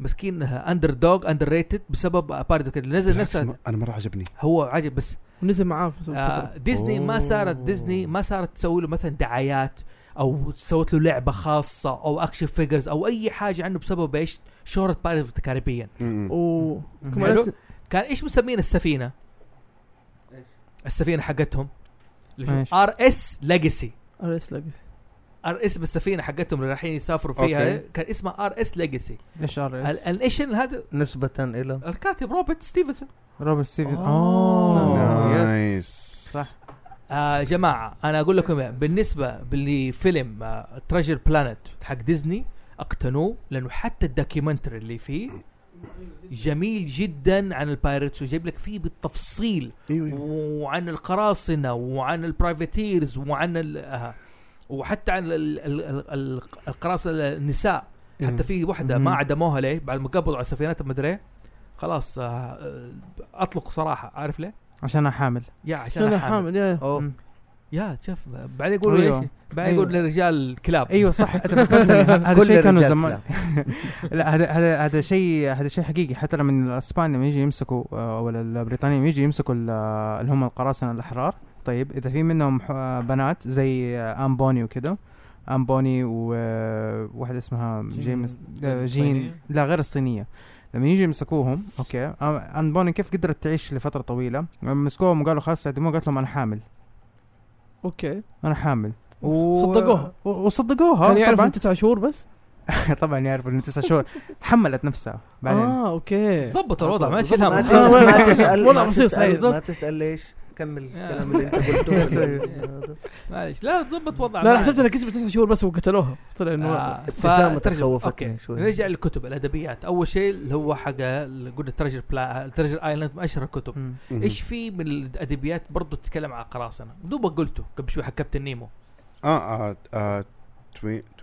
Speaker 1: مسكين اندر دوغ اندر ريتد بسبب بارت اوف نزل
Speaker 7: بالعكس،
Speaker 1: نفسه
Speaker 7: ما- انا مره عجبني
Speaker 1: هو عجب بس
Speaker 4: ونزل معاه في فتره
Speaker 1: آه ديزني ما صارت
Speaker 7: أوه.
Speaker 1: ديزني ما صارت تسوي له مثلا دعايات او سوت له لعبه خاصه او اكشن فيجرز او اي حاجه عنه بسبب ايش؟ شهره بارت اوف الكاريبيان
Speaker 7: مم.
Speaker 4: و كمان
Speaker 1: حلو.
Speaker 4: أنت-
Speaker 1: كان ايش مسمين السفينه؟ السفينه حقتهم
Speaker 2: إيش؟
Speaker 1: ار اس ليجاسي
Speaker 4: أنا لسه لقيت.
Speaker 1: ار اس بالسفينه حقتهم اللي رايحين يسافروا فيها
Speaker 7: أوكي.
Speaker 1: كان اسمها ار اس ليجاسي
Speaker 2: ايش ار اس
Speaker 1: ايش هذا
Speaker 5: نسبة الى
Speaker 1: الكاتب روبرت ستيفنسون
Speaker 2: روبرت ستيفن
Speaker 1: آه.
Speaker 2: Oh. اوه
Speaker 7: نايس
Speaker 2: صح.
Speaker 1: آه جماعة أنا أقول لكم إيه، بالنسبة لفيلم آه تريجر بلانت حق ديزني اقتنوه لأنه حتى الدوكيومنتري اللي فيه جميل جدا عن البايرتس وجايب لك فيه بالتفصيل
Speaker 7: ايوه أيوة.
Speaker 1: وعن القراصنة وعن البرايفتيرز وعن ال- آه وحتى عن ال- ال- ال- ال- القراصنة النساء
Speaker 7: أيوة.
Speaker 1: حتى في واحدة ما
Speaker 2: مهم.
Speaker 1: عدموها ليه بعد ما قبضوا على سفينتها مدري خلاص آه، آه، اطلقوا صراحة عارف ليه؟
Speaker 2: عشان انا حامل
Speaker 1: يا عشان
Speaker 4: عشان
Speaker 1: أنا
Speaker 4: انا
Speaker 1: حامل
Speaker 4: حامل يا
Speaker 5: أوه.
Speaker 2: مم.
Speaker 1: يا شوف بعدين يقولوا
Speaker 2: أيوة.
Speaker 5: أيوه.
Speaker 1: ايش بعدين يقول للرجال كلاب
Speaker 2: ايوه صح تذكرتني هذا
Speaker 5: كل
Speaker 2: شيء كانوا
Speaker 5: الرجال
Speaker 2: زمان لا هذا هذا هذا شيء هذا شيء حقيقي حتى لما الاسبان لما يجي يمسكوا آه، او البريطانيين لما يجي يمسكوا ال- آه، اللي هم القراصنه الاحرار طيب اذا في منهم ح- آه، بنات زي آه، ام بوني وكذا ام بوني وواحده آه، اسمها
Speaker 1: جين-
Speaker 2: جيمس آه،
Speaker 1: الصينية؟
Speaker 2: جين لا غير الصينيه لما يجي يمسكوهم اوكي آه، ام بوني كيف قدرت تعيش لفتره طويله لما مسكوهم وقالوا خلاص اعدموه قالت لهم انا حامل
Speaker 4: اوكي
Speaker 2: انا حامل
Speaker 4: صدقوها.
Speaker 2: و- وصدقوها
Speaker 4: كان يعرف
Speaker 2: طبعا
Speaker 4: من تسع شهور بس
Speaker 2: طبعا يعرف انه تسع شهور حملت نفسها بعدين
Speaker 4: اه اوكي
Speaker 1: ظبط
Speaker 5: أيوه.
Speaker 1: الوضع ما شيل
Speaker 5: ما
Speaker 1: هم
Speaker 4: أدري.
Speaker 5: تسأل- ما
Speaker 4: والله
Speaker 5: تسأل-
Speaker 4: والله
Speaker 5: ما
Speaker 4: بسيط
Speaker 5: تسأل-
Speaker 4: صحيح.
Speaker 5: ما تسأل ليش كمل الكلام اللي انت قلته
Speaker 1: معلش لا تظبط وضع
Speaker 4: لا انا حسبت انها كسبت تسع شهور بس وقتلوها طلع انه
Speaker 1: آه
Speaker 5: ابتسامة
Speaker 1: فترجم
Speaker 5: خوفتني
Speaker 1: اوكي
Speaker 5: شوي.
Speaker 1: نرجع للكتب الادبيات اول شيء اللي هو حق اللي قلنا ترجر بلا ترجر ايلاند من اشهر الكتب
Speaker 2: مم.
Speaker 7: مهم.
Speaker 1: ايش في من الادبيات برضو تتكلم عن القراصنه دوبك قلته قبل شوي حق كابتن نيمو
Speaker 7: اه اه, آه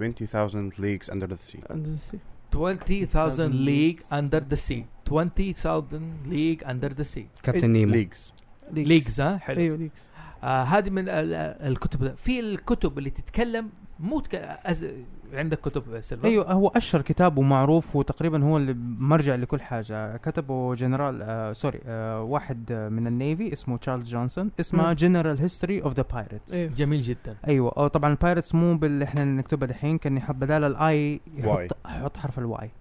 Speaker 7: 20000 ليجز اندر ذا سي
Speaker 4: أندلسي.
Speaker 1: 20000 ليج اندر ذا سي 20000 ليج اندر ذا سي
Speaker 3: كابتن
Speaker 6: إيه.
Speaker 3: نيمو
Speaker 7: ليجز
Speaker 1: ليجز ها حلو
Speaker 4: ايوه ليكس
Speaker 1: آه هذه من ال- ال- الكتب ده. في الكتب اللي تتكلم مو تك... أز... عندك كتب يا سيلفر
Speaker 2: ايوه هو اشهر كتاب ومعروف وتقريبا هو اللي مرجع لكل حاجه كتبه جنرال آه سوري آه واحد آه، من النيفي اسمه تشارلز جونسون اسمه
Speaker 4: مم.
Speaker 2: جنرال هيستوري اوف ذا بايرتس
Speaker 4: ايوه
Speaker 1: جميل جدا
Speaker 2: ايوه او طبعا البايرتس مو باللي احنا اللي نكتبها الحين كان يحط بدال الاي
Speaker 7: واي.
Speaker 2: يحط يحط حرف الواي
Speaker 1: ايش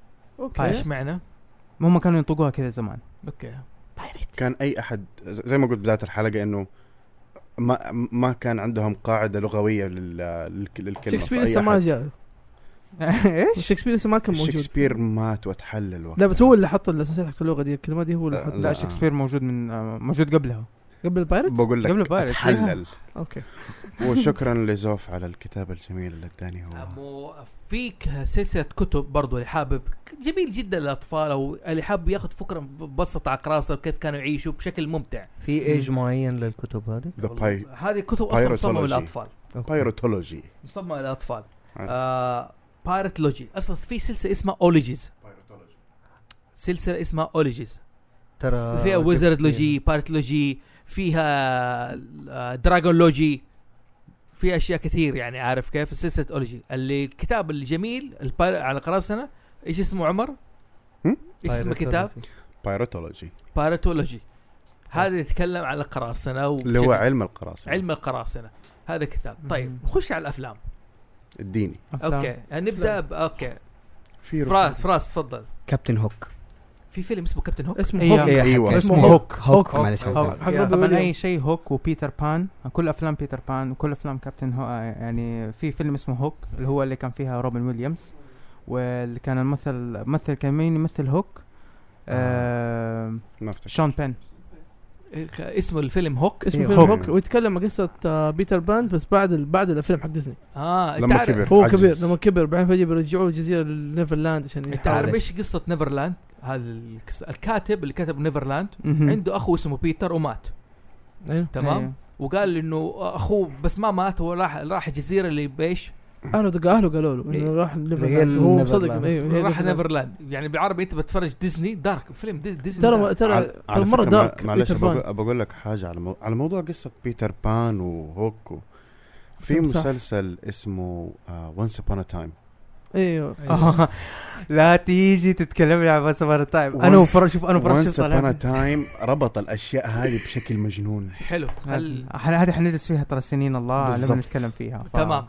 Speaker 4: اوكي
Speaker 1: معنى؟
Speaker 2: هم كانوا ينطقوها كذا زمان
Speaker 1: اوكي
Speaker 7: كان اي احد ز- زي ما قلت بدايه الحلقه انه ما ما كان عندهم قاعده لغويه لل... للك- للكلمه
Speaker 4: شكسبير
Speaker 7: فأي
Speaker 4: لسه ما
Speaker 7: أحد-
Speaker 4: جاء
Speaker 2: ايش
Speaker 4: شكسبير لسه ما كان موجود
Speaker 7: شكسبير مات وتحلل وقتها.
Speaker 4: لا بس هو اللي حط الاساسيات حق اللغه دي الكلمات دي هو اللي حط
Speaker 7: لا.
Speaker 2: لا شكسبير موجود من آه موجود قبلها
Speaker 4: قبل البايرتس
Speaker 7: بقول لك
Speaker 2: قبل بايرتس.
Speaker 7: تحلل
Speaker 4: اوكي
Speaker 7: وشكرا لزوف على الكتاب الجميل اللي اداني هو
Speaker 1: مو فيك سلسله كتب برضو اللي حابب جميل جدا للاطفال او اللي حابب ياخذ فكره مبسطه على قراصنه وكيف كانوا يعيشوا بشكل ممتع
Speaker 5: في ايج معين للكتب هذه؟
Speaker 7: ذا باي
Speaker 1: والله. هذه كتب اصلا مصممه
Speaker 7: Pyrotology.
Speaker 1: للاطفال
Speaker 7: بايروتولوجي
Speaker 1: مصممه للاطفال
Speaker 7: عارف.
Speaker 1: آه بايرتلوجي اصلا في سلسله اسمها اوليجيز سلسله اسمها اوليجيز
Speaker 5: ترى
Speaker 1: فيها
Speaker 5: جبت
Speaker 1: ويزرد لوجي
Speaker 5: فيها.
Speaker 1: بارت لوجي فيها آه، دراجون لوجي في اشياء كثير يعني عارف كيف سلسله اولوجي اللي الكتاب الجميل البار... على قراصنه ايش اسمه عمر؟
Speaker 7: هم؟
Speaker 1: ايش اسم الكتاب؟
Speaker 5: Pyrotology.
Speaker 7: بايرتولوجي
Speaker 1: بايرتولوجي هذا يتكلم عن القراصنه
Speaker 7: اللي هو
Speaker 1: وشكل-
Speaker 7: علم القراصنة
Speaker 1: يعني؟ علم القراصنه هذا كتاب طيب
Speaker 2: مم.
Speaker 1: نخش على الافلام
Speaker 7: الديني
Speaker 2: أفلام.
Speaker 1: اوكي نبدا ب- اوكي
Speaker 8: في
Speaker 1: فراس فراس تفضل
Speaker 3: كابتن هوك
Speaker 1: في فيلم اسمه كابتن هوك
Speaker 4: اسمه
Speaker 2: إيه.
Speaker 4: هوك
Speaker 3: إيه،
Speaker 7: أيوة.
Speaker 3: حق-
Speaker 4: اسمه
Speaker 3: اسمه
Speaker 4: هوك.
Speaker 3: هوك هوك
Speaker 2: هوك.
Speaker 3: معلش
Speaker 2: هوك.
Speaker 3: هوك.
Speaker 4: حق
Speaker 5: يا-
Speaker 4: روبي
Speaker 2: طبعا
Speaker 4: ويليامز.
Speaker 7: إيه؟
Speaker 2: اي شيء هوك وبيتر بان كل افلام بيتر بان وكل افلام كابتن هو يعني في فيلم اسمه هوك اللي هو اللي كان فيها روبن ويليامز واللي كان الممثل مثل كان مين يمثل هوك آه
Speaker 7: ما افتكر
Speaker 2: شون بين
Speaker 1: إيه، اسمه الفيلم هوك
Speaker 4: اسمه
Speaker 2: إيه،
Speaker 4: فيلم
Speaker 2: هوك.
Speaker 4: هوك ويتكلم عن قصه آه، بيتر بان بس بعد ال- بعد الفيلم حق ديزني
Speaker 1: اه انت
Speaker 7: لما
Speaker 1: عارف-
Speaker 7: كبر
Speaker 4: هو
Speaker 7: عجز.
Speaker 4: كبير لما كبر بعدين فجاه بيرجعوه لجزيره نيفرلاند عشان
Speaker 1: انت
Speaker 4: يحاول.
Speaker 1: عارف ايش قصه نيفرلاند؟ هذا الكس- الكاتب اللي كتب نيفرلاند
Speaker 2: مهم.
Speaker 1: عنده اخو اسمه بيتر ومات
Speaker 4: أيوه.
Speaker 1: إيه، تمام
Speaker 2: أيوه.
Speaker 1: وقال انه اخوه بس ما مات هو راح راح جزيره اللي بايش؟
Speaker 4: اهله دق اهله قالوا له
Speaker 1: إيه.
Speaker 4: انه راح
Speaker 5: هي
Speaker 4: نيفرلاند هو مصدق
Speaker 5: نيفرلاند.
Speaker 4: ايوه هي
Speaker 1: راح
Speaker 4: نيفرلاند.
Speaker 1: نيفرلاند يعني بالعربي انت بتتفرج ديزني دارك فيلم دي ديزني
Speaker 4: ترى
Speaker 1: دارك.
Speaker 4: ترى
Speaker 7: على- على
Speaker 4: ترى مره
Speaker 7: فكرة،
Speaker 4: دارك
Speaker 7: معلش
Speaker 4: بيتر بان.
Speaker 7: بقول- بقول لك حاجه على مو... على موضوع قصه بيتر بان وهوك و... في
Speaker 4: طب صح.
Speaker 7: مسلسل اسمه آه، وانس ابون تايم
Speaker 4: ايوه
Speaker 1: إيه.
Speaker 2: آه. لا تيجي تتكلم لي عن بس مرة تايم انا
Speaker 7: Once-
Speaker 2: وفرج شوف انا وفرج
Speaker 7: وانس
Speaker 2: شوف
Speaker 7: ابون تايم ربط الاشياء هذه بشكل مجنون
Speaker 1: حلو
Speaker 4: آه،
Speaker 1: خل...
Speaker 2: هذه حنجلس فيها ترى سنين الله لما
Speaker 7: بالضبط.
Speaker 2: نتكلم فيها ف-
Speaker 1: تمام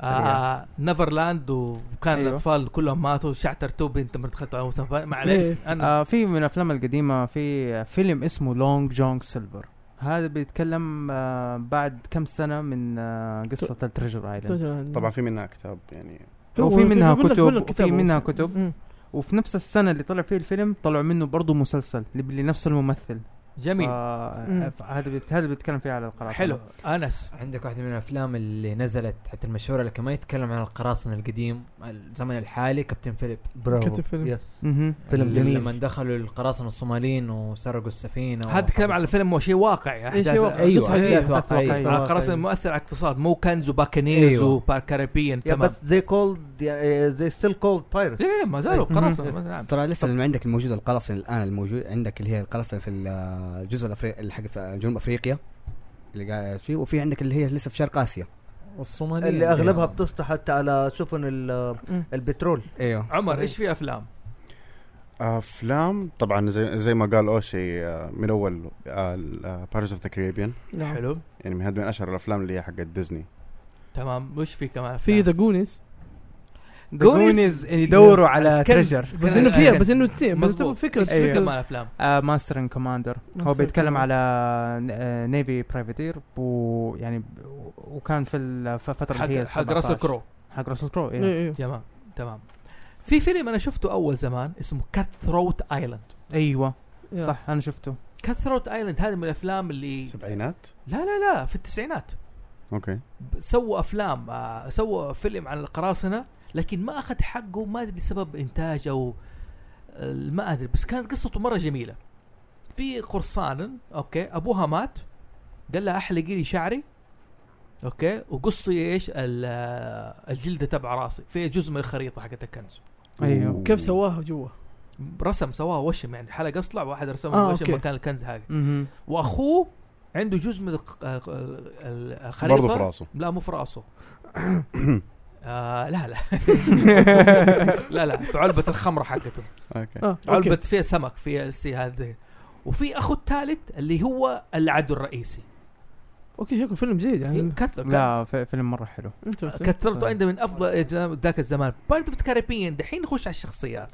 Speaker 1: آه
Speaker 4: يعني.
Speaker 1: نيفرلاند وكان
Speaker 2: أيوه.
Speaker 1: الاطفال كلهم ماتوا شعتر توب انت ما دخلت على مسافة-
Speaker 4: إيه.
Speaker 1: معليش انا
Speaker 2: آه في من الافلام القديمه في فيلم اسمه لونج جونج سيلفر هذا بيتكلم آه بعد كم سنه من آه قصه التريجر ايلاند
Speaker 7: طبعا في منها كتاب يعني
Speaker 2: هو في منها كتب، وفي منها كتب.
Speaker 4: مم.
Speaker 2: وفي نفس السنه اللي طلع فيه الفيلم طلعوا منه برضه مسلسل لب- لنفس الممثل
Speaker 1: جميل
Speaker 4: مم.
Speaker 2: آه هذا بيت- هذا بيتكلم فيه على القراصنه
Speaker 1: حلو انس
Speaker 6: عندك واحدة من الافلام اللي نزلت حتى المشهوره لكن ما يتكلم عن القراصنه القديم الزمن الحالي كابتن فيليب
Speaker 5: برافو
Speaker 4: كتب فيلم.
Speaker 5: يس
Speaker 2: مهم.
Speaker 5: فيلم
Speaker 6: اللي
Speaker 5: جميل.
Speaker 6: لما دخلوا القراصنه الصوماليين وسرقوا السفينه
Speaker 1: هذا كلام على الفيلم هو شيء واقعي
Speaker 4: إيه، شيء
Speaker 1: أحداث-
Speaker 4: واقعي.
Speaker 6: ايوه
Speaker 4: قصة حقيقية.
Speaker 6: احداث واقعيه
Speaker 2: واقعية.
Speaker 1: آه، قراصنة مؤثر على الاقتصاد مو كنز وباكنيرز
Speaker 6: أيوه.
Speaker 1: وباركاربيين
Speaker 5: يا بس
Speaker 1: تمام
Speaker 5: زي كولد زي ستيل كولد بايرت
Speaker 1: ليه ما زالوا نعم.
Speaker 2: مم.
Speaker 1: قراصنة ما زالوا.
Speaker 3: ترى لسه لما عندك الموجود القراصنه الان الموجود عندك اللي هي القراصنه في الجزء الافريقي اللي حق في جنوب افريقيا اللي قاعد فيه وفي عندك اللي هي لسه في شرق اسيا
Speaker 6: والصوماليين
Speaker 5: اللي اغلبها بتسطح حتى على سفن ال-
Speaker 4: مم.
Speaker 5: البترول
Speaker 3: ايوه
Speaker 1: عمر ايش في افلام؟
Speaker 7: افلام طبعا زي زي ما قال اوشي آه، من اول بارتس اوف ذا كاريبيان
Speaker 4: نعم.
Speaker 1: حلو
Speaker 7: يعني من هذه من اشهر الافلام اللي هي حقت ديزني
Speaker 1: تمام وش في كمان
Speaker 4: في ذا جونيز
Speaker 2: جونيز يدوروا على تريجر
Speaker 4: بس انه فيها بس انه اتنين- بس
Speaker 1: مظبوط.
Speaker 4: فكره
Speaker 1: ايوه
Speaker 4: فكره
Speaker 1: كمان افلام
Speaker 2: آه ماستر كوماندر هو
Speaker 4: Master
Speaker 2: بيتكلم
Speaker 4: Commander.
Speaker 2: على ن- آه، نيفي برايفتير ويعني ب- يعني وكان في الفتره اللي
Speaker 1: حق
Speaker 2: هي
Speaker 1: حق
Speaker 2: 17.
Speaker 1: راسل كرو
Speaker 2: حق راسل كرو
Speaker 4: إيه،
Speaker 2: إيه.
Speaker 4: إيه.
Speaker 1: تمام تمام في فيلم انا شفته اول زمان اسمه كات ثروت ايلاند
Speaker 2: ايوه
Speaker 4: يا.
Speaker 2: صح انا شفته
Speaker 1: كات ثروت ايلاند هذا من الافلام اللي
Speaker 7: سبعينات
Speaker 1: لا لا لا في التسعينات
Speaker 7: اوكي
Speaker 1: ب- سووا افلام آه، سووا فيلم عن القراصنه لكن ما اخذ حقه ما ادري سبب انتاج او آه، ما ادري بس كانت قصته مره جميله في قرصان اوكي ابوها مات قال لها احلقي لي شعري اوكي وقصي ايش ال- آه، الجلده تبع راسي في جزء من الخريطه حقت الكنز
Speaker 2: أيوه.
Speaker 7: أوه.
Speaker 4: كيف سواها جوا
Speaker 1: رسم سواها وشم يعني حلقه اصلع واحد رسمها
Speaker 4: آه،
Speaker 1: آه وشم
Speaker 4: أوكي.
Speaker 1: مكان الكنز هذا
Speaker 2: مهم.
Speaker 1: واخوه عنده جزء من الق- آه، ال- الخريطه
Speaker 7: برضه في راسه
Speaker 1: لا مو في راسه آه لا لا لا لا في علبة الخمرة حقته
Speaker 7: اوكي
Speaker 4: اه أوكي.
Speaker 1: علبة فيها سمك فيها السي هذه وفي اخو الثالث اللي هو العدو الرئيسي إيه،
Speaker 4: اوكي شكله فيلم جيد يعني
Speaker 1: كثر
Speaker 2: لا في- فيلم مره حلو
Speaker 4: Interesting.
Speaker 1: كثرته عنده من افضل أجزاء ذاك الزمان بارت اوف كاريبيان دحين نخش على الشخصيات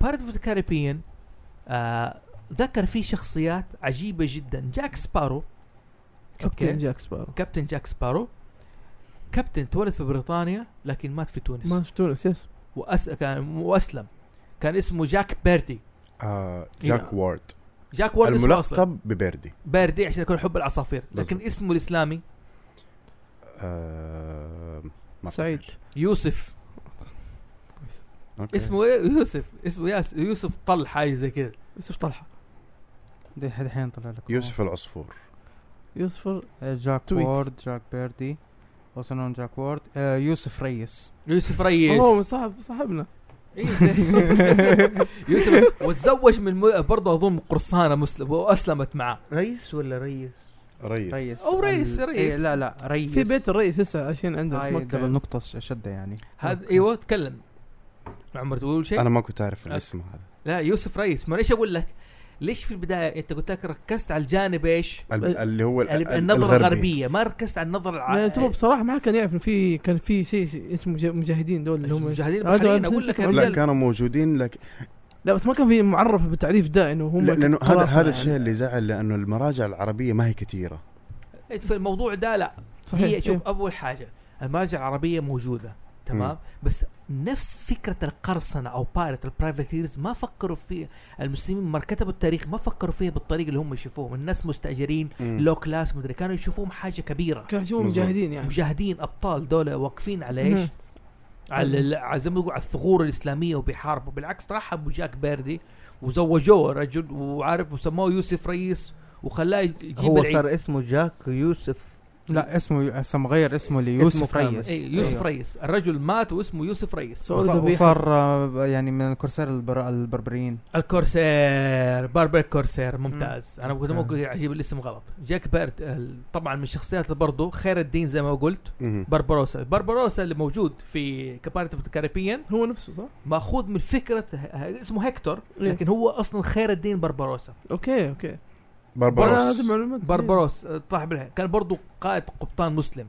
Speaker 1: بارت اوف كاريبيان آه ذكر فيه شخصيات عجيبة جدا جاك سبارو
Speaker 4: كابتن
Speaker 1: أوكي.
Speaker 4: جاك سبارو
Speaker 1: كابتن جاك سبارو كابتن تولد في بريطانيا لكن مات في تونس
Speaker 4: ما في تونس يس
Speaker 1: وأس... كان واسلم كان اسمه جاك بيردي
Speaker 7: آه
Speaker 4: إيه.
Speaker 7: جاك وارد
Speaker 1: جاك وورد اسمه اصلا
Speaker 7: الملقب ببيردي
Speaker 1: بيردي عشان يكون حب العصافير لكن
Speaker 7: بالضبط.
Speaker 1: اسمه الاسلامي
Speaker 7: آه ما
Speaker 4: سعيد
Speaker 1: يوسف
Speaker 7: أفتكر. أوكي.
Speaker 1: اسمه إيه؟ يوسف اسمه ياس يوسف طل حاجه زي كذا
Speaker 4: يوسف طلحه
Speaker 2: دي- الحين طلع لك
Speaker 7: يوسف العصفور
Speaker 4: يوسف
Speaker 2: آه، جاك
Speaker 4: تويت.
Speaker 2: وورد جاك بيردي وصلنا جاك وورد آه يوسف ريس
Speaker 1: يوسف ريس
Speaker 4: هو صاحب صاحبنا
Speaker 1: إيه، زي- يوسف وتزوج من م... برضه اظن قرصانه مسلم واسلمت معاه
Speaker 5: رئيس ولا ريس؟
Speaker 7: ريس
Speaker 4: طيب.
Speaker 2: ريس
Speaker 1: أو ريس،
Speaker 2: ال-
Speaker 1: ريس.
Speaker 2: إيه، لا لا ريس
Speaker 4: في بيت الرئيس لسه عشان عندنا في
Speaker 2: هاي
Speaker 4: مكه
Speaker 2: دبل
Speaker 4: يعني.
Speaker 2: نقطة ش- شدة يعني
Speaker 1: هذا ايوه تكلم عمر تقول شيء
Speaker 7: انا ما كنت اعرف الاسم هذا
Speaker 1: لا يوسف ريس ما أنا ايش اقول لك ليش في البدايه انت قلت لك ركزت على الجانب ايش؟
Speaker 7: ال-
Speaker 4: أه،
Speaker 7: اللي هو ال- ال-
Speaker 1: النظره الغربيه يعني ما ركزت على النظره
Speaker 4: يعني تبغى
Speaker 1: الع...
Speaker 4: بصراحه ما كان يعرف إنه في كان في شيء شيء اسمه مجا- مجاهدين
Speaker 1: إيه،
Speaker 4: دول اللي هم
Speaker 1: المجاهدين
Speaker 4: هذا
Speaker 1: البحريين
Speaker 4: هذا
Speaker 1: اقول لك يا
Speaker 4: لا،
Speaker 7: لا
Speaker 1: رجال
Speaker 7: كانوا موجودين لك
Speaker 4: لا بس ما كان في معرف بالتعريف ده انه هم يعني.
Speaker 7: لانه هذا
Speaker 4: قراصنة
Speaker 7: هذا الشيء اللي زعل لانه المراجع العربيه ما هي كثيره
Speaker 1: في الموضوع ده لا
Speaker 4: صحيح
Speaker 1: هي شوف
Speaker 4: إيه.
Speaker 1: اول حاجه المراجع العربيه موجوده تمام
Speaker 7: مم.
Speaker 1: بس نفس فكره القرصنه او بايرت البرايفتيرز ما فكروا فيها المسلمين ما كتبوا التاريخ ما فكروا فيها بالطريقه اللي هم يشوفوهم الناس مستاجرين لو كلاس مدري كانوا يشوفوهم حاجه كبيره
Speaker 4: كان يشوفهم
Speaker 7: مظبوط.
Speaker 4: مجاهدين يعني
Speaker 1: مجاهدين ابطال دوله واقفين على ايش؟
Speaker 4: مم.
Speaker 1: على ال- على زي ما يقولوا على الثغور الاسلاميه وبيحاربوا بالعكس رحب بجاك بيردي وزوجوه رجل وعارف وسموه يوسف رئيس وخلاه يجيب
Speaker 5: هو
Speaker 1: العيد.
Speaker 5: صار اسمه جاك يوسف
Speaker 2: لا اسمه اسم غير اسمه ليوسف
Speaker 5: اسمه كامل.
Speaker 2: ريس
Speaker 1: اي إيه، يوسف
Speaker 5: إيه.
Speaker 2: أيوه.
Speaker 1: ريس الرجل مات واسمه يوسف ريس
Speaker 4: سؤال
Speaker 2: وص-
Speaker 4: ذبيحة.
Speaker 2: وصار آه، يعني من الكورسير البر... البربريين
Speaker 1: الكورسير باربر كورسير ممتاز انا كنت
Speaker 2: آه.
Speaker 1: ممكن اجيب الاسم غلط جاك بيرد ال- طبعا من الشخصيات برضه خير الدين زي ما قلت بربروسا بربروسا اللي موجود في كبارت اوف الكاريبيان
Speaker 4: هو نفسه صح؟
Speaker 1: ماخوذ من فكره ه- ه- اسمه هكتور
Speaker 4: إيه.
Speaker 1: لكن هو اصلا خير الدين بربروسا
Speaker 4: اوكي اوكي انا هذه
Speaker 7: بربروس
Speaker 4: معلومات
Speaker 1: بربروس آه، صاحب العين. كان برضه قائد قبطان مسلم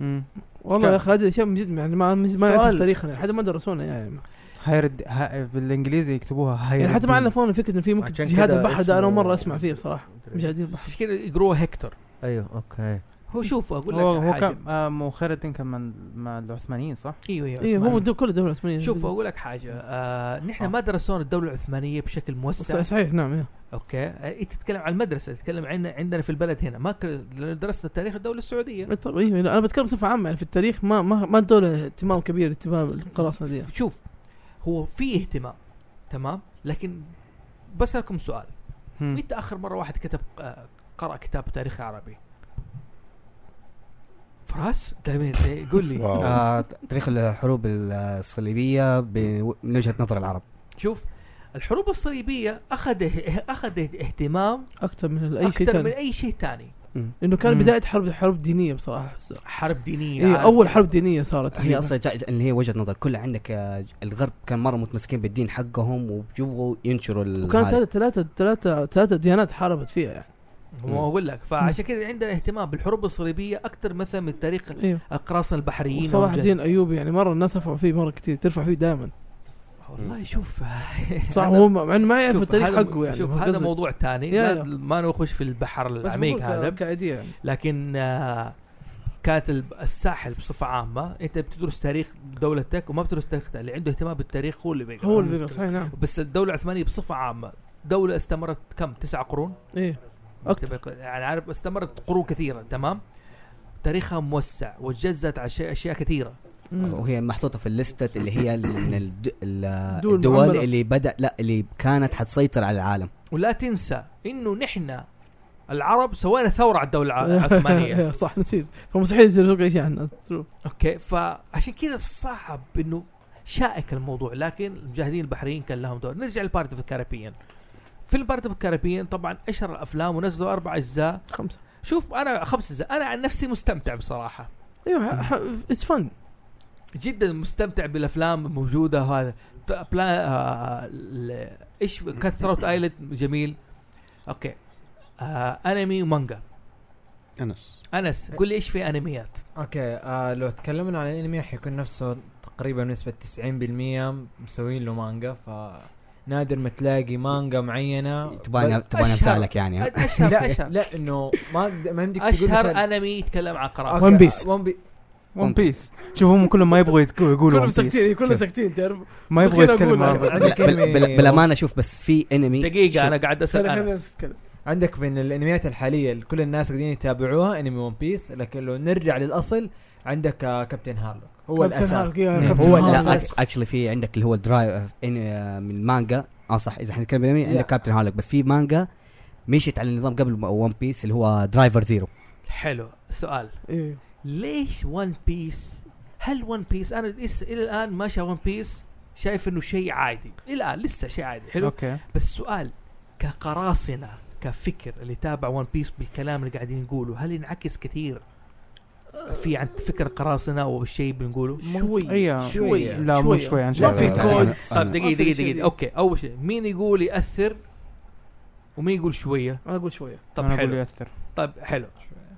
Speaker 2: مم.
Speaker 4: والله يا اخي هذه اشياء من جد يعني ما ما
Speaker 5: سؤال.
Speaker 4: نعرف تاريخنا حتى ما درسونا يعني
Speaker 2: هيرد ه... بالانجليزي يكتبوها
Speaker 4: يعني
Speaker 2: هيرد
Speaker 4: حتى ما عرفونا فكره انه في ممكن
Speaker 5: عشان
Speaker 4: جهاد
Speaker 5: كده
Speaker 4: البحر ده انا اول
Speaker 5: اسمه-
Speaker 4: مره اسمع فيه بصراحه مجاهدين البحر
Speaker 1: عشان كذا يقروه هكتور
Speaker 5: ايوه اوكي
Speaker 1: هو شوف اقول لك
Speaker 2: هو هو
Speaker 1: حاجه
Speaker 2: كان آه، مو خير الدين كان من مع العثمانيين صح؟
Speaker 1: ايوه ايوه
Speaker 2: إيوه،
Speaker 4: ايه هو
Speaker 1: عثماني.
Speaker 4: دول كل الدول العثمانيه
Speaker 1: شوف اقول لك حاجه آه نحن
Speaker 2: آه.
Speaker 1: ما درسونا الدوله العثمانيه بشكل موسع
Speaker 4: صح- صحيح نعم إيه.
Speaker 1: اوكي آه، انت تتكلم عن المدرسه تتكلم عن عندنا في البلد هنا ما ك- درسنا تاريخ الدوله السعوديه
Speaker 4: إيه طب ايوه لا، انا بتكلم بصفه عامه يعني في التاريخ ما ما ما الدوله اهتمام كبير اهتمام القراصنه دي
Speaker 1: شوف هو في اهتمام تمام لكن بسالكم سؤال
Speaker 2: مم.
Speaker 1: متى اخر مره واحد كتب آه، قرا كتاب تاريخ عربي فراس تمام، قول لي
Speaker 7: واو
Speaker 3: آه تاريخ الحروب الصليبيه ب- من وجهه نظر العرب
Speaker 1: شوف الحروب الصليبيه اخذ اخذ اهتمام
Speaker 4: اكثر من اي شيء
Speaker 1: اكثر من
Speaker 4: ثاني
Speaker 1: اي شيء ثاني
Speaker 4: انه كان
Speaker 2: مم.
Speaker 4: بدايه حرب حرب دينيه بصراحه أحسها.
Speaker 1: حرب دينيه
Speaker 4: إيه
Speaker 1: عارف.
Speaker 4: اول حرب دينيه صارت
Speaker 3: هي اصلا جا- جا- اللي هي وجهه نظر كلها عندك آه، ج- الغرب كان مره متمسكين بالدين حقهم وبيبغوا ينشروا ال-
Speaker 4: وكانت
Speaker 3: هذا.
Speaker 4: ثلاثة ثلاثة ثلاثة ثلاثة ديانات حاربت فيها يعني
Speaker 1: ما اقول لك فعشان كذا عندنا اهتمام بالحروب الصليبيه اكثر مثلا من تاريخ
Speaker 4: ايوه
Speaker 1: القراصنه البحريين
Speaker 4: وصلاح
Speaker 1: والمجاهدين.
Speaker 4: الدين ايوبي يعني مرة الناس رفعوا فيه مرة كثير ترفع فيه دائما
Speaker 1: والله شوف
Speaker 4: صح
Speaker 1: هذا-
Speaker 4: هو مع انه ما يعرف
Speaker 1: شوف
Speaker 4: التاريخ
Speaker 1: هذا-
Speaker 4: حقه يعني
Speaker 1: شوف
Speaker 4: هو
Speaker 1: هذا
Speaker 4: قصدي.
Speaker 1: موضوع ثاني
Speaker 4: يا
Speaker 1: لا-
Speaker 4: يا.
Speaker 1: ما نخش في البحر
Speaker 4: بس
Speaker 1: العميق
Speaker 4: الموضوع
Speaker 1: هذا
Speaker 4: ك- كأيدية يعني
Speaker 1: لكن آه، كانت الب- الساحل بصفه عامه انت بتدرس تاريخ دولتك وما بتدرس تاريخ اللي عنده اهتمام بالتاريخ هو اللي بيقرا
Speaker 4: هو اللي بيقرا صحيح نعم
Speaker 1: بس الدوله العثمانيه بصفه عامه دوله استمرت كم تسعة قرون
Speaker 4: ايه أكتر.
Speaker 1: تبقى- يعني عارف استمرت قرون كثيره تمام تاريخها موسع وتجزت على شيء- اشياء كثيره
Speaker 4: مم.
Speaker 3: وهي محطوطه في الليستة اللي هي ال- من الد- ال-
Speaker 4: دول
Speaker 3: الدول
Speaker 4: معمرة.
Speaker 3: اللي بدا لا اللي كانت حتسيطر على العالم
Speaker 1: ولا تنسى انه نحن العرب سوينا ثوره على الدوله الع- العثمانيه
Speaker 4: إيه، صح نسيت فمستحيل يصير يسوق اي شيء عنها ترو.
Speaker 1: اوكي فعشان كذا صعب انه شائك الموضوع لكن المجاهدين البحريين كان لهم دور نرجع لبارت في الكاريبيان في البارت في الكاريبيان طبعا اشهر الافلام ونزلوا اربع اجزاء
Speaker 4: خمسة
Speaker 1: شوف انا خمس اجزاء انا عن نفسي مستمتع بصراحه
Speaker 4: ايوه اتس فن
Speaker 1: جدا مستمتع بالافلام الموجوده وهذا ت- بلا آه، ال- ايش كثروت ايلاند جميل اوكي آه انمي ومانجا
Speaker 7: انس
Speaker 1: انس قول لي ايش في انميات
Speaker 6: اوكي آه لو تكلمنا عن الانمي حيكون نفسه تقريبا بنسبة 90% مسوين له مانجا ف نادر ما تلاقي مانجا معينة
Speaker 3: تبغى
Speaker 6: بل-
Speaker 3: تبغى
Speaker 1: أشهر.
Speaker 3: امثالك يعني ها؟
Speaker 1: اشهر
Speaker 6: لا
Speaker 1: اشهر
Speaker 6: لا انه ما أقدر- ما يمديك تقول
Speaker 1: اشهر
Speaker 6: مثلاً-
Speaker 1: انمي يتكلم عن قراءه
Speaker 6: أوكي،
Speaker 4: One Piece.
Speaker 6: One Piece.
Speaker 2: ون بيس شوف هم كلهم ما يبغوا يتك- يقولوا
Speaker 4: كلهم
Speaker 2: ون بيس
Speaker 4: ساكتين كلهم ساكتين تعرف
Speaker 2: ما يبغوا
Speaker 4: بخير
Speaker 2: يتكلموا
Speaker 4: أقول.
Speaker 2: عن ون
Speaker 6: عندك
Speaker 3: بل- بل- بل-
Speaker 6: أنمي-
Speaker 3: بالامانه شوف بس في انمي
Speaker 1: دقيقه
Speaker 3: شوف.
Speaker 1: انا قاعد اسال
Speaker 4: خلينا
Speaker 1: انس
Speaker 4: نتكلم
Speaker 6: عندك من الانميات الحاليه اللي كل الناس قاعدين يتابعوها انمي ون بيس لكن لو نرجع للأصل عندك آه، كابتن هارلوك هو
Speaker 4: كابتن
Speaker 6: الاساس
Speaker 4: هارلوك، يا
Speaker 6: مم.
Speaker 4: كابتن
Speaker 6: هو
Speaker 4: هارلوك.
Speaker 3: لا
Speaker 6: الاساس
Speaker 3: اكشلي في عندك اللي هو درايف من مانجا اه صح اذا حنتكلم بالانمي
Speaker 6: لا.
Speaker 3: عندك كابتن هارلوك بس في مانجا مشيت على النظام قبل ون بيس اللي هو درايفر زيرو
Speaker 1: حلو سؤال
Speaker 4: ايه
Speaker 1: ليش ون بيس هل ون بيس انا لسه الى الان ماشي ون بيس شايف انه شيء عادي الى الان لسه شيء عادي حلو
Speaker 2: اوكي
Speaker 1: بس سؤال كقراصنه كفكر اللي تابع ون بيس بالكلام اللي قاعدين نقوله هل ينعكس كثير في عن فكر قراصنه او الشيء بنقوله
Speaker 4: شوي
Speaker 2: أيوة.
Speaker 4: شوية
Speaker 2: لا مو شوي عن
Speaker 4: ما في
Speaker 7: شايف.
Speaker 4: كود
Speaker 1: طيب دقيقه
Speaker 4: في
Speaker 1: دقيقه
Speaker 4: شيء
Speaker 1: دقيقه اوكي اول شيء مين يقول ياثر ومين يقول شويه
Speaker 4: انا اقول شويه
Speaker 1: طب
Speaker 2: أنا أقول
Speaker 1: حلو
Speaker 2: يأثر
Speaker 1: طب حلو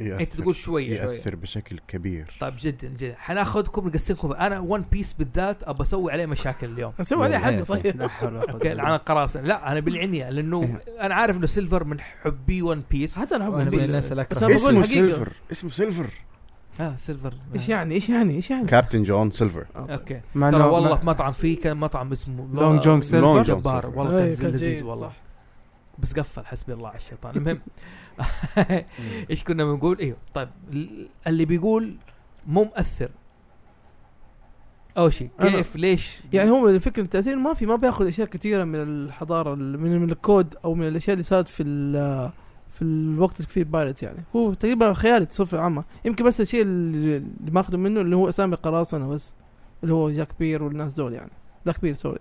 Speaker 5: إيه،
Speaker 7: يأثر
Speaker 1: انت تقول شويه
Speaker 7: يأثر بشكل كبير
Speaker 1: طيب جدا جدا حناخذكم نقسمكم انا ون بيس بالذات ابى اسوي عليه مشاكل اليوم
Speaker 4: نسوي عليه حلقه طيب
Speaker 2: إيه. لا حول ولا قوة
Speaker 1: اوكي
Speaker 2: إلا
Speaker 1: عن
Speaker 2: بالله.
Speaker 1: القراصنه لا انا بالعنيه لانه
Speaker 3: إيه.
Speaker 1: انا عارف انه سيلفر من حبي ون بيس
Speaker 4: حتى انا احب
Speaker 6: وأنا
Speaker 4: ون
Speaker 6: من
Speaker 4: بيس.
Speaker 6: الناس اللي
Speaker 4: بس
Speaker 6: أكره.
Speaker 4: انا بقول
Speaker 7: اسمه
Speaker 4: الحقيقه
Speaker 7: سيلفر اسمه سيلفر
Speaker 1: اه سيلفر
Speaker 4: ايش يعني ايش يعني ايش يعني
Speaker 7: كابتن جون سيلفر
Speaker 4: آه، طيب.
Speaker 1: اوكي
Speaker 2: مع
Speaker 1: ترى
Speaker 2: إنه-
Speaker 1: والله في مطعم فيه كان مطعم اسمه
Speaker 2: لونج جونج سيلفر.
Speaker 7: لونج جونج
Speaker 1: جبار
Speaker 7: سيلفر.
Speaker 1: والله كان
Speaker 4: أي، إيه، كان
Speaker 1: لذيذ
Speaker 4: جيد،
Speaker 1: والله
Speaker 4: صح.
Speaker 1: بس قفل حسبي الله على الشيطان المهم ايش كنا بنقول ايوه طيب ال- اللي بيقول مو مؤثر اول شيء
Speaker 4: أنا-
Speaker 1: كيف ليش
Speaker 4: يعني هو فكرة التأثير ما في ما بياخذ أشياء كثيرة من الحضارة ال- من من الكود أو من الأشياء اللي صارت في ال- في الوقت اللي فيه بايرتس يعني هو تقريبا خيالي تصفي عامة يمكن بس الشيء اللي اللي ماخذه منه اللي هو أسامي قراصنة بس اللي هو جاك بير والناس دول يعني بلاك بير سوري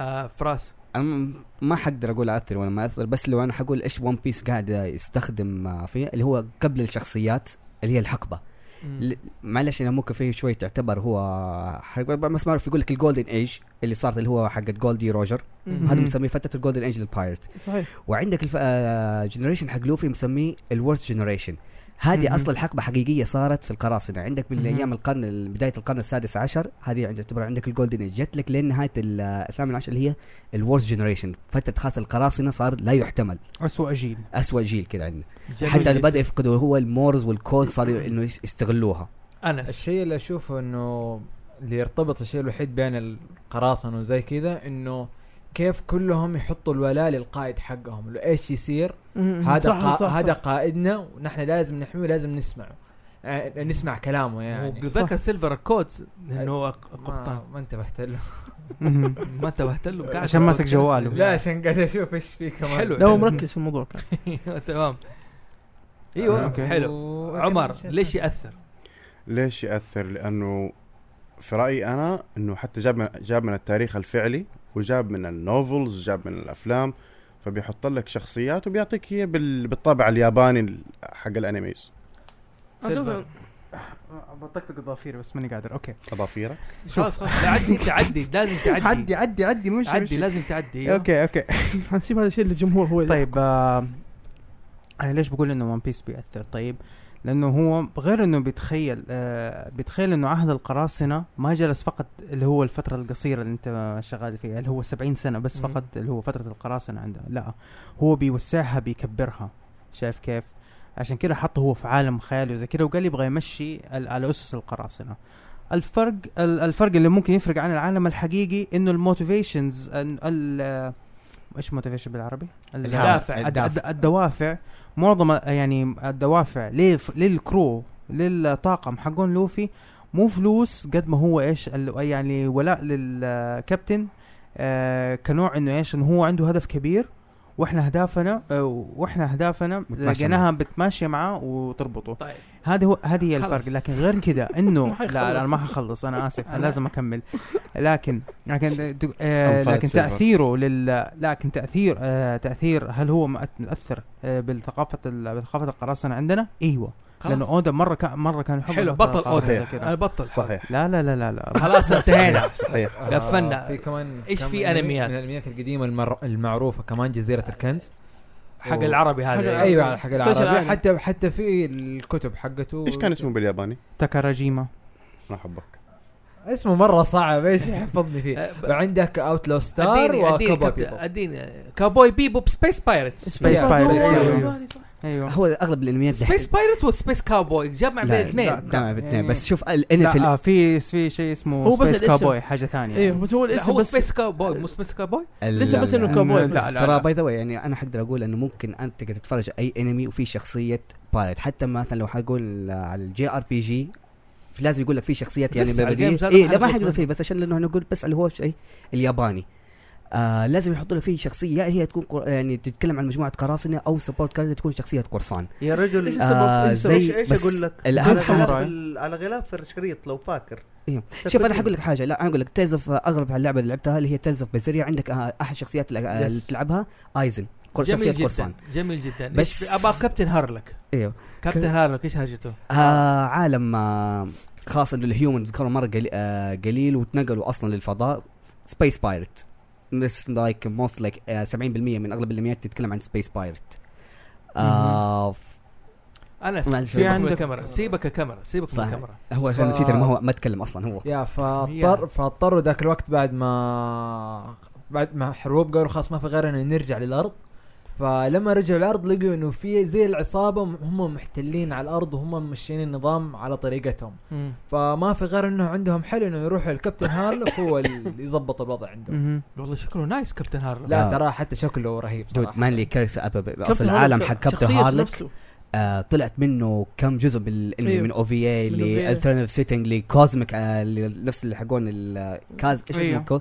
Speaker 1: آه فراس
Speaker 3: انا م- ما حقدر اقول اثر ولا ما اثر بس لو انا حقول ايش ون بيس قاعد يستخدم آه، فيه اللي هو قبل الشخصيات اللي هي الحقبه
Speaker 1: مم.
Speaker 3: ل- معلش انا ممكن فيه شوي تعتبر هو حقبه بس معروف يقول لك الجولدن ايج اللي صارت اللي هو حقت جولدي روجر
Speaker 1: مم.
Speaker 3: هذا
Speaker 2: مم.
Speaker 3: مسميه فتره الجولدن ايج للبايرت
Speaker 4: صحيح
Speaker 3: وعندك الجنريشن حق لوفي مسميه الورست جنريشن هذه
Speaker 2: مهم.
Speaker 3: اصلا الحقبه حقيقيه صارت في القراصنه عندك من
Speaker 2: مهم.
Speaker 3: ايام القرن ال- بدايه القرن السادس عشر هذه عند- تعتبر عندك الجولدن ايج جت لك لين نهايه ال- آه، الثامن عشر اللي هي الورست جنريشن فتره خاصه القراصنه صار لا يحتمل
Speaker 2: أسوأ جيل
Speaker 3: اسوء جيل كذا عندنا
Speaker 1: جميل
Speaker 3: حتى اللي
Speaker 1: جداً.
Speaker 3: بدا يفقدوا هو المورز والكود صاروا انه يس- يستغلوها
Speaker 1: انس
Speaker 6: الشيء اللي اشوفه انه اللي يرتبط الشيء الوحيد بين القراصنه وزي كذا انه كيف كلهم يحطوا الولاء للقائد حقهم لو ايش يصير هذا قا- هذا قائدنا ونحن لازم نحميه ولازم نسمعه آه، نسمع كلامه يعني
Speaker 1: وذكر سيلفر كودز انه
Speaker 6: ما,
Speaker 1: قبطان
Speaker 6: ما انتبهت له
Speaker 2: مهم.
Speaker 1: ما انتبهت له قاعد
Speaker 2: عشان ماسك جواله.
Speaker 6: لا عشان قاعد اشوف ايش في كمان
Speaker 1: حلو.
Speaker 4: لا هو مركز في الموضوع كان
Speaker 1: تمام
Speaker 2: آه،
Speaker 1: ايوه
Speaker 2: أوكي.
Speaker 1: حلو عمر ليش ياثر؟
Speaker 7: ليش ياثر لانه في رايي انا انه حتى جاب من جاب من التاريخ الفعلي وجاب من النوفلز وجاب من الافلام فبيحط لك شخصيات وبيعطيك هي بال- بالطابع الياباني ال- حق الانميز
Speaker 1: سيلفر.
Speaker 2: بطقطق ضفيري بس ماني قادر اوكي
Speaker 7: اظافيرك
Speaker 1: خلاص خلاص لا، عدي انت عدي لازم تعدي
Speaker 2: عدي عدي عدي مش
Speaker 1: عدي
Speaker 2: عدي
Speaker 1: لازم تعدي أيوة.
Speaker 2: اوكي اوكي
Speaker 4: حنسيب هذا الشيء للجمهور هو اللي-
Speaker 2: طيب آه أنا ليش بقول انه ون بيس بيأثر طيب لانه هو غير انه بيتخيل آه بيتخيل انه عهد القراصنه ما جلس فقط اللي هو الفتره القصيره اللي انت شغال فيها اللي هو 70 سنه بس
Speaker 1: مم.
Speaker 2: فقط اللي هو فتره القراصنه عنده لا هو بيوسعها بيكبرها شايف كيف عشان كده حطه هو في عالم خيالي وزي كده وقال يبغى يمشي ال- على اسس القراصنه الفرق ال- الفرق اللي ممكن يفرق عن العالم الحقيقي انه الموتيفيشنز ايش موتيفيشن بالعربي؟
Speaker 1: الدافع.
Speaker 2: الد- الد- الدوافع معظم يعني الدوافع ليه للكرو للطاقم حقون لوفي مو فلوس قد ما هو ايش ال- يعني ولاء للكابتن آه كنوع انه ايش انه هو عنده هدف كبير واحنا اهدافنا آه، واحنا اهدافنا
Speaker 3: متماشية
Speaker 2: لقيناها بتماشى معاه وتربطه
Speaker 1: طيب
Speaker 2: هذه هو هذه هي الفرق
Speaker 1: خلص.
Speaker 2: لكن غير كذا انه
Speaker 4: ما
Speaker 2: لا, لا انا
Speaker 4: حيخلص.
Speaker 2: ما حخلص انا اسف انا لازم اكمل لكن لكن د- آه
Speaker 7: أنفعت
Speaker 2: لكن
Speaker 7: سيلفر.
Speaker 2: تاثيره لل لكن تاثير آه تاثير هل هو مؤث- مؤثر آه بالثقافه ال- بثقافه القراصنه عندنا؟ ايوه
Speaker 1: خلاص.
Speaker 2: لانه اودا مره كان مره كان يحب
Speaker 1: حلو
Speaker 2: القراصنة
Speaker 1: بطل اودا
Speaker 2: كده.
Speaker 1: انا بطل
Speaker 7: صحيح
Speaker 2: لا لا لا لا لا
Speaker 1: خلاص انتهينا
Speaker 7: صحيح
Speaker 6: آه،
Speaker 1: قفلنا.
Speaker 6: في كمان
Speaker 1: إيش
Speaker 6: كم
Speaker 1: في
Speaker 6: أنمي-
Speaker 1: أنميات؟
Speaker 6: من الانميات القديمه المر... المعروفه كمان جزيره الكنز
Speaker 1: حق
Speaker 6: أوه.
Speaker 1: العربي هذا
Speaker 4: حق-
Speaker 1: أيوة.
Speaker 6: ايوه على حق
Speaker 4: فشل
Speaker 6: العربي
Speaker 4: العالم.
Speaker 6: حتى حتى في الكتب حقته
Speaker 7: ايش كان اسمه بالياباني؟
Speaker 2: تكاراجيما
Speaker 7: انا احبك
Speaker 6: اسمه مره صعب ايش يحفظني فيه
Speaker 1: أه، ب-
Speaker 6: عندك اوتلو ستار
Speaker 1: اديني اديني
Speaker 6: وكوبا
Speaker 1: كابتن-
Speaker 6: بيبو
Speaker 1: اديني كابوي بيبوب سبيس بايرتس
Speaker 2: سبيس
Speaker 6: Yeah.
Speaker 2: بايرتس
Speaker 6: أيوة.
Speaker 2: أيوة.
Speaker 4: والله صح.
Speaker 2: ايوه
Speaker 3: هو اغلب الانميات
Speaker 1: سبيس بايرت وسبيس كاوبوي جمع بين
Speaker 3: لا،
Speaker 1: الاثنين
Speaker 3: جامعة باثنين
Speaker 2: يعني-
Speaker 3: بس شوف الان في
Speaker 2: لا آه، في في شيء اسمه
Speaker 4: هو بس
Speaker 2: سبيس
Speaker 4: الاسم.
Speaker 2: كابوي حاجه ثانيه
Speaker 4: ايوه بس هو
Speaker 1: لا،
Speaker 4: الاسم
Speaker 1: هو
Speaker 4: بس
Speaker 1: سبيس كاوبوي مو سبيس كاوبوي
Speaker 3: ال-
Speaker 4: ليس بس انه
Speaker 3: ال-
Speaker 4: كابوي
Speaker 2: لا، لا،
Speaker 4: بس.
Speaker 2: لا.
Speaker 3: ترى باي ذا واي يعني انا حقدر اقول انه ممكن انت قاعد تتفرج اي انمي وفي شخصيه بايرت حتى مثلا لو حقول آه، على الجي ار بي جي لازم يقول لك في شخصيات يعني
Speaker 1: بس على
Speaker 3: بديل
Speaker 1: الجيمز هذا
Speaker 3: اي
Speaker 1: ما
Speaker 3: لا ما
Speaker 1: حنخلص
Speaker 3: حقدر
Speaker 1: منه.
Speaker 3: فيه بس عشان لانه نقول بس اللي هو شيء الياباني آه لازم يحطوا لك فيه شخصيه يا هي تكون قر- يعني تتكلم عن مجموعه قراصنه او سبورت كارد تكون شخصيه قرصان
Speaker 5: يا
Speaker 4: إيش
Speaker 5: رجل
Speaker 4: السبب؟
Speaker 3: آه،
Speaker 4: إيش السبب؟
Speaker 3: زي-
Speaker 5: ايش
Speaker 3: بس
Speaker 5: اقول لك؟
Speaker 3: الأهم
Speaker 5: على غلاف
Speaker 2: ساموراي.
Speaker 5: ال- على غلاف الشريط لو فاكر
Speaker 3: إيه.
Speaker 5: تفتكر.
Speaker 3: شوف انا حقول لك حاجه لا انا اقول لك تيلز اوف اغلب اللعبه اللي لعبتها اللي هي تيلز اوف بيزيريا عندك آه، احد الشخصيات اللي- آه، اللي تلعبها ايزن قر- شخصيه
Speaker 1: جميل
Speaker 3: قرصان
Speaker 1: جدا جميل جدا
Speaker 3: بس-
Speaker 1: بس ابغى كابتن هارلك
Speaker 3: ايوه
Speaker 1: كابتن
Speaker 3: كابتن-
Speaker 1: هارلك ايش هرجته؟
Speaker 3: آه عالم آه خاص انه الهيومنز كانوا مره قليل, آه قليل وتنقلوا اصلا للفضاء سبيس بايرت this like most like uh, 70% من اغلب الانميات تتكلم عن سبيس بايرت آه ف-
Speaker 1: انس
Speaker 3: ما
Speaker 1: سيبك من
Speaker 2: عندك-
Speaker 1: الكاميرا سيبك الكاميرا سيبك من
Speaker 3: صح.
Speaker 1: الكاميرا
Speaker 3: هو عشان
Speaker 6: ف-
Speaker 3: نسيت إنه ما هو ما تكلم اصلا هو
Speaker 6: يا
Speaker 1: يا.
Speaker 6: فاضطر فاضطروا ذاك الوقت بعد ما بعد ما حروب قالوا خلاص ما في غير انه نرجع للارض فلما رجعوا الارض لقوا انه في زي العصابه م- هم محتلين على الارض وهم ماشيين النظام على طريقتهم
Speaker 1: مم.
Speaker 6: فما في غير انه عندهم حل انه يروحوا الكابتن هارلوك هو اللي يظبط الوضع عندهم
Speaker 2: مهم.
Speaker 1: والله شكله نايس كابتن هارلو
Speaker 6: لا
Speaker 3: آه.
Speaker 6: ترى حتى شكله رهيب
Speaker 3: دود
Speaker 6: صراحه
Speaker 3: مان لي كارثه أبب-
Speaker 4: كابتن
Speaker 3: اصلا العالم
Speaker 4: هارلوك
Speaker 3: حق كابتن
Speaker 4: شخصيته
Speaker 3: هارلك
Speaker 4: نفسه.
Speaker 3: آه طلعت منه كم جزء بالانمي
Speaker 6: إيه.
Speaker 4: أيوه.
Speaker 3: من او في اي
Speaker 4: من OVA.
Speaker 3: لالترنف سيتنج لكوزميك آه ل- نفس اللي حقون الكاز ايش اسمه
Speaker 6: إيه.
Speaker 2: أيوه.
Speaker 3: كو-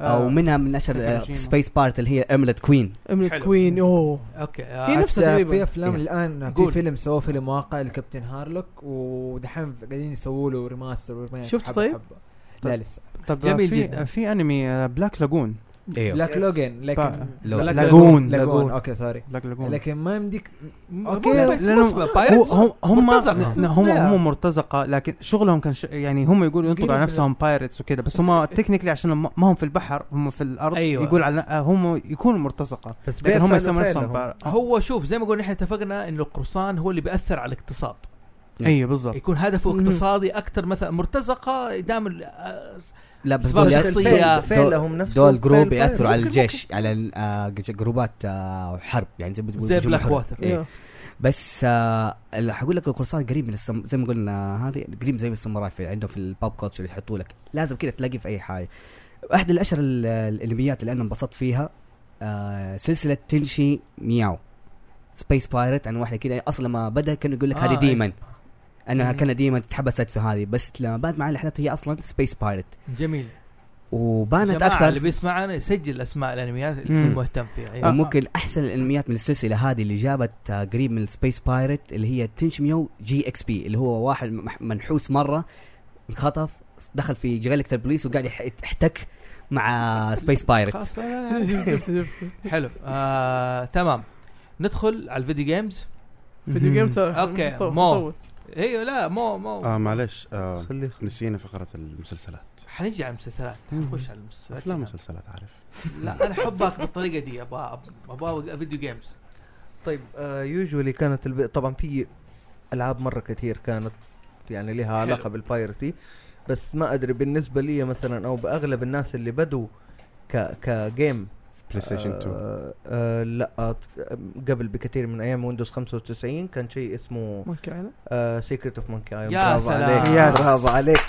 Speaker 2: آه،
Speaker 3: او منها من اشهر
Speaker 2: كوجيما.
Speaker 3: سبيس بارت اللي هي ايملت كوين
Speaker 4: امنيت
Speaker 1: حلو.
Speaker 4: كوين اوه
Speaker 1: اوكي
Speaker 4: هي
Speaker 1: آه.
Speaker 4: نفسها
Speaker 6: حتى في
Speaker 4: تقريبا
Speaker 6: افلام
Speaker 3: إيه.
Speaker 6: الان في
Speaker 1: قول.
Speaker 6: فيلم سووه فيلم واقع لكابتن هارلوك ودحين قاعدين يسووا له ريماستر وريميك
Speaker 4: شفته
Speaker 6: حبة
Speaker 4: طيب؟
Speaker 6: حبة. لا لسه
Speaker 2: طب
Speaker 1: جميل
Speaker 2: في
Speaker 1: جداً.
Speaker 2: في آه، انمي بلاك لاجون
Speaker 3: ايوه
Speaker 6: بلاك لوجن لكن
Speaker 3: لو-
Speaker 6: بلاك
Speaker 2: لاجون.
Speaker 6: لاجون اوكي سوري
Speaker 2: بلاك
Speaker 3: Oh.
Speaker 2: لاجون
Speaker 6: لكن ما يمديك
Speaker 1: اوكي
Speaker 6: أوكي،
Speaker 2: لأنه هو-
Speaker 1: لانه
Speaker 2: هم هم
Speaker 1: مرتزقة.
Speaker 2: ن- هم
Speaker 6: لا.
Speaker 2: هم مرتزقه لكن شغلهم كان ش... يعني هم يقولوا ينطقوا على
Speaker 6: قريب
Speaker 2: نفسهم بايرتس وكذا بس هم تكنيكلي عشان ما ما هم في البحر هم في الارض
Speaker 1: أيوة.
Speaker 2: يقول على آه، هم يكونوا مرتزقه
Speaker 5: بس
Speaker 2: لكن هم
Speaker 5: بيفعلوا
Speaker 2: يسموا
Speaker 5: فعلا
Speaker 2: نفسهم
Speaker 5: هم.
Speaker 2: باير-
Speaker 1: هو شوف زي ما قلنا احنا اتفقنا انه القرصان هو اللي بياثر على الاقتصاد
Speaker 2: ايوه بالضبط
Speaker 1: يكون هدفه
Speaker 4: مم.
Speaker 1: اقتصادي اكثر مثلا مرتزقه دائما آه،
Speaker 3: لا بس
Speaker 1: أسباب
Speaker 3: دول
Speaker 5: فعل-
Speaker 1: شخصية.
Speaker 3: يأث- دول-
Speaker 5: فعلهم نفسهم
Speaker 3: دول جروب
Speaker 5: فعل-
Speaker 3: ياثروا على
Speaker 5: ممكن-
Speaker 3: الجيش على ال- آه، ج- جروبات آه، حرب يعني زي ما تقول
Speaker 1: زي
Speaker 3: جيوش
Speaker 1: بلاك
Speaker 3: حرب.
Speaker 1: واتر.
Speaker 3: إيه.
Speaker 4: يا.
Speaker 3: بس آه اللي حقول لك القرصان قريب من السم... زي ما قلنا هذه قريب زي الساموراي في عندهم في البوب كلتشر يحطوا لك لازم كده تلاقي في اي حاجه احد الاشهر ال- الانميات اللي انا انبسطت فيها آه سلسله تنشي مياو سبيس بايرت عن واحده كده اصلا لما بدا كان يقول لك
Speaker 1: آه،
Speaker 3: هذه
Speaker 1: أيوة.
Speaker 3: ديمن انها
Speaker 1: مم.
Speaker 3: كانت ديمن اتحبست في هذه بس لما بان معي الاحداث هي اصلا سبيس بايرت
Speaker 1: جميل
Speaker 3: وبانت
Speaker 1: جماعة
Speaker 3: اكثر
Speaker 1: اللي بيسمعنا يسجل اسماء الانميات اللي
Speaker 2: مم.
Speaker 1: هو مهتم فيها
Speaker 5: آه.
Speaker 1: أيوة.
Speaker 3: وممكن احسن الانميات من السلسله هذه اللي جابت آه، قريب من السبيس بايرت اللي هي تنشميو جي اكس بي اللي هو واحد مح- منحوس مره انخطف دخل في جالكت البوليس وقاعد يح- يحتك مع سبيس بايرت
Speaker 1: آه، خلاص لا، لا، لا.
Speaker 4: شفت شفت شفت
Speaker 1: حلو آه، تمام ندخل على الفيديو جيمز
Speaker 4: فيديو جيم ترى
Speaker 1: أوكي،
Speaker 4: طول-
Speaker 1: مو.
Speaker 4: طول.
Speaker 1: ايوه لا مو مو
Speaker 7: آه معلش آه
Speaker 5: خليه
Speaker 7: نسينا فقره المسلسلات
Speaker 1: حنجي على المسلسلات نخش على المسلسلات
Speaker 7: افلام مسلسلات عارف
Speaker 1: لا انا حبك بالطريقه دي ابغى ابغى فيديو جيمز
Speaker 5: طيب يوجولي كانت الب... طبعا في العاب مره كثير كانت يعني لها
Speaker 1: حلو.
Speaker 5: علاقه بالبايرتي بس ما ادري بالنسبه لي مثلا او باغلب الناس اللي بدوا ك كجيم
Speaker 7: بلاي ستيشن 2
Speaker 5: آه آه لا آه قبل بكثير من ايام ويندوز 95 كان شيء اسمه
Speaker 4: ما كان
Speaker 5: سيكريت اوف مونكي ايلاند
Speaker 1: يا
Speaker 5: برافو
Speaker 1: سلام.
Speaker 5: عليك
Speaker 2: يس.
Speaker 5: برافو عليك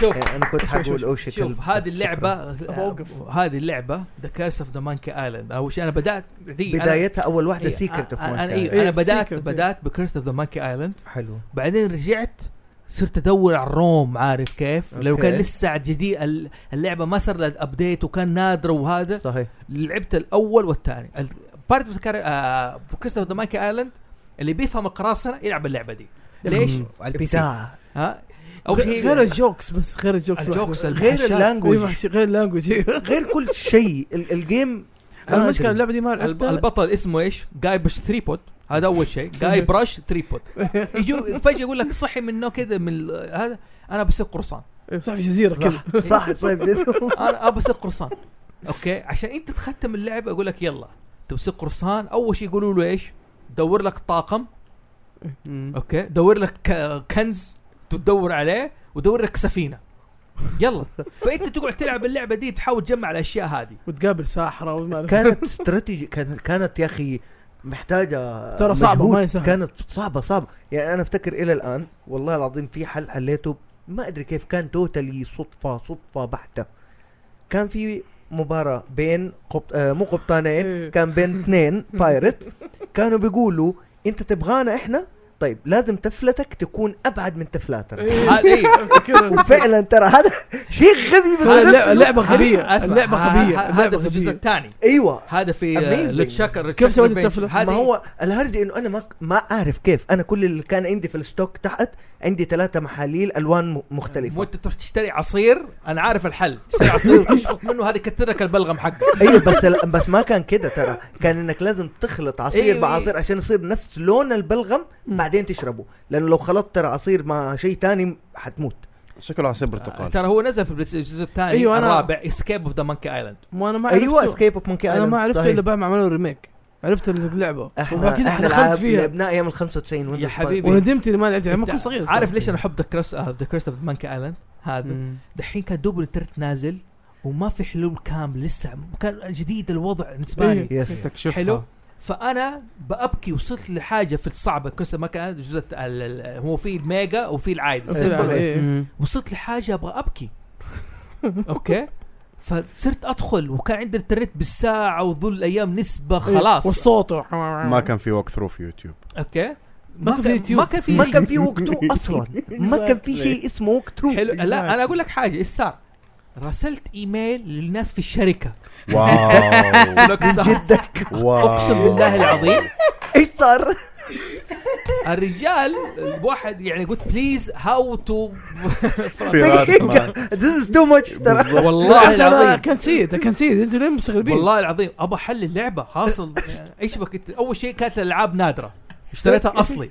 Speaker 1: شوف
Speaker 5: إيه، انا كنت
Speaker 4: اسمع، شوف،
Speaker 5: حقول او شيت
Speaker 1: شوف هذه اللعبه
Speaker 4: أبغى أوقف.
Speaker 1: آه، هذه اللعبه ذا كيرس اوف ذا مانكي ايلاند اول شيء انا بدات دقيقة، أنا-
Speaker 5: بدايتها اول واحده
Speaker 1: إيه،
Speaker 5: سيكريت اوف
Speaker 1: أنا- انا
Speaker 5: مونكي
Speaker 1: إيه، انا
Speaker 4: إيه،
Speaker 1: بدات
Speaker 4: Secret، إيه.
Speaker 1: بدات بكيرس اوف ذا مانكي ايلاند
Speaker 5: حلو
Speaker 1: بعدين رجعت صرت ادور على الروم عارف كيف؟ لو كان
Speaker 5: أوكي.
Speaker 1: لسه عاد جديد ال- اللعبه ما صار لها ابديت وكان نادره وهذا
Speaker 5: صحيح
Speaker 1: لعبت الاول والثاني بارت اوف كريستوف ذا مايكي ايلاند اللي بيفهم القراصنه يلعب اللعبه دي ليش؟
Speaker 3: على البي سي
Speaker 1: ها؟ اول شيء
Speaker 4: غير الجوكس بس غير الجوكس
Speaker 1: الجوكس
Speaker 4: لوحده.
Speaker 5: غير
Speaker 1: الوحشة.
Speaker 4: إيه،
Speaker 5: اللانجوج
Speaker 4: وحش- غير اللانجوج إيه.
Speaker 5: غير كل شيء ال- الجيم ما
Speaker 4: انا المشكله
Speaker 5: أدري.
Speaker 4: اللعبه دي ما
Speaker 1: الب-
Speaker 4: عرفتها
Speaker 1: البطل اسمه ايش؟ جاي بش ثريبود هذا اول شيء جاي براش ثريبود يجوا فجاه يقول لك صحي منه كذا من ال- هذا انا بصير قرصان
Speaker 4: إيه، صح في جزيره كذا
Speaker 5: صح صح طيب
Speaker 1: انا ابى اصير قرصان اوكي عشان انت تختم اللعبه اقول لك يلا تبي تصير قرصان اول شيء يقولوا له ايش؟ دور لك طاقم اوكي دور لك ك- كنز تدور عليه ودور لك سفينه يلا فانت تقعد تلعب اللعبه دي تحاول تجمع الاشياء هذه
Speaker 4: وتقابل ساحره وما أعرف.
Speaker 5: كانت استراتيجي كانت كانت يا اخي محتاجه
Speaker 4: ترى صعبة،
Speaker 5: مجهود.
Speaker 4: ما هي سهلة.
Speaker 5: كانت صعبه صعبه يعني انا افتكر الى الان والله العظيم في حل حليته ما ادري كيف كان توتالي صدفه صدفه بحته كان في مباراه بين قبط... آه مو
Speaker 4: إيه.
Speaker 5: قبطانين كان بين اثنين بايرت كانوا بيقولوا انت تبغانا احنا طيب لازم تفلتك تكون ابعد من تفلاتنا
Speaker 4: إيه.
Speaker 1: هذا إيه.
Speaker 4: أفتكرها.
Speaker 5: وفعلا ترى هذا شيء غبي بس
Speaker 4: ترى اللعبة-
Speaker 5: غبي.
Speaker 4: اللعبه غبيه
Speaker 1: أسمع،
Speaker 4: اللعبه
Speaker 1: ه-
Speaker 4: غبيه
Speaker 1: ه- هذا
Speaker 4: اللعبة
Speaker 1: في الجزء
Speaker 4: غبية.
Speaker 1: الثاني
Speaker 5: ايوه
Speaker 1: هذا في آه،
Speaker 5: Amazing.
Speaker 1: لتشكر
Speaker 4: كيف سويت
Speaker 1: Revenge.
Speaker 4: الطفلة؟
Speaker 1: هذه
Speaker 5: ما هو الهرجه انه انا ما ما اعرف كيف انا كل اللي كان عندي في الستوك تحت عندي ثلاثه محاليل الوان م-
Speaker 1: مو
Speaker 5: مختلفه
Speaker 1: انت تروح تشتري عصير انا عارف الحل تشتري عصير تشفط منه هذا يكتر لك البلغم حقك
Speaker 5: ايوه بس ال- بس ما كان كده ترى كان انك لازم تخلط عصير
Speaker 1: أيوة.
Speaker 5: بعصير عشان يصير نفس لون البلغم
Speaker 4: مم.
Speaker 5: بعدين تشربه لانه لو خلطت ترى عصير مع شيء تاني حتموت
Speaker 7: شكله عصير برتقال
Speaker 5: آه،
Speaker 1: ترى هو نزل في البلاي ستيشن الجزء الثاني
Speaker 4: أيوة
Speaker 1: أيوة
Speaker 4: أنا-
Speaker 1: الرابع اسكيب اوف ذا مانكي ايلاند
Speaker 4: مو انا ما عرفته
Speaker 1: أيوة،
Speaker 5: ايوه اسكيب اوف مونكي
Speaker 4: انا ما
Speaker 1: طيب.
Speaker 4: عرفته الا بعد ما عملوا الريميك عرفت اللعبه
Speaker 5: احنا
Speaker 4: وأكيد
Speaker 5: احنا
Speaker 4: دخلت
Speaker 5: دخلت
Speaker 4: فيها.
Speaker 5: فيها لعبناء ايام ال 95 وأنت
Speaker 1: يا
Speaker 5: صغير.
Speaker 1: حبيبي.
Speaker 4: وندمت اني ما لعبت يعني ما
Speaker 1: أنت
Speaker 4: كنت صغير
Speaker 1: عارف ليش انا احب ذا كريست ذا كريست اوف مانكي ايلاند هذا دحين كان دوب الانترنت نازل وما في حلول كامل لسه كان جديد الوضع بالنسبه لي
Speaker 4: إيه.
Speaker 5: يس
Speaker 2: استكشفها
Speaker 1: حلو. فانا بابكي وصلت لحاجه في الصعبه كريست ما كان الجزء الت- ال- ال- هو في الميجا وفي العادي
Speaker 5: أصير
Speaker 4: أصير
Speaker 5: طبيعي.
Speaker 4: إيه.
Speaker 2: مم.
Speaker 1: وصلت لحاجه ابغى ابكي اوكي فصرت ادخل وكان عندي الانترنت بالساعه وظل ايام نسبه
Speaker 4: إيه،
Speaker 1: خلاص
Speaker 4: والصوت
Speaker 7: ما كان في وك ثرو في يوتيوب
Speaker 1: اوكي
Speaker 4: ما كان في يوتيوب.
Speaker 1: ما كان في
Speaker 5: ما كان في ووك ترو اصلا ما كان في شيء اسمه ووك ترو
Speaker 1: حلو لا انا اقول لك حاجه ايش صار؟ راسلت ايميل للناس في الشركه
Speaker 7: واو
Speaker 1: لك صح.
Speaker 7: واو
Speaker 1: اقسم بالله العظيم
Speaker 5: ايش صار؟
Speaker 1: الرجال الواحد يعني قلت بليز هاو تو
Speaker 7: في راس مال.
Speaker 5: This is too much ترى
Speaker 1: والله العظيم
Speaker 4: كان سيء كان سيء انتوا ليه مستغربين
Speaker 1: والله العظيم ابى احل اللعبه حاصل يعني ايش بك إنت؟ اول شيء كانت الالعاب نادره اشتريتها اصلي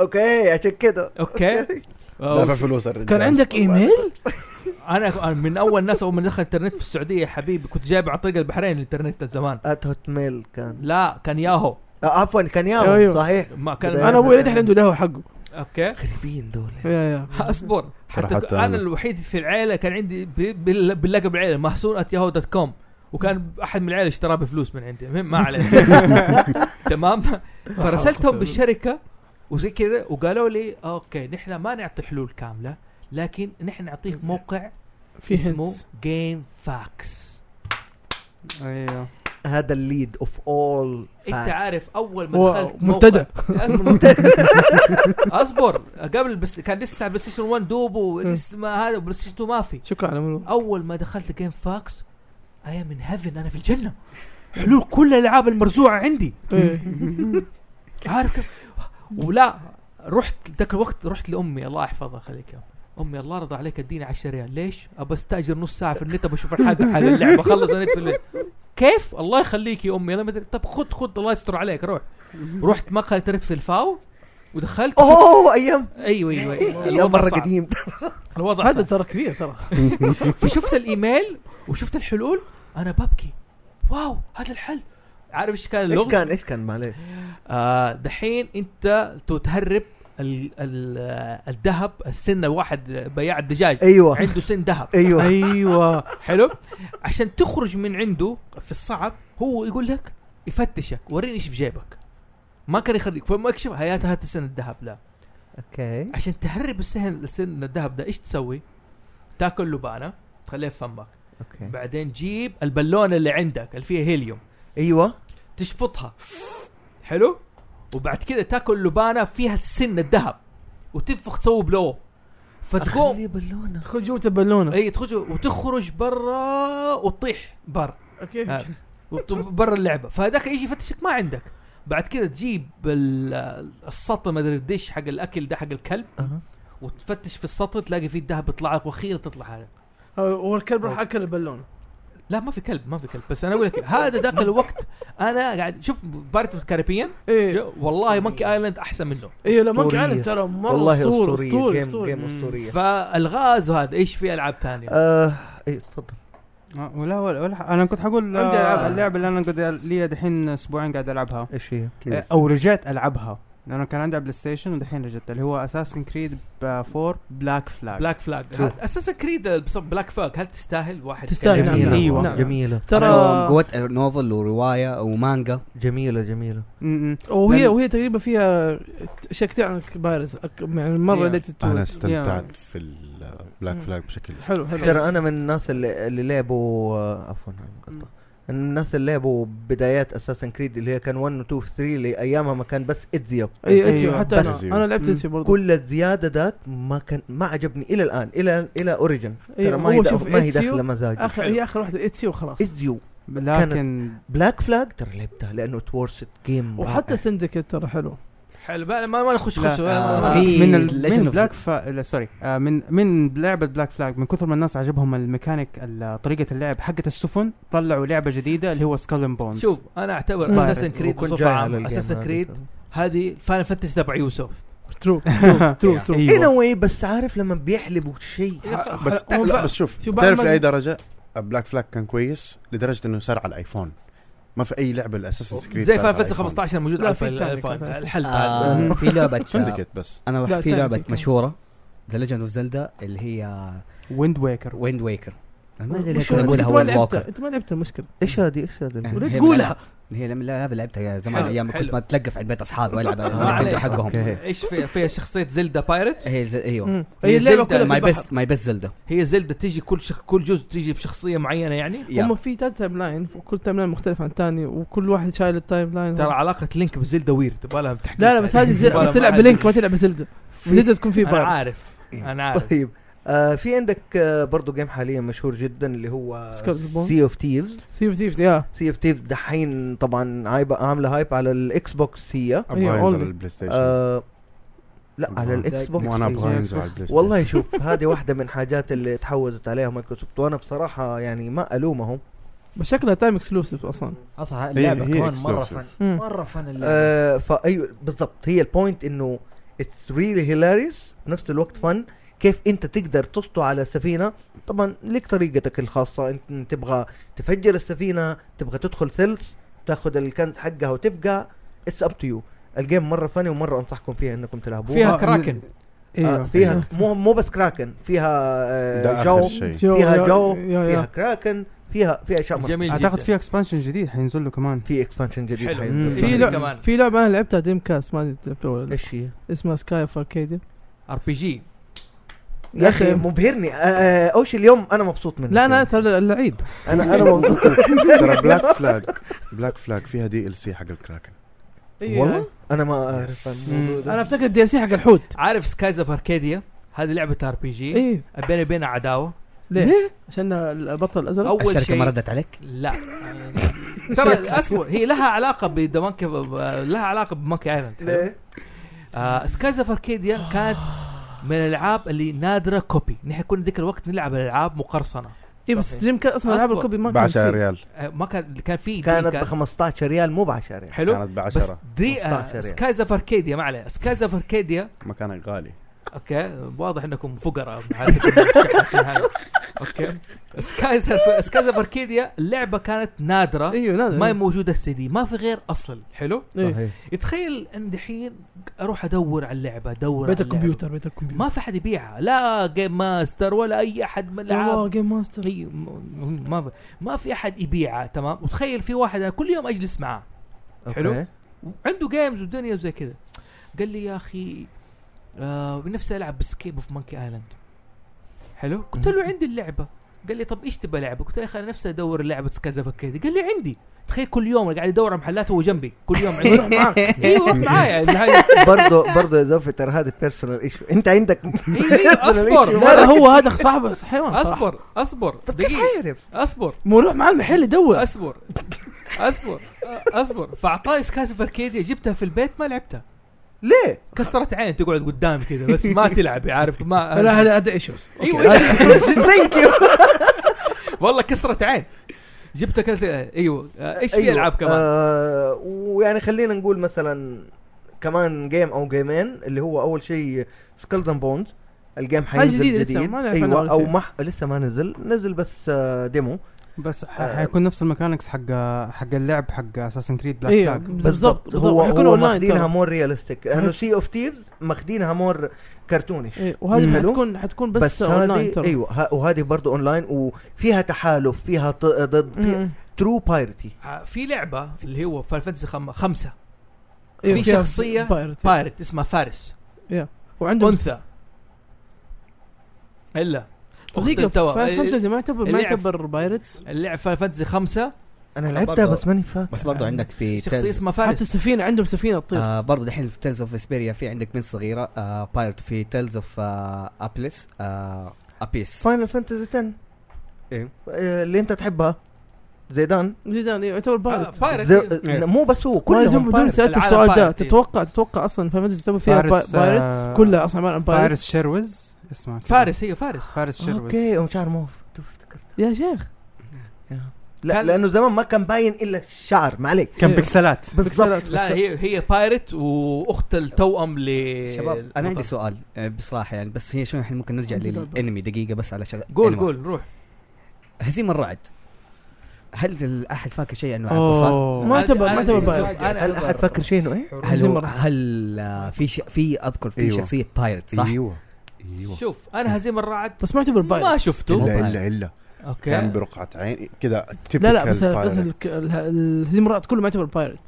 Speaker 5: اوكي عشان كذا
Speaker 1: اوكي
Speaker 7: دافع فلوس الرجال
Speaker 4: كان عندك ايميل؟
Speaker 1: انا من اول الناس اول ما دخلت الانترنت في السعوديه يا حبيبي كنت جايب عن طريق البحرين الانترنت زمان
Speaker 5: ات هوت ميل كان
Speaker 1: لا كان ياهو
Speaker 5: آه، عفوا كان ياهو
Speaker 4: أيوه.
Speaker 5: صحيح
Speaker 1: ما كان
Speaker 5: بداية.
Speaker 4: انا ابوي لدحين عنده له حقه
Speaker 1: اوكي
Speaker 5: غريبين دول
Speaker 4: يا يا
Speaker 1: اصبر حتى
Speaker 7: حتى
Speaker 1: انا,
Speaker 7: أنا.
Speaker 1: الوحيد في العيله كان عندي ب- بال- باللقب العيله محسون ات ياهو دوت كوم وكان احد من العيله اشتراه بفلوس من عندي المهم ما عليه تمام فرسلتهم بالشركه وزي كذا وقالوا لي اوكي نحن ما نعطي حلول كامله لكن نحن نعطيك موقع
Speaker 4: في
Speaker 1: اسمه
Speaker 4: هنت
Speaker 1: جيم فاكس
Speaker 2: ايوه
Speaker 5: هذا الليد اوف اول
Speaker 1: انت عارف اول ما
Speaker 4: هو
Speaker 1: دخلت
Speaker 4: منتدى.
Speaker 1: موقع- أصبر منتدى. اصبر قبل بس كان لسه بلاي ستيشن 1 دوبو لسه ما هذا بلاي ستيشن 2 ما في
Speaker 4: شكرا على منو
Speaker 1: اول ما دخلت جيم فاكس اي من هيفن انا في الجنه حلول كل الالعاب المرزوعه عندي عارف كيف ولا رحت ذاك الوقت رحت لامي الله يحفظها خليك يا أم. امي الله رضى عليك اديني 10 ريال ليش؟ ابى استاجر نص ساعه في النت ابى اشوف الحاجه حق اللعبه خلص النت في النت كيف؟ الله يخليك يا امي انا ما ادري طب خد خد الله يستر عليك روح رحت مقهى الانترنت في الفاو ودخلت
Speaker 5: اوه ايام
Speaker 1: ايوه ايوه, أيوة.
Speaker 5: ايام
Speaker 1: الوضع
Speaker 5: مره
Speaker 1: صعب.
Speaker 5: قديم
Speaker 1: الوضع
Speaker 4: هذا
Speaker 1: صعب.
Speaker 4: ترى كبير ترى
Speaker 1: فشفت الايميل وشفت الحلول انا ببكي واو هذا الحل عارف ايش كان
Speaker 5: ايش
Speaker 1: اللغز؟
Speaker 5: كان ايش كان معليش
Speaker 1: آه دحين انت تو تهرب ال ال آه، الذهب السن الواحد بياع الدجاج
Speaker 5: ايوه
Speaker 1: عنده سن ذهب
Speaker 5: ايوه
Speaker 2: ايوه
Speaker 1: حلو عشان تخرج من عنده في الصعب هو يقول لك يفتشك وريني ايش في جيبك ما كان يخرج فما اكشف هيا هات سن الذهب لا
Speaker 5: اوكي
Speaker 1: عشان تهرب السن سن الذهب ده ايش تسوي؟ تاكل لبانه تخليها في فمك
Speaker 5: اوكي
Speaker 1: بعدين جيب البالونه اللي عندك اللي فيها هيليوم
Speaker 5: ايوه
Speaker 1: تشفطها حلو وبعد كده تاكل لبانه فيها سن الذهب وتنفخ تسوي بلو فتقوم
Speaker 5: اخليه بالونه
Speaker 4: تدخل جوة البالونه
Speaker 1: اي إيه، تخرج وتخرج برا وتطيح برا
Speaker 4: اوكي
Speaker 1: آه. وت- برا اللعبه فهذاك يجي يفتشك ما عندك بعد كده تجيب ال- السطل ما ادري الدش حق الاكل ده حق الكلب
Speaker 5: أها.
Speaker 1: وتفتش في السطل تلاقي فيه الذهب يطلع لك واخيرا تطلع حاجه
Speaker 4: هو الكلب راح اكل البالونه
Speaker 1: لا ما في كلب ما في كلب بس انا اقول لك هذا ذاك الوقت انا قاعد شوف بارت اوف الكاريبيان
Speaker 4: ايه
Speaker 1: جو- والله مونكي ايلاند احسن منه
Speaker 4: ايه لا ما
Speaker 5: أسطورية.
Speaker 4: كان ترى مره
Speaker 5: والله
Speaker 4: اسطوري اسطوري
Speaker 5: اسطوريه جيم
Speaker 4: اسطوري
Speaker 5: جيم اسطوريه
Speaker 1: فالغاز وهذا ايش في العاب ثانيه
Speaker 5: آه، اي تفضل
Speaker 2: آه، ولا ولا, ولا انا كنت حقول
Speaker 4: عندي ألعاب.
Speaker 2: آه، اللعبه اللي انا قد لي دحين اسبوعين قاعد العبها
Speaker 5: ايش هي؟
Speaker 2: آه، او رجعت العبها لانه كان عندي على بلاي ستيشن ودحين رجعت اللي هو اساسن كريد 4 بلاك فلاج
Speaker 1: بلاك فلاج اساسا كريد بلاك فلاج هل تستاهل واحد
Speaker 4: تستاهل،
Speaker 1: يتكلم؟
Speaker 5: جميلة
Speaker 2: أيوة.
Speaker 5: نعم. جميلة
Speaker 4: ترى
Speaker 3: أصله قوة نوفل وروايه ومانجا
Speaker 5: جميلة جميلة
Speaker 4: وهي
Speaker 2: لأن-
Speaker 4: وهي تقريبا فيها اشياء كثير عنك بارز أك- يعني مره
Speaker 2: إيه.
Speaker 4: ليت تو-
Speaker 7: انا استمتعت في البلاك فلاج بشكل
Speaker 4: حلو حلو
Speaker 5: ترى أنا من الناس اللي, اللي لعبوا آه، عفوا أنا مقطع. الناس اللي لعبوا بدايات اساسن كريد اللي هي كان 1 و 2 و 3 اللي ايامها ما كان بس ادزيو
Speaker 4: اي
Speaker 2: أيوة.
Speaker 4: اتسيو حتى انا
Speaker 7: بس-
Speaker 4: انا لعبت
Speaker 2: مم.
Speaker 4: اتسيو برضه
Speaker 5: كل الزياده ذاك ما كان ما عجبني الى الان الى الى اوريجن ترى
Speaker 4: أيوة،
Speaker 5: ما هي
Speaker 4: هو
Speaker 5: دا-
Speaker 4: شوف
Speaker 5: ما هي
Speaker 4: إتسيو
Speaker 5: داخله مزاجي
Speaker 4: اخر هي اخر واحده اتسيو وخلاص
Speaker 5: ادزيو
Speaker 2: لكن
Speaker 5: بلاك فلاج ترى لعبتها لانه تورست جيم
Speaker 4: وحتى سندكت ترى حلو
Speaker 1: حلو بقى ما ما نخش
Speaker 2: لا،
Speaker 1: خش
Speaker 3: آه،
Speaker 1: ما-
Speaker 3: في
Speaker 2: من
Speaker 3: Legend
Speaker 2: ال- من
Speaker 3: of-
Speaker 2: بلاك فا... لا، سوري آه من من لعبه بلاك فلاج من كثر ما الناس عجبهم الميكانيك ال- طريقه اللعب حقه السفن طلعوا لعبه جديده اللي هو سكال بونز
Speaker 1: شوف انا اعتبر
Speaker 4: مم.
Speaker 1: اساسا كريد بصفه عامه اساسا كريد هذه فاينل فانتسي تبع يوسف
Speaker 4: ترو ترو ترو ترو
Speaker 2: أيوة.
Speaker 5: ان واي بس عارف لما بيحلبوا شيء
Speaker 7: بس
Speaker 4: هو
Speaker 7: لا
Speaker 4: فعلا-
Speaker 7: بس شوف
Speaker 4: شوف بعد
Speaker 7: تعرف
Speaker 4: ما-
Speaker 7: لاي درجه بلاك فلاج كان كويس لدرجه انه صار على الايفون ما في اي لعبه الاساس كريد
Speaker 1: زي فاين فانتسي 15 موجود
Speaker 4: لا،
Speaker 1: على
Speaker 4: في
Speaker 1: الفايل-
Speaker 4: الثاني
Speaker 1: الفايل-
Speaker 4: كمان.
Speaker 1: الحل
Speaker 3: آه،
Speaker 1: هذا
Speaker 3: في لعبه
Speaker 7: سندكت بس
Speaker 3: انا
Speaker 4: لا،
Speaker 3: بحكي في لعبه
Speaker 4: تانتي.
Speaker 3: مشهوره ذا ليجند اوف زلدا اللي هي
Speaker 2: ويند ويكر
Speaker 3: ويند ويكر أنا ما ادري ليش
Speaker 4: المشكلة
Speaker 3: أنا
Speaker 4: إنك
Speaker 3: اقولها
Speaker 4: أنت ما
Speaker 3: ويند
Speaker 4: لعبتها
Speaker 3: ووكر
Speaker 4: انت ما لعبتها المشكله
Speaker 5: ايش هذه ايش هذه
Speaker 4: وليه
Speaker 3: يعني هي
Speaker 4: تقولها
Speaker 3: هي لما لعبها لعبتها زمان
Speaker 1: حلو،
Speaker 3: ايام ما كنت
Speaker 1: حلو.
Speaker 3: بتلقى في عند بيت اصحابي والعب
Speaker 1: ما عليك.
Speaker 3: على حقهم
Speaker 5: اوكي
Speaker 1: ايش في فيها شخصيه زلدا بايرت
Speaker 3: هي ز- ايوه
Speaker 4: مم. هي اللعبه
Speaker 1: زلدة،
Speaker 4: كلها في
Speaker 3: ماي
Speaker 4: البحر
Speaker 3: بيست ماي بيست زلدا
Speaker 1: هي زلدا تجي كل شخ... كل جزء تجي بشخصيه معينه يعني
Speaker 3: يا.
Speaker 4: هم في ثلاث تايم لاين وكل تايم لاين مختلف عن الثاني وكل واحد شايل التايم لاين
Speaker 1: ترى علاقه لينك بزلدا ويرد يبغى لها تحقيق
Speaker 4: لا لا بس هذه زي...
Speaker 1: يبغى لها
Speaker 4: ما تلعب
Speaker 1: معاد.
Speaker 4: بلينك ما تلعب بزلدة زلدة تكون في
Speaker 1: انا
Speaker 4: بار
Speaker 1: عارف انا عارف
Speaker 5: طيب آه في عندك آه برضو جيم حاليا مشهور جدا اللي هو سي اوف تيفز
Speaker 4: سيف سيف يا
Speaker 5: سي اوف تيفز دحين طبعا عايبة عامله هايب على الاكس بوكس هي
Speaker 7: ابغى
Speaker 4: أيوة،
Speaker 7: انزل
Speaker 4: already.
Speaker 7: على البلاي ستيشن
Speaker 5: آه لا على
Speaker 7: أبغى.
Speaker 5: الاكس بوكس
Speaker 7: وانا
Speaker 5: هي.
Speaker 7: ابغى انزل على البلاي ستيشن
Speaker 5: والله شوف هذه واحدة من حاجات اللي تحوزت عليها مايكروسوفت وانا بصراحة يعني ما الومهم
Speaker 4: بس شكلها تايم اكسلوسيف اصلا
Speaker 6: اصح اللعبه
Speaker 7: هي
Speaker 6: كمان مره
Speaker 7: exclusive.
Speaker 6: فن
Speaker 4: مم.
Speaker 6: مره فن اللعبه
Speaker 5: آه فايوه بالضبط هي البوينت انه اتس ريلي هيلاريس نفس الوقت فن كيف انت تقدر تسطو على سفينه طبعا لك طريقتك الخاصه انت إن تبغى تفجر السفينه تبغى تدخل ثلج تاخذ الكنز حقها وتبقى اتس اب تو يو الجيم مره فني ومره انصحكم فيها انكم تلعبوها
Speaker 1: فيها
Speaker 2: آه،
Speaker 1: كراكن
Speaker 5: آه
Speaker 2: ايوه
Speaker 5: فيها مو مو بس كراكن فيها
Speaker 7: ده
Speaker 5: آه
Speaker 7: اخر
Speaker 5: جو
Speaker 7: شيء
Speaker 4: جو-
Speaker 5: فيها
Speaker 4: يا-
Speaker 5: جو
Speaker 4: يا- يا.
Speaker 5: فيها كراكن فيها فيها اشياء مرة.
Speaker 1: جميل
Speaker 2: اعتقد
Speaker 1: جدا
Speaker 2: فيها اكسبانشن جديد حينزل له كمان
Speaker 5: في اكسبانشن جديد
Speaker 1: حلو.
Speaker 5: حينزل.
Speaker 2: مم.
Speaker 4: في
Speaker 1: في
Speaker 4: لعبة
Speaker 1: كمان
Speaker 4: في لعبة انا لعبتها دريم كاست ما ادري لعبتها ولا لا
Speaker 5: ايش هي؟
Speaker 4: اسمها سكاي اوف اركيديا
Speaker 1: ار بي جي
Speaker 5: يا اخي مبهرني آه، آه، اوش اليوم انا مبسوط منه
Speaker 4: لا انا ترى اللعيب
Speaker 5: انا انا مبسوط
Speaker 7: ترى بلاك فلاج بلاك فلاج فيها دي ال سي حق الكراكن
Speaker 5: والله انا ما اعرف الموضوع
Speaker 4: انا
Speaker 5: ده
Speaker 4: افتكر الدي سي حق الحوت
Speaker 1: عارف سكايز اوف اركيديا هذه لعبه ار بي جي
Speaker 4: ايه
Speaker 1: بيني وبينها عداوه
Speaker 4: ليه؟ عشان البطل الازرق
Speaker 1: اول
Speaker 3: الشركه
Speaker 1: شيء
Speaker 3: ما ردت عليك
Speaker 1: لا ترى اسوء هي لها علاقه بدمانكي لها علاقه بمانكي ايلاند
Speaker 5: ليه؟
Speaker 1: آه سكايز اوف اركيديا كانت من الالعاب اللي نادره كوبي نحن كنا ذيك الوقت نلعب العاب مقرصنه
Speaker 4: ايه بس دريم كاست اصلا العاب
Speaker 1: أصبر.
Speaker 4: الكوبي ما كان
Speaker 7: 10
Speaker 4: فيه.
Speaker 7: ريال
Speaker 1: آه ما كان كان في
Speaker 5: كانت
Speaker 1: كان-
Speaker 5: ب 15 ريال مو ب 10 ريال
Speaker 1: حلو
Speaker 7: كانت ب 10
Speaker 1: بس دري
Speaker 5: 15
Speaker 1: آه
Speaker 5: يعني.
Speaker 1: سكايز اوف اركيديا ما عليه سكايز اوف اركيديا
Speaker 7: مكانها غالي
Speaker 1: اوكي واضح انكم فقراء عندكم مشاكل هذه. اوكي سكايز أوف- سكايز اوف اركيديا اللعبه كانت نادره
Speaker 4: ايوه نادر
Speaker 1: ما هي موجوده السي دي ما في غير اصلا حلو
Speaker 4: إيه.
Speaker 1: تخيل ان دحين اروح ادور على اللعبه ادور
Speaker 4: بيت
Speaker 1: على اللعبة.
Speaker 4: الكمبيوتر بيت الكمبيوتر
Speaker 1: ما في احد يبيعها لا جيم ماستر ولا اي احد من
Speaker 4: والله
Speaker 1: الالعاب
Speaker 4: جيم ماستر
Speaker 1: هي- م- ما ما في احد يبيعها تمام وتخيل في واحد انا كل يوم اجلس معاه حلو.
Speaker 5: أوكي.
Speaker 1: عنده جيمز والدنيا وزي كذا قال لي يا اخي آه نفسي العب بسكيب اوف مانكي ايلاند حلو قلت له عندي اللعبه قال لي طب ايش تبغى لعبه قلت له يا اخي انا نفسي ادور لعبه سكايز اوف أركيديا. قال لي عندي تخيل كل يوم أنا قاعد ادور على محلات وهو جنبي كل يوم عندي روح معاك ايوه روح معايا النهاية-
Speaker 5: برضه برضه يا زوفي ترى هذا بيرسونال ايشو انت عندك
Speaker 1: إيه، إيه، اصبر
Speaker 4: لا لا هو هذا صاحبه حيوان صراحة.
Speaker 1: اصبر اصبر
Speaker 5: طب كيف
Speaker 1: دقيقه
Speaker 5: عارف؟
Speaker 1: اصبر
Speaker 4: مو روح معاه المحل يدور
Speaker 1: اصبر اصبر اصبر فاعطاني سكايز اوف أركيديا جبتها في البيت ما لعبتها
Speaker 5: ليه؟
Speaker 1: كسرت عين تقعد قدامي كذا بس ما تلعب عارف ما
Speaker 4: لا هذا هذا ايشوز
Speaker 1: ايوه
Speaker 5: ثانك يو
Speaker 1: والله كسرت عين جبتها كذا ايوه آه، ايش
Speaker 5: أيوه.
Speaker 1: في العاب كمان؟
Speaker 5: آه ويعني خلينا نقول مثلا كمان جيم او جيمين اللي هو اول شيء سكلدن بوند الجيم حينزل
Speaker 4: جديد
Speaker 5: جديد,
Speaker 4: لسه، ما نعرف عنه
Speaker 5: ايوه
Speaker 4: ولا
Speaker 5: او
Speaker 4: شيء.
Speaker 5: ما لسه ما نزل نزل بس آه ديمو
Speaker 2: بس ح- حيكون نفس الميكانكس حق حق اللعب حق اساسن كريد بلاك
Speaker 4: ايوه
Speaker 2: فلاج
Speaker 4: بالضبط
Speaker 5: هو
Speaker 4: بالضبط
Speaker 5: هو
Speaker 4: حيكون اونلاين
Speaker 5: ماخذينها
Speaker 4: ترى.
Speaker 5: مور ريالستيك لانه سي اوف تيفز ماخذينها مور كرتوني
Speaker 4: إيه، وهذه
Speaker 5: حلو.
Speaker 4: حتكون حتكون
Speaker 5: بس,
Speaker 4: بس اونلاين
Speaker 5: هذه
Speaker 4: ترى
Speaker 5: ايوه ه- وهذه برضه اونلاين وفيها تحالف فيها ط- ضد في
Speaker 4: مم.
Speaker 5: ترو بايرتي
Speaker 1: آه، في لعبه اللي هو فاين فانتسي خم- خمسه
Speaker 4: إيه،
Speaker 1: في
Speaker 4: فيها
Speaker 1: شخصية
Speaker 4: بايرت إيه.
Speaker 1: بايرت اسمها فارس
Speaker 4: وعندهم
Speaker 1: انثى الا
Speaker 4: دقيقة
Speaker 1: أخت توا.
Speaker 4: فانتزي ما يعتبر ما
Speaker 1: اللعب-
Speaker 4: يعتبر بايرتس
Speaker 1: اللعب فاين فانتسي خمسه
Speaker 5: انا
Speaker 3: أنا
Speaker 5: لعبتها
Speaker 3: برضه-
Speaker 5: بس ماني فاكر
Speaker 3: بس برضو عندك في
Speaker 1: شخصيه
Speaker 3: Tales-
Speaker 1: اسمها
Speaker 4: حتى
Speaker 1: فارس
Speaker 4: السفينة عندهم سفينة تطير
Speaker 3: آه برضه دحين في تيلز اوف اسبيريا في عندك من صغيره آه بايرت في تيلز اوف آه ابلس آه ابيس
Speaker 5: فاينل فانتزي 10
Speaker 3: إيه.
Speaker 5: آه، اللي انت تحبها زيدان
Speaker 4: زيدان إيه، يعتبر
Speaker 1: آه،
Speaker 4: بايرت
Speaker 1: بايرت
Speaker 2: إيه.
Speaker 5: زي- مو بس هو
Speaker 4: كلهم
Speaker 5: كلهم
Speaker 4: بدون
Speaker 5: بايرت.
Speaker 4: سألت
Speaker 1: العالم
Speaker 4: السؤال ده
Speaker 1: بايرت، إيه.
Speaker 4: تتوقع تتوقع اصلا فانتزي تعتبر فيها
Speaker 2: فارس،
Speaker 4: با-
Speaker 2: آه،
Speaker 4: بايرت كلها اصلا عبارة عن بايرت
Speaker 2: فارس شيروز اسمه
Speaker 1: فارس هي فارس
Speaker 2: فارس شيروز
Speaker 5: اوكي ومش عارف موف
Speaker 4: يا شيخ
Speaker 5: لا
Speaker 1: كان-
Speaker 5: لانه زمان ما كان باين الا الشعر ما عليك
Speaker 2: كان
Speaker 4: إيه.
Speaker 2: بكسلات
Speaker 5: بالضبط
Speaker 1: لا هي هي بايرت واخت التوأم ل
Speaker 3: شباب انا
Speaker 1: طيب.
Speaker 3: عندي سؤال آه، بصراحه يعني بس هي شو احنا ممكن نرجع
Speaker 4: عندي لعبة.
Speaker 3: للانمي دقيقه بس على شغله
Speaker 1: قول
Speaker 3: anyway.
Speaker 1: قول روح
Speaker 3: هزيمه الرعد هل ال- احد فاكر شيء انه عقب صار؟
Speaker 2: اوه
Speaker 4: ما تبغى ما
Speaker 1: أنا-
Speaker 4: تبغى
Speaker 1: أنا-
Speaker 4: بايرت.
Speaker 1: شوف، أنا-
Speaker 5: هل احد فاكر شيء انه ايه؟
Speaker 3: هل
Speaker 4: هزيمة
Speaker 3: هو-
Speaker 4: الرعد.
Speaker 3: هل آه، في ش... في اذكر في
Speaker 7: أيوة.
Speaker 3: شخصيه بايرت صح؟
Speaker 7: ايوه ايوه
Speaker 1: شوف انا هزيم الرعد
Speaker 4: بس ما يعتبر
Speaker 1: ما
Speaker 4: بايرت
Speaker 1: شفته
Speaker 7: الا الا الا كان
Speaker 1: اوكي
Speaker 7: برقعه عين كذا
Speaker 4: لا لا بس بس الك- اله- الهزيم الرعد كله ما يعتبر بايرت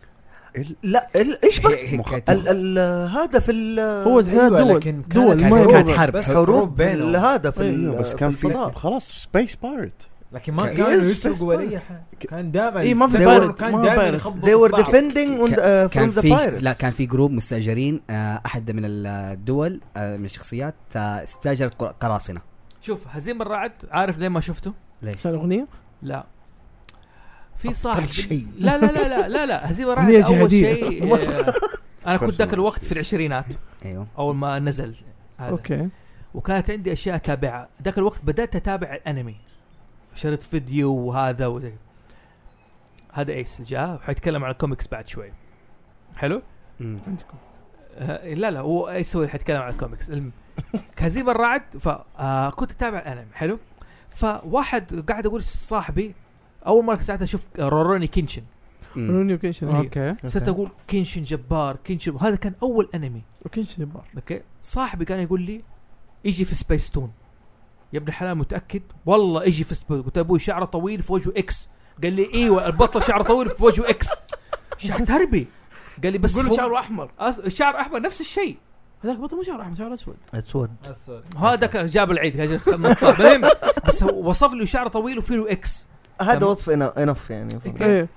Speaker 5: لا ال- ايش بقى؟
Speaker 3: هي- هي
Speaker 7: مخ-
Speaker 3: كانت-
Speaker 5: ال- ال- هذا في ال-
Speaker 4: هو زحلان
Speaker 6: أيوة،
Speaker 4: دول
Speaker 6: لكن كانت-
Speaker 4: دول ما
Speaker 3: كانت
Speaker 4: يعتبر.
Speaker 3: حرب.
Speaker 6: بس
Speaker 5: حروب
Speaker 6: حروب بينهم
Speaker 5: بال- هذا في
Speaker 4: أيوة،
Speaker 5: ال-
Speaker 7: بس كان في
Speaker 5: الفضاء.
Speaker 7: خلاص سبيس بايرت
Speaker 6: لكن ما
Speaker 3: ك-
Speaker 6: كانوا
Speaker 5: Yes,
Speaker 6: يسرقوا
Speaker 5: yes,
Speaker 6: ولا اي حاجه كان دائما
Speaker 4: إيه، ما في
Speaker 6: they
Speaker 4: pirate،
Speaker 6: were- كان
Speaker 4: ما
Speaker 6: دائما
Speaker 4: pirate.
Speaker 6: يخبطوا
Speaker 5: they were
Speaker 6: في بعض.
Speaker 5: defending on the- uh,
Speaker 3: كان
Speaker 5: from the
Speaker 3: في
Speaker 5: pirates
Speaker 3: لا كان في جروب مستاجرين آه، احد من الدول آه، من الشخصيات آه، استاجرت قر- قراصنه
Speaker 1: شوف هزيم الرعد عارف ليه ما شفته؟
Speaker 3: ليش؟
Speaker 4: عشان الاغنيه
Speaker 1: لا في صاحب
Speaker 5: أبطل شيء.
Speaker 1: لا لا لا لا لا لا هزيمة الرعد
Speaker 4: أغنية
Speaker 1: اول
Speaker 4: جهادية.
Speaker 1: شيء آه، انا كنت ذاك الوقت في العشرينات
Speaker 3: ايوه
Speaker 1: اول ما نزل هذا
Speaker 4: اوكي
Speaker 1: وكانت عندي اشياء اتابعها ذاك الوقت بدات اتابع الانمي شريت فيديو وهذا وزي هذا ايس اللي جاء حيتكلم عن الكوميكس بعد شوي حلو
Speaker 3: مم.
Speaker 1: آه لا لا هو ايس هو اللي حيتكلم عن الكوميكس الم- كهزيمة الرعد آه، فكنت اتابع الانمي حلو فواحد قاعد اقول صاحبي اول مره ساعتها اشوف روروني كينشن
Speaker 3: مم.
Speaker 4: روني وكنشن
Speaker 2: اوكي
Speaker 1: صرت اقول كينشن جبار كينشن هذا كان اول انمي
Speaker 4: وكنشن جبار
Speaker 1: اوكي صاحبي كان يقول لي يجي في سبيس تون يا ابن الحلال متاكد والله يجي في سبيس قلت ابوي شعره طويل في وجهه اكس قال لي ايوه البطل شعره طويل في وجهه اكس شعر تربي قال لي بس
Speaker 4: قول
Speaker 1: هم-
Speaker 4: شعره احمر
Speaker 1: أس- الشعر احمر نفس الشيء
Speaker 4: هذاك بطل مو شعره احمر شعره اسود
Speaker 5: اسود
Speaker 6: أسود.
Speaker 1: هذا كان جاب العيد هذا خلنا نصاب. المهم، بس هو وصف لي شعره طويل وفيه له اكس
Speaker 5: هذا
Speaker 1: تمام.
Speaker 5: وصف انف يعني
Speaker 4: ايه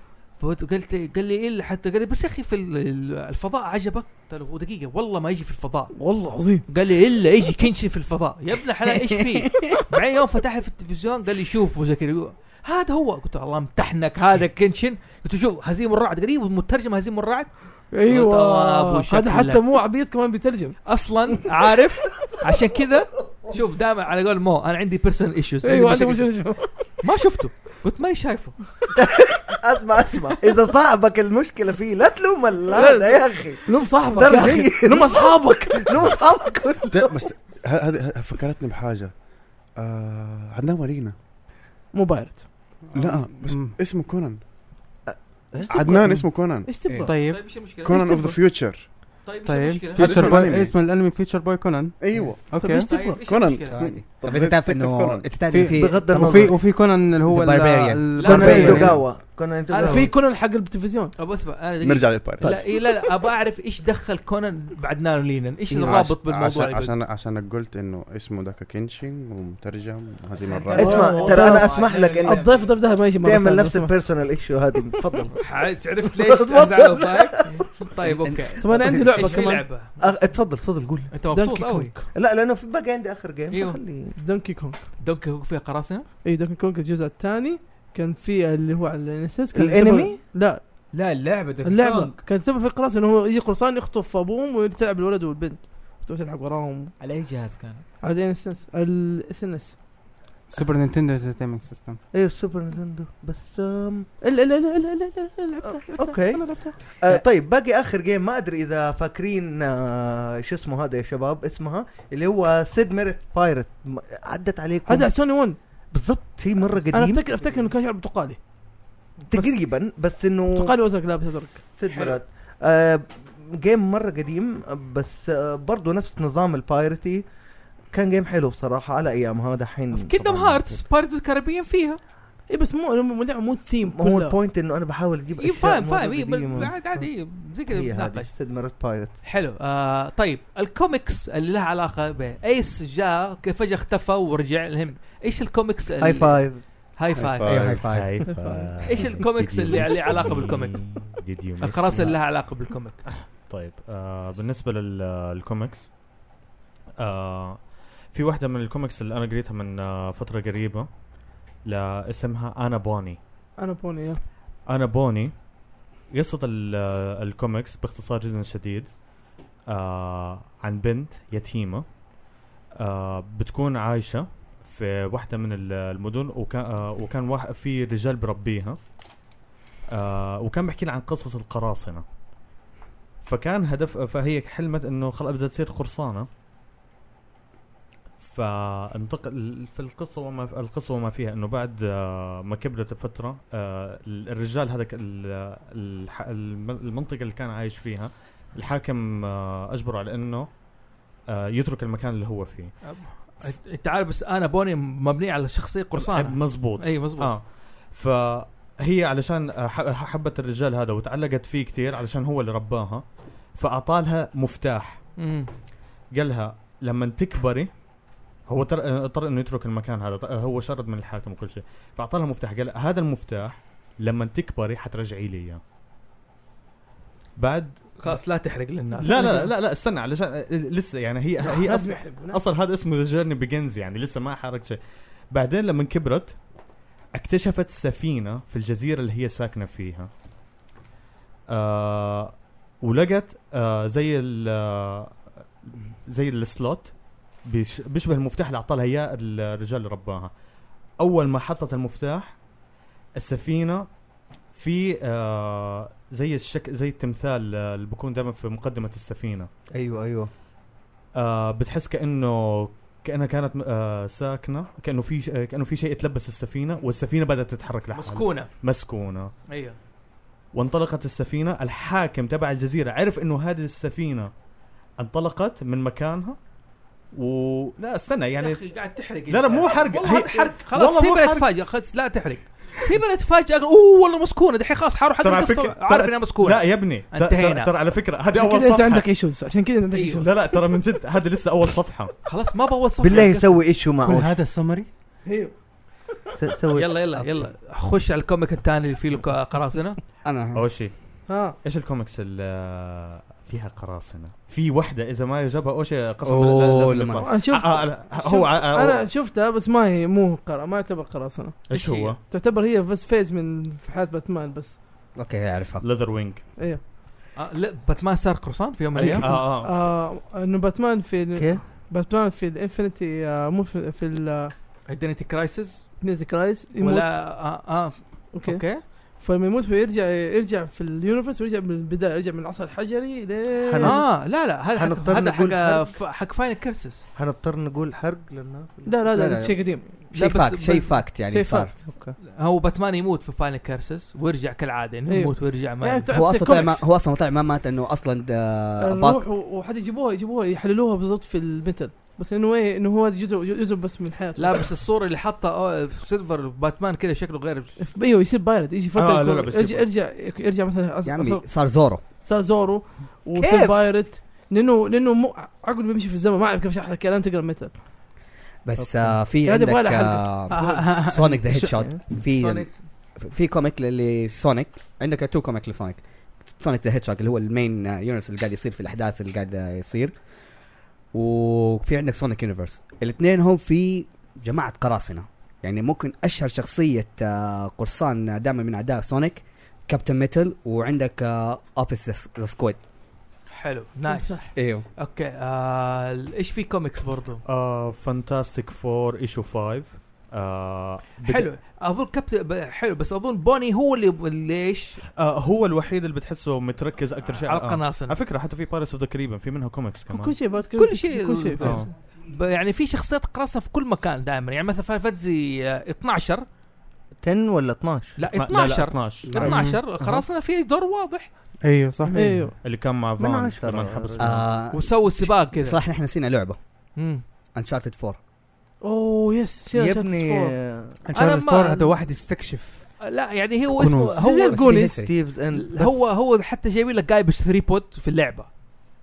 Speaker 1: فقلت قال لي ايه اللي حتى قال لي بس يا اخي في ال- ال- الفضاء عجبك قلت له دقيقه والله ما يجي في الفضاء
Speaker 4: والله عظيم
Speaker 1: قال لي الا يجي كنشي في الفضاء يا ابن الحلال ايش فيه؟ بعدين يوم فتح لي في التلفزيون قال لي شوف وزي كذا يقول، هذا هو قلت له الله امتحنك هذا كنشن قلت له شوف هزيم الرعد قريب مترجم هزيم الرعد
Speaker 4: ايوه
Speaker 1: والله أبو
Speaker 4: هذا
Speaker 1: شكلك.
Speaker 4: حتى مو عبيط كمان بيترجم
Speaker 1: اصلا عارف عشان كذا شوف دائما على قول مو انا عندي بيرسونال ايشوز
Speaker 4: ايوه هذا مو شنو
Speaker 1: ما شفته قلت ماني شايفه
Speaker 5: اسمع اسمع اذا صاحبك المشكله فيه لا تلوم ال- هذا يا اخي
Speaker 4: لوم صاحبك
Speaker 5: ترى
Speaker 4: يا اخي
Speaker 5: جيد.
Speaker 4: لوم اصحابك
Speaker 5: لوم صاحبك كله
Speaker 7: بس ه- هذه ه- فكرتني بحاجه آه عدنان ولينا
Speaker 4: مو بايرت
Speaker 7: لا بس
Speaker 2: مم.
Speaker 7: اسمه كونان
Speaker 4: إيش تبغى؟
Speaker 7: عدنان اسمه كونان
Speaker 4: ايش تبغى؟
Speaker 2: طيب
Speaker 1: ايش المشكله؟
Speaker 7: كونان اوف ذا فيوتشر
Speaker 2: طيب
Speaker 7: هذا اسم
Speaker 2: فيوتشر بوي
Speaker 7: الأنمي.
Speaker 2: اسم الانمي فيوتشر بوي كونان
Speaker 7: ايوه
Speaker 4: إيه.
Speaker 2: اوكي
Speaker 4: طيب، إيش تبغى؟
Speaker 7: كونان
Speaker 3: طب انت تعرف انه
Speaker 7: كونان.
Speaker 3: انت تعرف إنه في
Speaker 5: بغض
Speaker 2: وفي
Speaker 5: النظر
Speaker 2: وفي كونان اللي هو
Speaker 3: The Barbarian.
Speaker 2: ال-
Speaker 1: لا،
Speaker 5: كنا
Speaker 1: Barbarian.
Speaker 2: Barbarian.
Speaker 5: اندوغاوا كنا
Speaker 4: انا
Speaker 5: اندوغاوا
Speaker 4: في كونان حق التلفزيون
Speaker 1: ابى اسمع انا دقيقة.
Speaker 7: نرجع طيب. للبايرت
Speaker 1: لا إيه، لا لا ابى اعرف ايش دخل كونان بعدنان ولينا ايش الرابط بالموضوع
Speaker 7: إيه، عشان
Speaker 1: اللي قلت؟
Speaker 7: عشان عشان قلت انه اسمه ذاك كينشن ومترجم
Speaker 1: إيه.
Speaker 7: وهزيمه الرعد
Speaker 5: اسمع
Speaker 4: أوه.
Speaker 5: ترى انا
Speaker 4: أوه.
Speaker 5: اسمح لك انك
Speaker 4: الضيف ضيف ده ما يجي مرة
Speaker 5: تعمل
Speaker 4: ثانية،
Speaker 5: نفس
Speaker 4: لو سمحت.
Speaker 5: البيرسونال ايشيو هذه تفضل
Speaker 1: عاد عرفت ليش تزعل طيب طيب اوكي
Speaker 4: طب انا عندي لعبه
Speaker 1: ايش في
Speaker 4: كمان
Speaker 1: لعبه
Speaker 5: أخ- اتفضل تفضل قول
Speaker 1: انت
Speaker 4: دونكي
Speaker 1: مبسوط قوي
Speaker 4: كونج
Speaker 5: لا لانه في باقي عندي اخر جيم
Speaker 1: أيوه.
Speaker 5: فخلي
Speaker 4: دونكي كونج
Speaker 1: دونكي هو فيها قراصنه
Speaker 4: اي دونكي كونج الجزء الثاني كان في اللي هو على الانسس
Speaker 5: الانمي
Speaker 4: لا
Speaker 6: لا اللعبه دونكي
Speaker 4: اللعبه
Speaker 6: كونغ.
Speaker 4: كان تبع في القراصنه انه هو يجي قرصان يخطف ابوهم وتلعب الولد والبنت وتروح تلعب وراهم
Speaker 6: على اي جهاز كان؟
Speaker 4: على الانسس الاس ان اس
Speaker 2: سوبر نينتندو انترتينمنت سيستم
Speaker 5: ايوه السوبر نينتندو بس آم،
Speaker 4: الا الا الا الا الا الا لعبتها
Speaker 5: أوكي.
Speaker 4: انا لعبتها
Speaker 5: آه طيب باقي اخر جيم ما ادري اذا فاكرين آه شو اسمه هذا يا شباب اسمها اللي هو سيد ميرت بايرت م- عدت عليكم
Speaker 4: هذا على سوني 1
Speaker 5: بالضبط شيء مره
Speaker 4: انا
Speaker 5: قديم
Speaker 4: افتكر افتكر انه كان شعر برتقالي
Speaker 5: تقريبا بس انه
Speaker 4: برتقالي وازرق لابس ازرق
Speaker 5: سيد
Speaker 1: حلو.
Speaker 5: ميرت آه جيم مره قديم آه، بس آه برضو نفس نظام البايرتي كان جيم حلو بصراحه على ايامها دحين
Speaker 1: في كيندم
Speaker 5: طبعاً.
Speaker 1: هارتس بارت الكاريبيان فيها
Speaker 4: اي إيه، بس مو مو لعبه مو الثيم
Speaker 5: ما هو
Speaker 4: كلها
Speaker 5: البوينت انه انا بحاول اجيب
Speaker 1: إيه،
Speaker 5: اشياء
Speaker 1: فاهم
Speaker 5: مرة
Speaker 1: فاهم إيه، بل-
Speaker 5: قديمة.
Speaker 1: عادي عادي إيه، زي كذا
Speaker 5: آه. هي هذه
Speaker 1: بنتناقش
Speaker 5: سيد ميرت بايرت
Speaker 1: حلو آه طيب الكوميكس اللي لها علاقه بايس جاء كيف فجاه اختفى ورجع الهم ايش الكوميكس اللي- أيوه.
Speaker 5: هاي فايف
Speaker 1: هاي
Speaker 7: فايف.
Speaker 1: فايف
Speaker 7: أيوة، هاي
Speaker 3: فايف
Speaker 1: ايش الكوميكس اللي اللي علاقه بالكوميك القراصنه اللي لها علاقه بالكوميك
Speaker 8: طيب آه بالنسبه للكوميكس آه في واحده من الكوميكس اللي انا قريتها من آه فتره قريبه لا اسمها انا بوني
Speaker 4: انا بوني يا.
Speaker 8: انا بوني قصه ال- آه، الكوميكس باختصار جدا شديد آه عن بنت يتيمه آه بتكون عايشه في واحدة من ال- المدن وكان آه، وكان واحد في رجال بربيها آه، وكان بيحكي لي عن قصص القراصنة فكان هدف فهي حلمت انه خلاص بدها تصير قرصانة فانتقل في القصة وما القصة وما فيها انه بعد آه، ما كبرت بفترة آه، الرجال هذا ك- ال- الح- الم- المنطقة اللي كان عايش فيها الحاكم آه، اجبره على انه آه، يترك المكان اللي هو فيه
Speaker 1: أنت- انت عارف بس انا بوني مبني على شخصيه قرصانه
Speaker 8: مزبوط
Speaker 1: اي مزبوط
Speaker 8: اه فهي علشان آه، ح- ح- حبت الرجال هذا وتعلقت فيه كثير علشان هو اللي رباها فاعطى لها مفتاح
Speaker 1: مم.
Speaker 8: قال لها لما تكبري هو تر- آه، اضطر انه يترك المكان هذا ط- آه، هو شرد من الحاكم وكل شيء فاعطى لها مفتاح قال لها هذا المفتاح لما تكبري حترجعي لي اياه بعد
Speaker 1: خلاص لا تحرق للناس
Speaker 8: لا لا لا لا استنى علشان آه، لسه يعني هي هي
Speaker 4: لازم
Speaker 8: اصلا
Speaker 4: يحلبونا.
Speaker 8: اصلا هذا اسمه ذا جيرني بيجنز يعني لسه ما حركت شيء بعدين لما كبرت اكتشفت سفينه في الجزيره اللي هي ساكنه فيها آه ولقت آه زي ال آه، زي السلوت بيش- بيشبه المفتاح اللي اعطى لها اياه الرجال اللي رباها اول ما حطت المفتاح السفينه في آه زي الشك زي التمثال آه، اللي بيكون دائما في مقدمه السفينه
Speaker 3: ايوه ايوه
Speaker 8: آه بتحس كانه كانها كانت آه ساكنه كانه في ش- آه، كانه في شيء تلبس السفينه والسفينه بدات تتحرك لحالها
Speaker 1: مسكونه
Speaker 8: مسكونه
Speaker 1: ايوه
Speaker 8: وانطلقت السفينه الحاكم تبع الجزيره عرف انه هذه السفينه انطلقت من مكانها و لا استنى
Speaker 1: يعني
Speaker 8: يعني
Speaker 1: قاعد تحرق
Speaker 8: لا لا مو حرق
Speaker 1: والله
Speaker 8: هي-
Speaker 1: هذا حرق
Speaker 8: والله
Speaker 1: خلاص
Speaker 8: مو
Speaker 1: سيبنا
Speaker 8: حرق.
Speaker 1: نتفاجئ خلاص لا تحرق سيبنا نتفاجئ اوه والله مسكونه دحين خلاص حروح
Speaker 8: ترى على
Speaker 1: أقصر.
Speaker 8: فكرة-
Speaker 1: عارف
Speaker 8: ترى-
Speaker 1: انها مسكونه
Speaker 8: لا يا ابني ت-
Speaker 1: انتهينا.
Speaker 8: ترى ترى على فكره هذه
Speaker 4: عشان
Speaker 8: اول
Speaker 4: كذا انت
Speaker 8: صفحه
Speaker 4: عندك ايشوز عشان كذا انت عندك
Speaker 1: أيوه.
Speaker 4: ايشوز
Speaker 8: لا لا ترى من جد هذه لسه اول صفحه
Speaker 1: خلاص ما بوصل صفحة.
Speaker 5: بالله يسوي ايش وما
Speaker 2: كل
Speaker 5: أعرف.
Speaker 2: هذا السمري
Speaker 3: أيوه.
Speaker 5: س- سوي
Speaker 1: يلا يلا يلا خش على الكوميك الثاني اللي فيه له ك- قراصنه
Speaker 3: انا
Speaker 8: اول شيء
Speaker 4: ها
Speaker 8: ايش الكوميكس اللي فيها قراصنه في وحده اذا ما جابها اول شيء قسم
Speaker 3: أوه،
Speaker 8: لازم
Speaker 3: لما-
Speaker 8: يطلع.
Speaker 4: انا شفت
Speaker 8: آه، آه، لا، هو آه، آه،
Speaker 4: انا شفتها بس ما هي مو قرا ما يعتبر قراصنه
Speaker 8: ايش هو؟
Speaker 4: تعتبر هي بس فيز من حياه باتمان بس
Speaker 3: اوكي اعرفها
Speaker 8: ليذر وينج
Speaker 4: ايوه
Speaker 1: آه لا باتمان صار قرصان في يوم من
Speaker 8: اه
Speaker 1: الايام
Speaker 8: اه
Speaker 4: إيه. آه انه باتمان في ال-
Speaker 5: اوكي
Speaker 4: باتمان في الانفينيتي آه مو في في
Speaker 1: ايدنتي كرايسيس
Speaker 4: الانفينيتي كرايس يموت
Speaker 1: ولا اه, آه
Speaker 4: اوكي
Speaker 1: اوكي
Speaker 4: فلما يموت فيرجع يرجع في اليونيفرس ويرجع من البدايه يرجع من العصر الحجري آه. لين
Speaker 5: حنط-
Speaker 1: اه لا لا هذا حق-
Speaker 5: هنضطر
Speaker 1: هذا
Speaker 5: نقول
Speaker 1: حق ف- حق فاينل كرسس
Speaker 5: حنضطر نقول حرق للناس
Speaker 4: لا لا
Speaker 3: لا،
Speaker 4: لا
Speaker 3: لا.
Speaker 4: شيء قديم
Speaker 3: شيء
Speaker 1: بس-
Speaker 3: فاكت شيء
Speaker 1: بس-
Speaker 3: فاكت يعني
Speaker 4: شيء
Speaker 3: صار
Speaker 4: فاكت.
Speaker 5: اوكي
Speaker 1: هو باتمان يموت في فاينل كرسس ويرجع كالعاده انه
Speaker 5: إيه.
Speaker 4: أيوه.
Speaker 1: يموت ويرجع ما
Speaker 4: يعني
Speaker 1: يموت.
Speaker 4: تعرف
Speaker 3: هو
Speaker 4: زي
Speaker 3: اصلا طلع ما
Speaker 4: كوميكس.
Speaker 3: هو اصلا طلع ما مات انه اصلا آه، باك
Speaker 4: الروح و- وحتجيبوها يجيبوها يحللوها بالضبط في المثل بس انه ايه انه هو جزء جزء بس من حياته
Speaker 1: لا بس الصوره اللي حاطها آه، في سيلفر باتمان كذا شكله غير
Speaker 4: بس ايوه يصير بايرت يجي فتره
Speaker 8: آه، لا، لا،
Speaker 4: يكون-
Speaker 8: بس
Speaker 4: يرجع
Speaker 8: يبقى.
Speaker 4: يرجع يرجع مثلا أص-
Speaker 3: يا
Speaker 4: أصلاً
Speaker 3: عمي يعني صار زورو
Speaker 4: صار زورو وصار
Speaker 3: كيف؟
Speaker 4: بايرت لانه لانه مو عقله بيمشي في الزمن ما اعرف كيف شرح لك الكلام تقرا مثل
Speaker 3: بس آه في
Speaker 4: هذه
Speaker 3: عندك
Speaker 4: يبغى لها
Speaker 3: آه سونيك ذا هيد شوت في
Speaker 1: سونيك
Speaker 3: في كوميك لسونيك عندك تو كوميك لسونيك سونيك ذا هيد شوت اللي هو المين يونيفرس اللي قاعد يصير في الاحداث اللي قاعد آه، يصير وفي عندك سونيك يونيفرس الاثنين هم في جماعه قراصنه يعني ممكن اشهر شخصيه آه قرصان دائما من اعداء سونيك كابتن ميتل وعندك آه، اوبس ذا سكويد
Speaker 1: حلو نايس
Speaker 4: صح
Speaker 3: ايوه
Speaker 1: اوكي آه، ال- ايش في كوميكس برضو
Speaker 8: اه فانتاستيك فور ايشو 5 آه بت-
Speaker 1: حلو اظن كابتن ب- حلو بس اظن بوني هو اللي ب- ليش
Speaker 8: آه هو الوحيد اللي بتحسه متركز اكثر شيء
Speaker 1: على
Speaker 8: الآن.
Speaker 1: القناصنه
Speaker 8: على فكره حتى في باريس اوف ذا كريبن في منها كوميكس كمان
Speaker 4: كل شيء بايرت
Speaker 1: كل شيء
Speaker 4: كل شيء
Speaker 8: آه.
Speaker 1: ب- يعني في شخصيات قراصنه في كل مكان دائما يعني مثلا فاينل فانتزي 12
Speaker 5: 10 ولا 12
Speaker 1: آه، لا
Speaker 8: ما- لا، آه، لا،
Speaker 1: 12
Speaker 8: 12
Speaker 1: 12 قراصنه في دور واضح
Speaker 2: ايوه صح
Speaker 4: ايوه
Speaker 8: اللي كان مع
Speaker 5: من
Speaker 8: فان
Speaker 5: عشرة.
Speaker 8: لما انحبس معه.
Speaker 3: آه
Speaker 1: وسووا سباق كذا
Speaker 3: صراحه احنا نسينا لعبه
Speaker 1: مم.
Speaker 3: انشارتد 4
Speaker 4: اوه يس شيل
Speaker 5: يا
Speaker 4: شفت
Speaker 5: ابني
Speaker 4: فور.
Speaker 1: أنا ما-
Speaker 2: انشارتد ستور هذا واحد يستكشف
Speaker 1: لا يعني هو اسمه
Speaker 2: كنوز.
Speaker 1: هو
Speaker 4: زي
Speaker 3: طيب
Speaker 4: الجونيز
Speaker 3: بس في history.
Speaker 5: ستيفز اند
Speaker 1: إيه. هو هو حتى جايب لك جايبش 3 بوت في اللعبه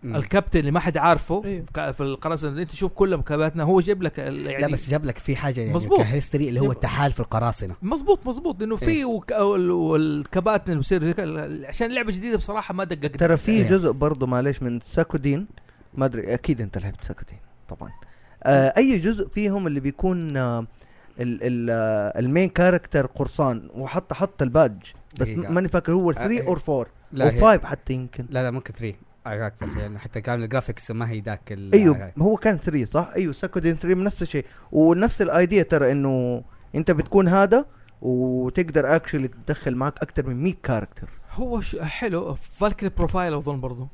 Speaker 3: مم. إيه.
Speaker 1: الكابتن اللي ما حد عارفه
Speaker 4: أيوه.
Speaker 1: ك- في القراصنه اللي انت تشوف كلهم كابتنه هو جايب لك ال- يعني
Speaker 3: لا بس جاب لك في حاجه يعني
Speaker 1: مظبوط.
Speaker 3: كهيستوري اللي هو التحالف في القراصنه
Speaker 1: مزبوط مزبوط لانه في
Speaker 3: إيه.
Speaker 1: وك... وال- والكباتن اللي بصير ذيك ال- عشان لعبه جديده بصراحه ما دققت
Speaker 5: ترى في
Speaker 3: يعني.
Speaker 5: جزء برضه معليش من ساكودين ما ادري اكيد انت لعبت ساكودين طبعا آه اي جزء فيهم اللي بيكون آه ال ال آه المين كاركتر قرصان وحط حط البادج بس
Speaker 3: دقيقة.
Speaker 5: ماني فاكر هو 3
Speaker 3: آه،
Speaker 5: اور 4
Speaker 3: لا
Speaker 5: او
Speaker 3: هي-
Speaker 5: 5 حتى يمكن
Speaker 3: لا لا ممكن 3 اكثر لان حتى كان الجرافيكس ما هي ذاك ال- آه،
Speaker 5: ايوه هو كان 3 صح ايوه ساكودين 3 نفس الشيء ونفس الايديا ترى انه انت بتكون هذا وتقدر اكشلي تدخل معك اكثر من 100 كاركتر
Speaker 1: هو ش... حلو فالكري بروفايل اظن برضو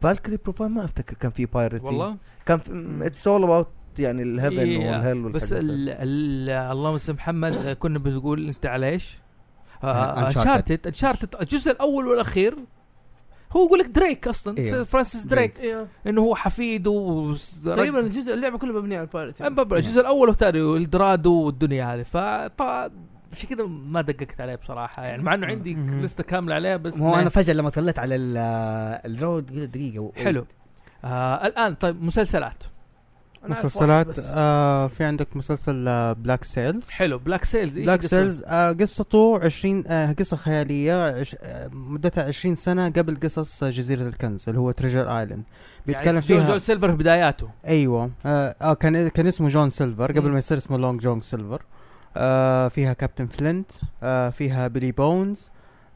Speaker 5: فالكري بروفايل ما افتكر كان في بايرت
Speaker 1: والله
Speaker 5: كان اتس اول اباوت يعني الهيفن
Speaker 1: إيه،
Speaker 5: والهيل
Speaker 1: بس
Speaker 5: والحاجات هذه.
Speaker 1: ال... ال... اللهم اسم محمد آه، كنا بنقول انت على ايش؟
Speaker 3: آه،
Speaker 1: انشارتد انشارتد الجزء الاول والاخير هو يقول لك دريك اصلا
Speaker 3: إيه.
Speaker 1: سير فرانسيس دريك
Speaker 4: ايوه
Speaker 1: انه هو حفيد و
Speaker 4: تقريبا الجزء اللعبه كلها مبنيه على البايرت يعني.
Speaker 1: أما الجزء الاول والثاني والدرادو والدنيا هذه ف عشان كذا ما دققت عليه بصراحه يعني مع انه عندي
Speaker 2: مم.
Speaker 1: لسته كامله عليه بس
Speaker 3: هو
Speaker 1: ما-
Speaker 3: انا فجاه لما طلعت على ال- الرود قلت دقيقه و-
Speaker 1: حلو آه الان طيب مسلسلات
Speaker 4: أنا أعرف واحد
Speaker 2: مسلسلات
Speaker 4: بس.
Speaker 2: آه في عندك مسلسل آه، بلاك سيلز
Speaker 1: حلو بلاك سيلز
Speaker 2: بلاك سيلز آه قصته 20 آه قصة خيالية عش آه مدتها 20 سنة قبل قصص آه، جزيرة الكنز اللي هو تريجر ايلاند
Speaker 1: بيتكلم
Speaker 2: بيتكلم
Speaker 1: يعني فيها
Speaker 2: فيها
Speaker 1: جون سيلفر في بداياته
Speaker 2: ايوه آه آه، كان كان اسمه جون سيلفر قبل
Speaker 1: مم.
Speaker 2: ما يصير اسمه لونج جون سيلفر آه فيها كابتن فلنت آه فيها بيلي بونز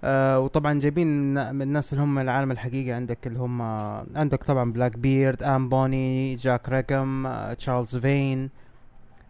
Speaker 2: آه وطبعا جايبين من- من الناس اللي هم العالم الحقيقي عندك اللي هم عندك طبعا بلاك بيرد ام بوني جاك ريكم آه تشارلز فين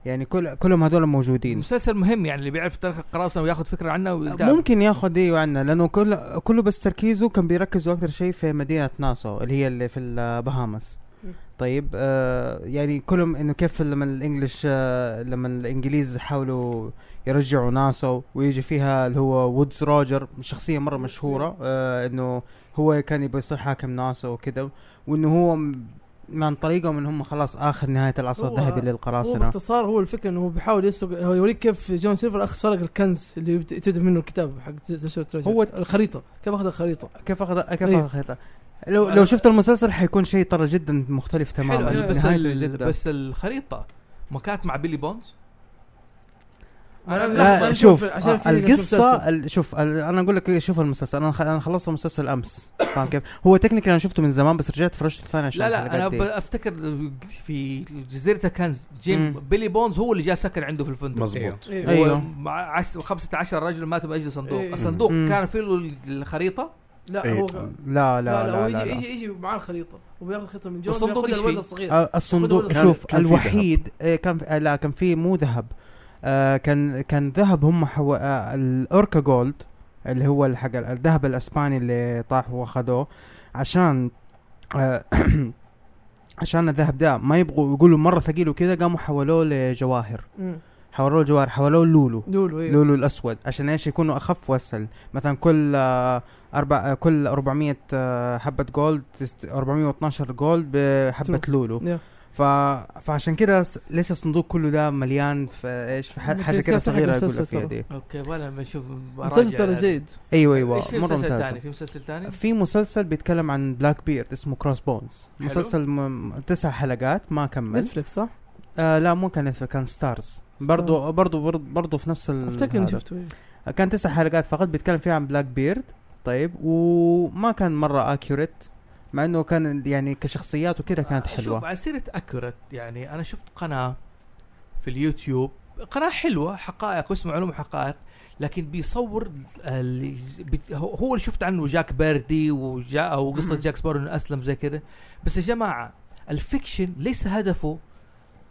Speaker 2: يعني كل كلهم هذول موجودين
Speaker 1: مسلسل مهم يعني اللي بيعرف تاريخ القراصنه وياخذ فكره عنه ويتابع.
Speaker 2: ممكن ياخذ ايوه عنا لانه كل كله بس تركيزه كان بيركزوا اكثر شيء في مدينه ناسو اللي هي اللي في البهامس
Speaker 4: مم.
Speaker 2: طيب آه يعني كلهم انه كيف لما الانجليش آه لما الانجليز حاولوا يرجعوا ناسو ويجي فيها اللي هو وودز روجر شخصيه مره مشهوره آه انه هو كان يبغى يصير حاكم ناسو وكذا وانه هو م- عن طريقهم ان هم خلاص اخر نهايه العصر
Speaker 4: هو-
Speaker 2: الذهبي
Speaker 4: هو
Speaker 2: للقراصنه
Speaker 4: باختصار هو الفكره انه هو بيحاول يسرق هو يوريك كيف جون سيلفر اخ سرق الكنز اللي بت- تبدا منه الكتاب حق تشير تريجر
Speaker 2: هو-
Speaker 4: الخريطه كيف اخذ الخريطه
Speaker 2: كيف اخذ كيف
Speaker 4: إيه.
Speaker 2: اخذ خيطة لو لو شفت المسلسل حيكون شيء ترى جدا مختلف تماما
Speaker 1: حلو أيوة، بس
Speaker 2: نهايته
Speaker 1: ال...
Speaker 2: جداً.
Speaker 1: بس الخريطه ما كانت مع بيلي بونز
Speaker 4: أنا- لحظة،
Speaker 2: لا
Speaker 4: أنا
Speaker 2: شوف
Speaker 4: شوف- عشان
Speaker 2: آه،
Speaker 4: كذا شفت
Speaker 2: القصه ال- شوف ال- انا اقول لك شوف المسلسل انا خ- انا خلصت المسلسل امس فاهم كيف؟ هو تكنيكلي انا شفته من زمان بس رجعت فرشته ثاني عشان إيه؟
Speaker 1: لا لا
Speaker 2: الحلقات
Speaker 1: انا
Speaker 2: دي.
Speaker 1: ب- افتكر في جزيره الكنز جيم
Speaker 2: مم.
Speaker 1: بيلي بونز هو اللي جاء سكن عنده في الفندق
Speaker 7: مزبوط
Speaker 4: إيه.
Speaker 2: أيوة.
Speaker 1: هو مع عش... 15 رجل ماتوا من اجل صندوق
Speaker 4: إيه.
Speaker 1: الصندوق
Speaker 2: مم.
Speaker 1: كان فيه له الخريطه
Speaker 4: لا
Speaker 7: إيه.
Speaker 4: هو
Speaker 2: لا
Speaker 4: لا لا هو
Speaker 2: لا لا, لا,
Speaker 4: يجي
Speaker 2: لا.
Speaker 4: يجي يجي معاه الخريطه وبياخذ خريطه من جون
Speaker 1: والصندوق
Speaker 4: وياخذ
Speaker 1: إيش
Speaker 4: الولد
Speaker 1: فيه؟
Speaker 4: الصغير
Speaker 2: آه، الصندوق
Speaker 4: كان-
Speaker 2: شوف
Speaker 7: كان في
Speaker 2: الوحيد آه، كان في- آه، لا كان في مو ذهب آه، كان كان ذهب هم حو... آه، الاوركا جولد اللي هو الحق ال- الذهب الاسباني اللي طاح واخذوه عشان آه، عشان الذهب ده ما يبغوا يقولوا مره ثقيل وكذا قاموا حولوه لجواهر
Speaker 4: مم.
Speaker 2: حولوه لجواهر حولوه لولو
Speaker 4: لولو ايوه
Speaker 2: لولو الاسود عشان ايش يكونوا اخف واسهل مثلا كل آه، اربع آه، كل 400 آه، حبه جولد تست- 412 جولد بحبه
Speaker 4: تو.
Speaker 2: لولو
Speaker 4: يا.
Speaker 2: ف... فعشان كده س- ليش الصندوق كله ده مليان في ايش في ح-
Speaker 4: ممتاز،
Speaker 2: حاجه
Speaker 4: كان
Speaker 2: كده
Speaker 4: صاحب
Speaker 2: صغيره اقول
Speaker 4: مسلسل
Speaker 2: لك فيها
Speaker 4: ترى.
Speaker 2: دي
Speaker 1: اوكي ولا بنشوف
Speaker 4: مسلسل ترى جيد
Speaker 2: ايوه
Speaker 1: ايش
Speaker 2: ايوه
Speaker 1: في
Speaker 2: مره
Speaker 1: مسلسل ثاني
Speaker 2: ممتاز
Speaker 1: في مسلسل ثاني
Speaker 2: في مسلسل بيتكلم عن بلاك بيرد اسمه كروس بونز
Speaker 1: حلو.
Speaker 2: مسلسل م... م- تسع حلقات ما كمل
Speaker 4: نتفلكس صح؟
Speaker 2: آه لا مو كان نتفليكس، كان ستارز برضو برضو برضو, برضو في نفس ال
Speaker 4: افتكر اني
Speaker 2: هذا. آه،
Speaker 4: شفته إيه.
Speaker 2: كان تسع حلقات فقط بيتكلم فيها عن بلاك بيرد طيب وما كان مره اكيوريت مع انه كان يعني كشخصيات وكذا كانت
Speaker 1: آه، شوف
Speaker 2: حلوه
Speaker 1: على سيره اكورت يعني انا شفت قناه في اليوتيوب قناه حلوه حقائق اسمه علوم حقائق لكن بيصور ال- بت- هو هو اللي شفت عنه جاك بيردي وجا وقصه جاك سبارو انه اسلم زي كده بس يا جماعه الفيكشن ليس هدفه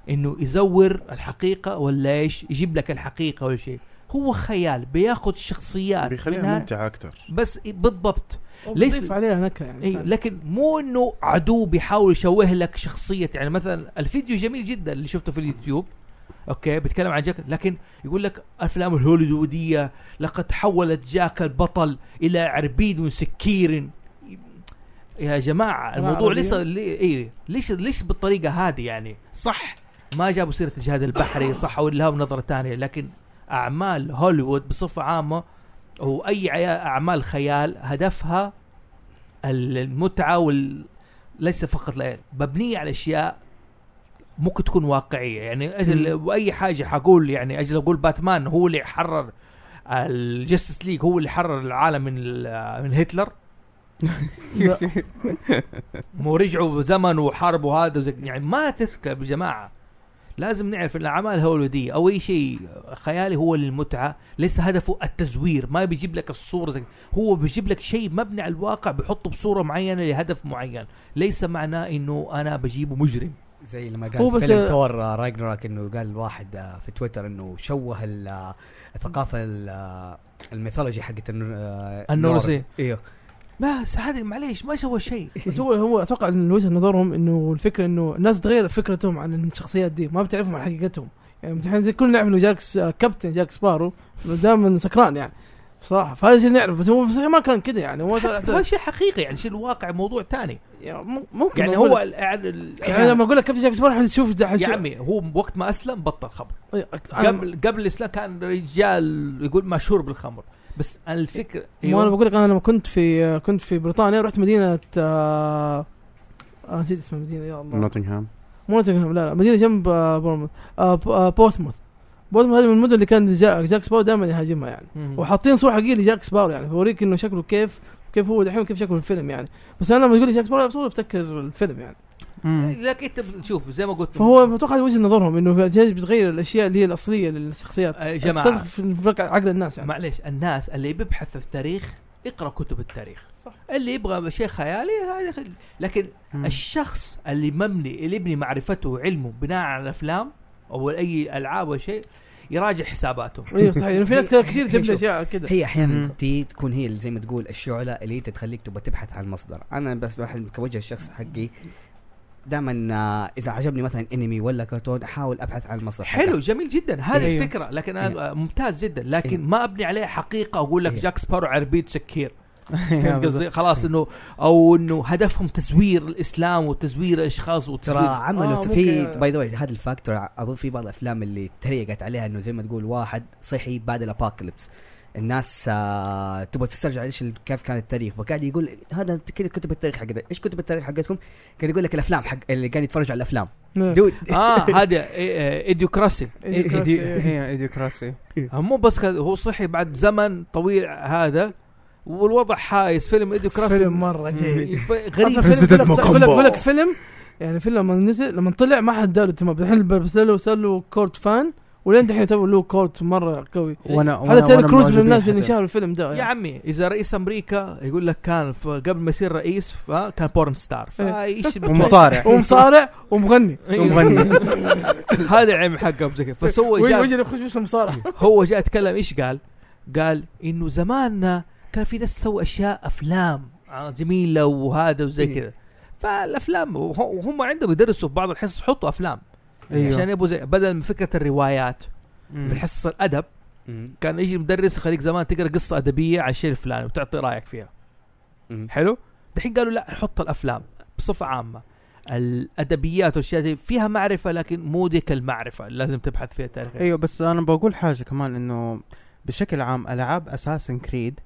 Speaker 1: انه يزور الحقيقه ولا ايش يجيب لك الحقيقه ولا شيء هو خيال بياخذ شخصيات
Speaker 7: بيخليها
Speaker 1: منها
Speaker 7: ممتعه اكثر
Speaker 1: بس بالضبط ليس-
Speaker 4: ليس عليها نكهه يعني
Speaker 2: إيه.
Speaker 1: ايوه لكن مو انه عدو بيحاول يشوه لك شخصيه يعني مثلا الفيديو جميل جدا اللي شفته في اليوتيوب اوكي بيتكلم عن جاك لكن يقول لك افلام الهوليووديه لقد تحولت جاك البطل الى عربيد سكير يا جماعه الموضوع
Speaker 4: عربية؟
Speaker 1: ليس لي- اي ليش ليش بالطريقه هذه يعني صح ما جابوا سيره الجهاد البحري صح او لهم نظره ثانيه لكن اعمال هوليوود بصفه عامه او اي عيا- اعمال خيال هدفها المتعه وال ليس فقط لا مبنيه على اشياء ممكن تكون واقعيه يعني اجل واي حاجه حقول يعني اجل اقول باتمان هو اللي حرر الجستس ليج هو اللي حرر العالم من ال- من هتلر مو رجعوا زمن وحاربوا هذا وزي يعني ما تركب يا جماعه لازم نعرف ان الاعمال الهوليووديه او اي شيء خيالي هو للمتعه ليس هدفه التزوير ما بيجيب لك الصوره زي هو بيجيب لك شيء مبني على الواقع بيحطه بصوره معينه لهدف معين ليس معناه انه انا بجيبه مجرم
Speaker 3: زي لما
Speaker 4: هو
Speaker 3: قال
Speaker 4: بس-
Speaker 3: فيلم ثور راجنراك انه قال واحد آه، في تويتر انه شوه ال- آه، الثقافه ال- آه، الميثولوجي حقت الن- آه،
Speaker 1: النورسي.
Speaker 3: النور. ايوه
Speaker 1: بس هذا معليش ما سوى شيء
Speaker 4: بس هو هو اتوقع ان وجهه نظرهم انه الفكره انه الناس تغير فكرتهم عن الشخصيات دي ما بتعرفهم عن حقيقتهم يعني الحين زي كلنا نعرف انه جاك س- كابتن جاك سبارو إنه دائما سكران يعني بصراحه فهذا الشيء نعرف بس هو بس ما كان كده يعني هو طلع-
Speaker 1: هو شيء حقيقي يعني شيء الواقع موضوع تاني
Speaker 4: يعني مم- ممكن
Speaker 1: يعني
Speaker 4: أقول
Speaker 1: هو
Speaker 4: لك-
Speaker 1: ال- ال-
Speaker 4: يعني لما اقول لك كابتن جاك سبارو حتشوف ده
Speaker 1: يا عمي هو وقت ما اسلم بطل خمر
Speaker 4: قبل
Speaker 1: قبل قبل الاسلام كان رجال يقول ما شرب الخمر بس الفكر أيوة.
Speaker 4: مو انا بقول لك انا لما كنت في كنت في بريطانيا رحت مدينه آه آه، نسيت اسم المدينه يا الله
Speaker 7: نوتنغهام
Speaker 4: مو نوتنغهام لا لا مدينه جنب آه، بورموث آه، ب- آه، بورتموث بورتموث هذه من المدن اللي كان جا- جاك سباو دائما يهاجمها يعني
Speaker 1: مم.
Speaker 4: وحاطين صوره حقيقيه لجاك سباو يعني فوريك انه شكله كيف كيف هو دحين كيف شكله في الفيلم يعني بس انا لما تقول لي جاك سباو بصورة افتكر الفيلم يعني
Speaker 2: مم.
Speaker 1: لكن انت بتشوف زي ما قلت
Speaker 4: فهو اتوقع هذه وجهه نظرهم انه جاي بتغير الاشياء اللي هي الاصليه للشخصيات
Speaker 1: آه، جماعه
Speaker 4: تستدخل في في عقل الناس يعني
Speaker 1: معليش الناس اللي بيبحث في التاريخ اقرا كتب التاريخ صح. اللي يبغى شيء خيالي هذا خل- لكن
Speaker 2: مم.
Speaker 1: الشخص اللي مبني اللي يبني معرفته وعلمه بناء على الافلام او اي العاب او شيء يراجع حساباته
Speaker 4: ايوه صحيح لأنه في ناس كثير
Speaker 3: هي-
Speaker 4: تبدا
Speaker 3: شوف.
Speaker 4: اشياء كذا
Speaker 3: هي احيانا
Speaker 2: مم.
Speaker 3: تي تكون هي اللي زي ما تقول الشعله اللي انت تخليك تبغى تبحث عن مصدر انا بس بحب كوجه الشخص حقي دائما آه، اذا عجبني مثلا انمي ولا كرتون احاول ابحث عن المصدر حقه.
Speaker 1: حلو جميل جدا هذه
Speaker 3: إيه.
Speaker 1: الفكره لكن أنا
Speaker 3: إيه.
Speaker 1: ممتاز جدا لكن
Speaker 3: إيه.
Speaker 1: ما ابني عليه حقيقه اقول لك
Speaker 3: إيه.
Speaker 1: جاك سبارو عربيد سكير
Speaker 2: يا
Speaker 1: فهمت قصدي خلاص انه او انه هدفهم تزوير الاسلام وتزوير الاشخاص
Speaker 3: ترى
Speaker 1: وتزوير
Speaker 3: عملوا
Speaker 4: آه،
Speaker 3: في
Speaker 4: ممكن-
Speaker 3: باي ذا هذا الفاكتور اظن في بعض الافلام اللي تريقت عليها انه زي ما تقول واحد صحي بعد الابوكاليبس الناس آه تبغى تسترجع ايش ال- كيف كان التاريخ فقاعد يقول هذا كذا كتب التاريخ حقتك ايش كتب التاريخ حقتكم؟ كان يقول لك الافلام حق اللي كان يتفرج على الافلام
Speaker 4: نعم.
Speaker 3: دود
Speaker 1: اه هذا ايديوكراسي
Speaker 4: إيه،
Speaker 2: هي-
Speaker 4: كراسي، إيه.
Speaker 2: هي ايديوكراسي
Speaker 1: مو بس كذا هو صحي بعد زمن طويل هذا والوضع حايس فيلم ايديوكراسي
Speaker 4: فيلم مره
Speaker 3: إيه.
Speaker 4: جيد
Speaker 1: غريب
Speaker 4: أصلاً فيلم-
Speaker 8: Resident
Speaker 4: بقول لك- بقول لك-
Speaker 8: Macumbo.
Speaker 4: بقول لك فيلم يعني فيلم لما نزل لما طلع ما حد داله اهتمام الحين بس له صار له كورت فان ولين دحين يعتبر له كورت مره قوي
Speaker 2: وانا
Speaker 4: إيه. هذا
Speaker 2: وأنا-
Speaker 4: تيري
Speaker 2: وأنا
Speaker 4: كروز من
Speaker 2: معجبين
Speaker 4: الناس اللي
Speaker 2: حتى.
Speaker 4: شهروا الفيلم
Speaker 3: إيه.
Speaker 4: ده
Speaker 1: يا
Speaker 4: يعني.
Speaker 1: عمي اذا رئيس امريكا يقول لك كان ف- قبل ما يصير رئيس ف- آه، كان بورن ستار
Speaker 3: إيه.
Speaker 1: فايش
Speaker 2: ومصارع
Speaker 4: ومصارع ومغني
Speaker 2: ومغني
Speaker 1: إيه. هذا العلم حقه زي كذا فسوى
Speaker 4: وجه
Speaker 1: جاب-
Speaker 4: وجه اللي يخش بس مصارع
Speaker 1: هو جاء اتكلم ايش قال؟ قال انه زماننا كان في ناس تسوي اشياء افلام آه، جميله وهذا وزي كذا فالافلام وه- وهم عندهم يدرسوا في بعض الحصص حطوا افلام
Speaker 2: أيوه.
Speaker 1: عشان يبوا زي بدل من فكره الروايات في حصص الادب كان يجي المدرس يخليك زمان تقرا قصه ادبيه عن الشيء الفلاني وتعطي رايك فيها حلو دحين قالوا لا حط الافلام بصفه عامه الادبيات والاشياء دي فيها معرفه لكن مو ذيك المعرفه اللي لازم تبحث فيها تاريخ
Speaker 2: ايوه بس انا بقول حاجه كمان انه بشكل عام العاب اساسن كريد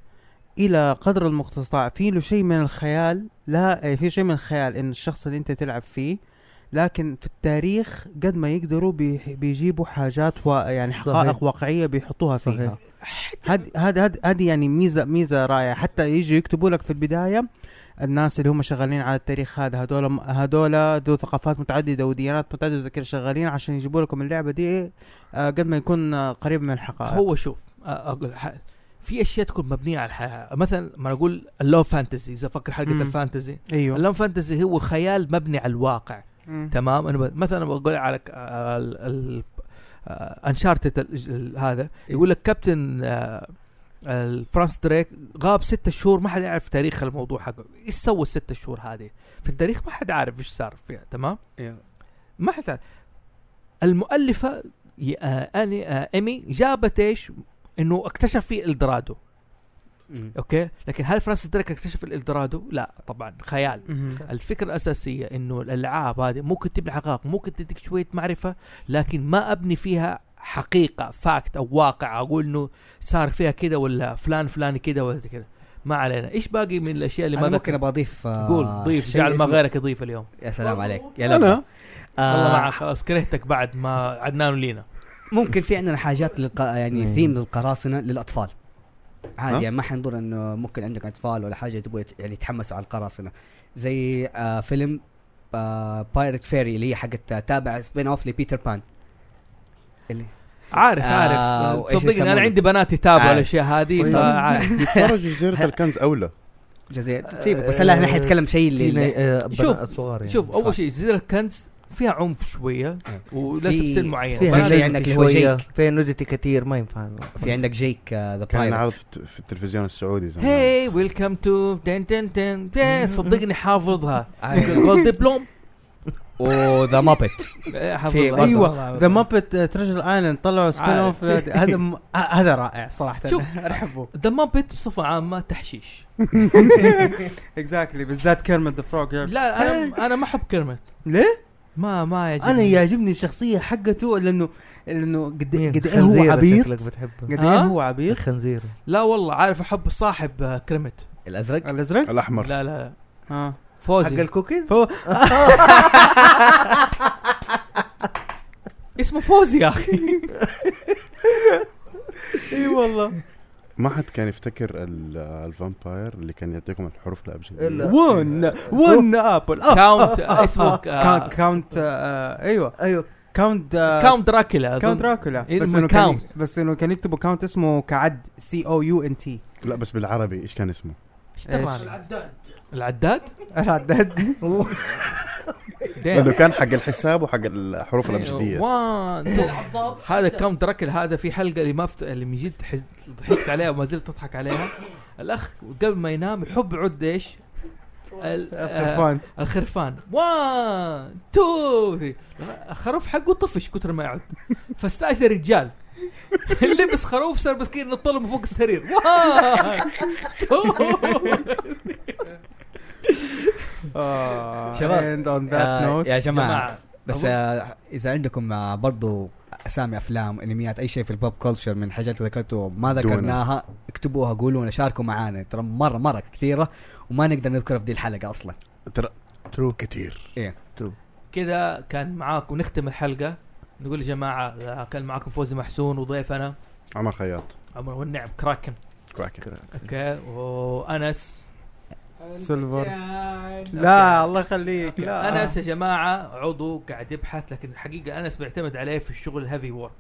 Speaker 2: الى قدر المستطاع في له شيء من الخيال لا إيه، في شيء من الخيال ان الشخص اللي انت تلعب فيه لكن في التاريخ قد ما يقدروا بيح- بيجيبوا حاجات و... يعني حقائق
Speaker 3: صحيح.
Speaker 2: واقعيه بيحطوها
Speaker 3: صحيح
Speaker 2: فيها هاد هاد هاد هاد يعني ميزه ميزه رائعه حتى يجوا يكتبوا لك في البدايه الناس اللي هم شغالين على التاريخ هذا هذول هذول ذو ثقافات متعدده وديانات متعدده وزي كده شغالين عشان يجيبوا لكم اللعبه دي آه، قد ما يكون آه، قريب من الحقائق
Speaker 1: هو شوف آه، اقول ح- في اشياء تكون مبنيه على الحياه مثلا ما اقول اللو فانتزي اذا فكر حلقه
Speaker 2: مم.
Speaker 1: الفانتزي
Speaker 2: ايوه
Speaker 1: اللو فانتزي هو خيال مبني على الواقع
Speaker 2: مم.
Speaker 1: تمام انا ب- مثلا بقول على انشارتد هذا يقول لك كابتن آه، الفرانس دريك غاب ستة شهور ما حد يعرف تاريخ الموضوع حقه ايش سوى الستة شهور هذه في التاريخ ما حد عارف ايش صار فيها تمام ما حد عارف. المؤلفه ي- آه، اني آه، ايمي جابت ايش انه اكتشف في الدرادو اوكي لكن هل فرانسيس دريك اكتشف الالدرادو لا طبعا خيال
Speaker 2: مم.
Speaker 1: الفكرة الأساسية إنه الألعاب هذه ممكن تبني حقائق ممكن تديك شوية معرفة لكن ما أبني فيها حقيقة فاكت أو واقع أقول إنه صار فيها كده ولا فلان فلاني كده ولا كده ما علينا إيش باقي من الأشياء اللي ما
Speaker 3: انا ممكن
Speaker 1: ذكر
Speaker 3: ابغى اضيف آه،
Speaker 1: قول ضيف
Speaker 3: شيء
Speaker 1: جعل ما
Speaker 3: اسمه-
Speaker 1: غيرك يضيف اليوم
Speaker 3: يا سلام عليك يا
Speaker 5: انا
Speaker 3: لا
Speaker 1: والله ما
Speaker 3: آه
Speaker 1: خلاص كرهتك بعد ما عدنان لينا
Speaker 3: ممكن في عندنا حاجات للق... يعني
Speaker 8: مم.
Speaker 3: ثيم للقراصنه للاطفال
Speaker 7: ها؟
Speaker 3: عادي يعني ما حنضر انه ممكن عندك اطفال ولا حاجه تبغى يت- يعني يتحمسوا على القراصنه آه، زي آه فيلم آه بايرت فيري اللي هي حقت تابع سبين اوف لبيتر بان اللي
Speaker 1: عارف عارف
Speaker 3: آه، وإيش
Speaker 1: صدقني انا
Speaker 3: يسمونه؟
Speaker 1: عندي بنات يتابعوا
Speaker 3: عارف.
Speaker 1: الاشياء هذه
Speaker 5: طيب.
Speaker 1: فعارف
Speaker 7: ترى جزيرة الكنز أولى
Speaker 3: جزيرة سيبه بس لا نحن نتكلم شيء اللي
Speaker 1: شوف-
Speaker 5: شوف الصغار يعني.
Speaker 1: شوف
Speaker 3: طيب. صح.
Speaker 1: اول شيء جزيره كنز فيها عنف شويه ولها
Speaker 3: في-
Speaker 1: سلسله معينه
Speaker 3: في
Speaker 1: فأنا-
Speaker 3: شيء عندك اللي هو
Speaker 5: شوية.
Speaker 3: جيك.
Speaker 5: فيها نودتي كثير ما ينفع
Speaker 3: في عندك جيك آه، ذا
Speaker 7: كان عرض في
Speaker 3: بايرت
Speaker 7: الت- في التلفزيون السعودي زمان
Speaker 1: هاي ويلكم تو تن تن تن تن. صدقني حافظها
Speaker 3: أيوة.
Speaker 1: جولد دبلوم
Speaker 3: وذا مابت
Speaker 1: آه،
Speaker 3: في-
Speaker 1: حافظها
Speaker 2: ايوه ذا مابت تريجر ايلاند طلعوا سبين اوف
Speaker 1: عارف.
Speaker 2: هذا م- آه، هذا رائع صراحه
Speaker 1: شوف.
Speaker 2: انا احبه
Speaker 1: ذا مابت بصفه عامه تحشيش
Speaker 2: اكزاكتلي بالذات كيرمت ذا فروج
Speaker 1: لا
Speaker 3: إيه.
Speaker 1: انا انا ما احب كلمه
Speaker 2: ليه؟
Speaker 1: ما ما يعجبني
Speaker 2: انا يعجبني الشخصيه حقته لانه لانه قد
Speaker 5: مين؟
Speaker 2: قد ايه هو
Speaker 5: خنزيرة
Speaker 2: عبيط
Speaker 5: شكلك بتحبه
Speaker 2: قد
Speaker 1: ها؟
Speaker 2: ايه هو عبيط
Speaker 5: الخنزير
Speaker 1: لا والله عارف احب صاحب آه، كريمت
Speaker 3: الازرق
Speaker 2: الازرق
Speaker 7: الأحمر
Speaker 1: لا لا
Speaker 2: اه
Speaker 5: حق
Speaker 1: فوزي
Speaker 5: الكوكيز
Speaker 1: اسمه فوزي يا اخي
Speaker 2: اي والله
Speaker 7: ما حد كان يفتكر ال- الفامباير اللي كان يعطيكم الحروف
Speaker 5: إلا-
Speaker 7: الأبجدية
Speaker 2: ون ون ابل اب
Speaker 1: كاونت آه، اسمه
Speaker 2: كاونت كاونت آه، ايوه
Speaker 5: ايوه
Speaker 2: كاونت آه،
Speaker 1: كاونت دراكولا أظن.
Speaker 2: كاونت دراكولا
Speaker 1: إيه،
Speaker 2: بس
Speaker 1: من
Speaker 2: انه كان
Speaker 1: كاونت.
Speaker 2: بس انه كان يكتبوا كاونت اسمه كعد سي او يو ان تي
Speaker 7: لا بس بالعربي ايش كان اسمه؟
Speaker 1: إيش
Speaker 2: إيش؟
Speaker 1: تبغى؟ العداد
Speaker 2: العداد
Speaker 1: إيه.
Speaker 7: لانه كان حق الحساب وحق الحروف الابجديه
Speaker 1: وان تو. هذا كم تركل هذا في حلقه اللي ما فت... اللي من جد حز- ضحكت عليها وما زلت اضحك عليها الاخ قبل ما ينام يحب يعد ايش؟ ال- آه،
Speaker 2: فان
Speaker 1: الخرفان وان تو ثري. الخروف حقه طفش كتر ما يعد فاستاجر رجال لبس خروف صار مسكين نطله من فوق السرير وان تو
Speaker 2: آه،
Speaker 3: شباب،
Speaker 2: شباب اون ذات
Speaker 3: آه،
Speaker 2: نوت
Speaker 3: يا جماعه
Speaker 1: جماعة،
Speaker 3: بس آه، اذا عندكم آه، برضو اسامي افلام انميات اي شيء في البوب كلتشر من حاجات ذكرتوا ما ذكرناها اكتبوها قولوا لنا شاركوا معانا ترى مره مره كثيره وما نقدر نذكرها في دي الحلقه اصلا
Speaker 7: ترى ترو كثير
Speaker 1: كذا كان معاكم نختم الحلقه نقول يا جماعه آه، كان معاكم فوزي محسون وضيفنا
Speaker 7: عمر خياط
Speaker 1: عمر والنعم كراكن
Speaker 7: كراكن
Speaker 1: اوكي وانس
Speaker 2: سيلفر لا الله يخليك لا
Speaker 1: انس يا جماعه عضو قاعد يبحث لكن الحقيقه انس بيعتمد عليه في الشغل الهيفي وورك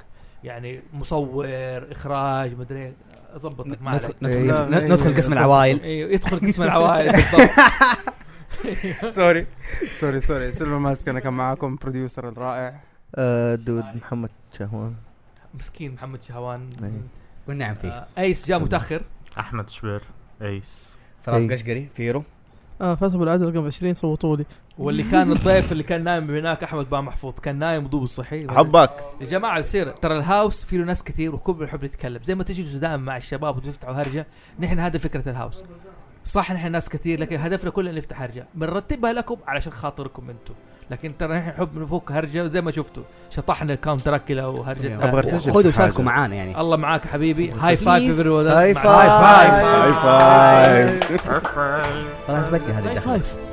Speaker 1: يعني مصور اخراج مدري إيه، اظبطك معك
Speaker 3: ندخل ندخل
Speaker 2: لا،
Speaker 3: قسم-
Speaker 2: لا،
Speaker 3: ندخل
Speaker 2: لا،
Speaker 3: قسم
Speaker 2: لا،
Speaker 3: العوائل
Speaker 1: ايوه يدخل قسم العوائل بالضبط
Speaker 2: سوري سوري سوري سيلفر ماسك انا كان معاكم بروديوسر الرائع
Speaker 5: آه، دود محمد شهوان
Speaker 1: مسكين محمد شهوان
Speaker 5: إيه.
Speaker 3: والنعم نعم فيه
Speaker 1: آه، ايس جاء متاخر
Speaker 9: احمد شبير ايس
Speaker 3: فراس
Speaker 5: إيه.
Speaker 3: قشقري فيرو
Speaker 4: اه فاز ابو العدل رقم 20 صوتوا لي
Speaker 1: واللي كان الضيف اللي كان نايم هناك احمد با محفوظ كان نايم ودوب صحي
Speaker 7: حبك
Speaker 1: يا جماعه يصير ترى الهاوس فيه له ناس كثير وكل بنحب نتكلم زي ما تجلسوا دائما مع الشباب وتفتحوا هرجه نحن هذا فكره الهاوس صح نحن ناس كثير لكن هدفنا كلنا نفتح هرجه بنرتبها لكم علشان خاطركم انتم لكن ترى نحن نحب نفك هرجه زي ما شفتوا شطحنا الكاونت دراكولا وهرجه
Speaker 7: ابغى ارتجل
Speaker 3: آه. خذوا
Speaker 7: في حاجة.
Speaker 3: شاركوا معانا يعني
Speaker 1: الله معاك حبيبي هاي فايف everyone.
Speaker 5: هاي
Speaker 1: مع
Speaker 5: فايف
Speaker 7: هاي فايف
Speaker 9: فايف
Speaker 3: خلاص بدي هذه الدخله
Speaker 4: آه.
Speaker 1: السلامة.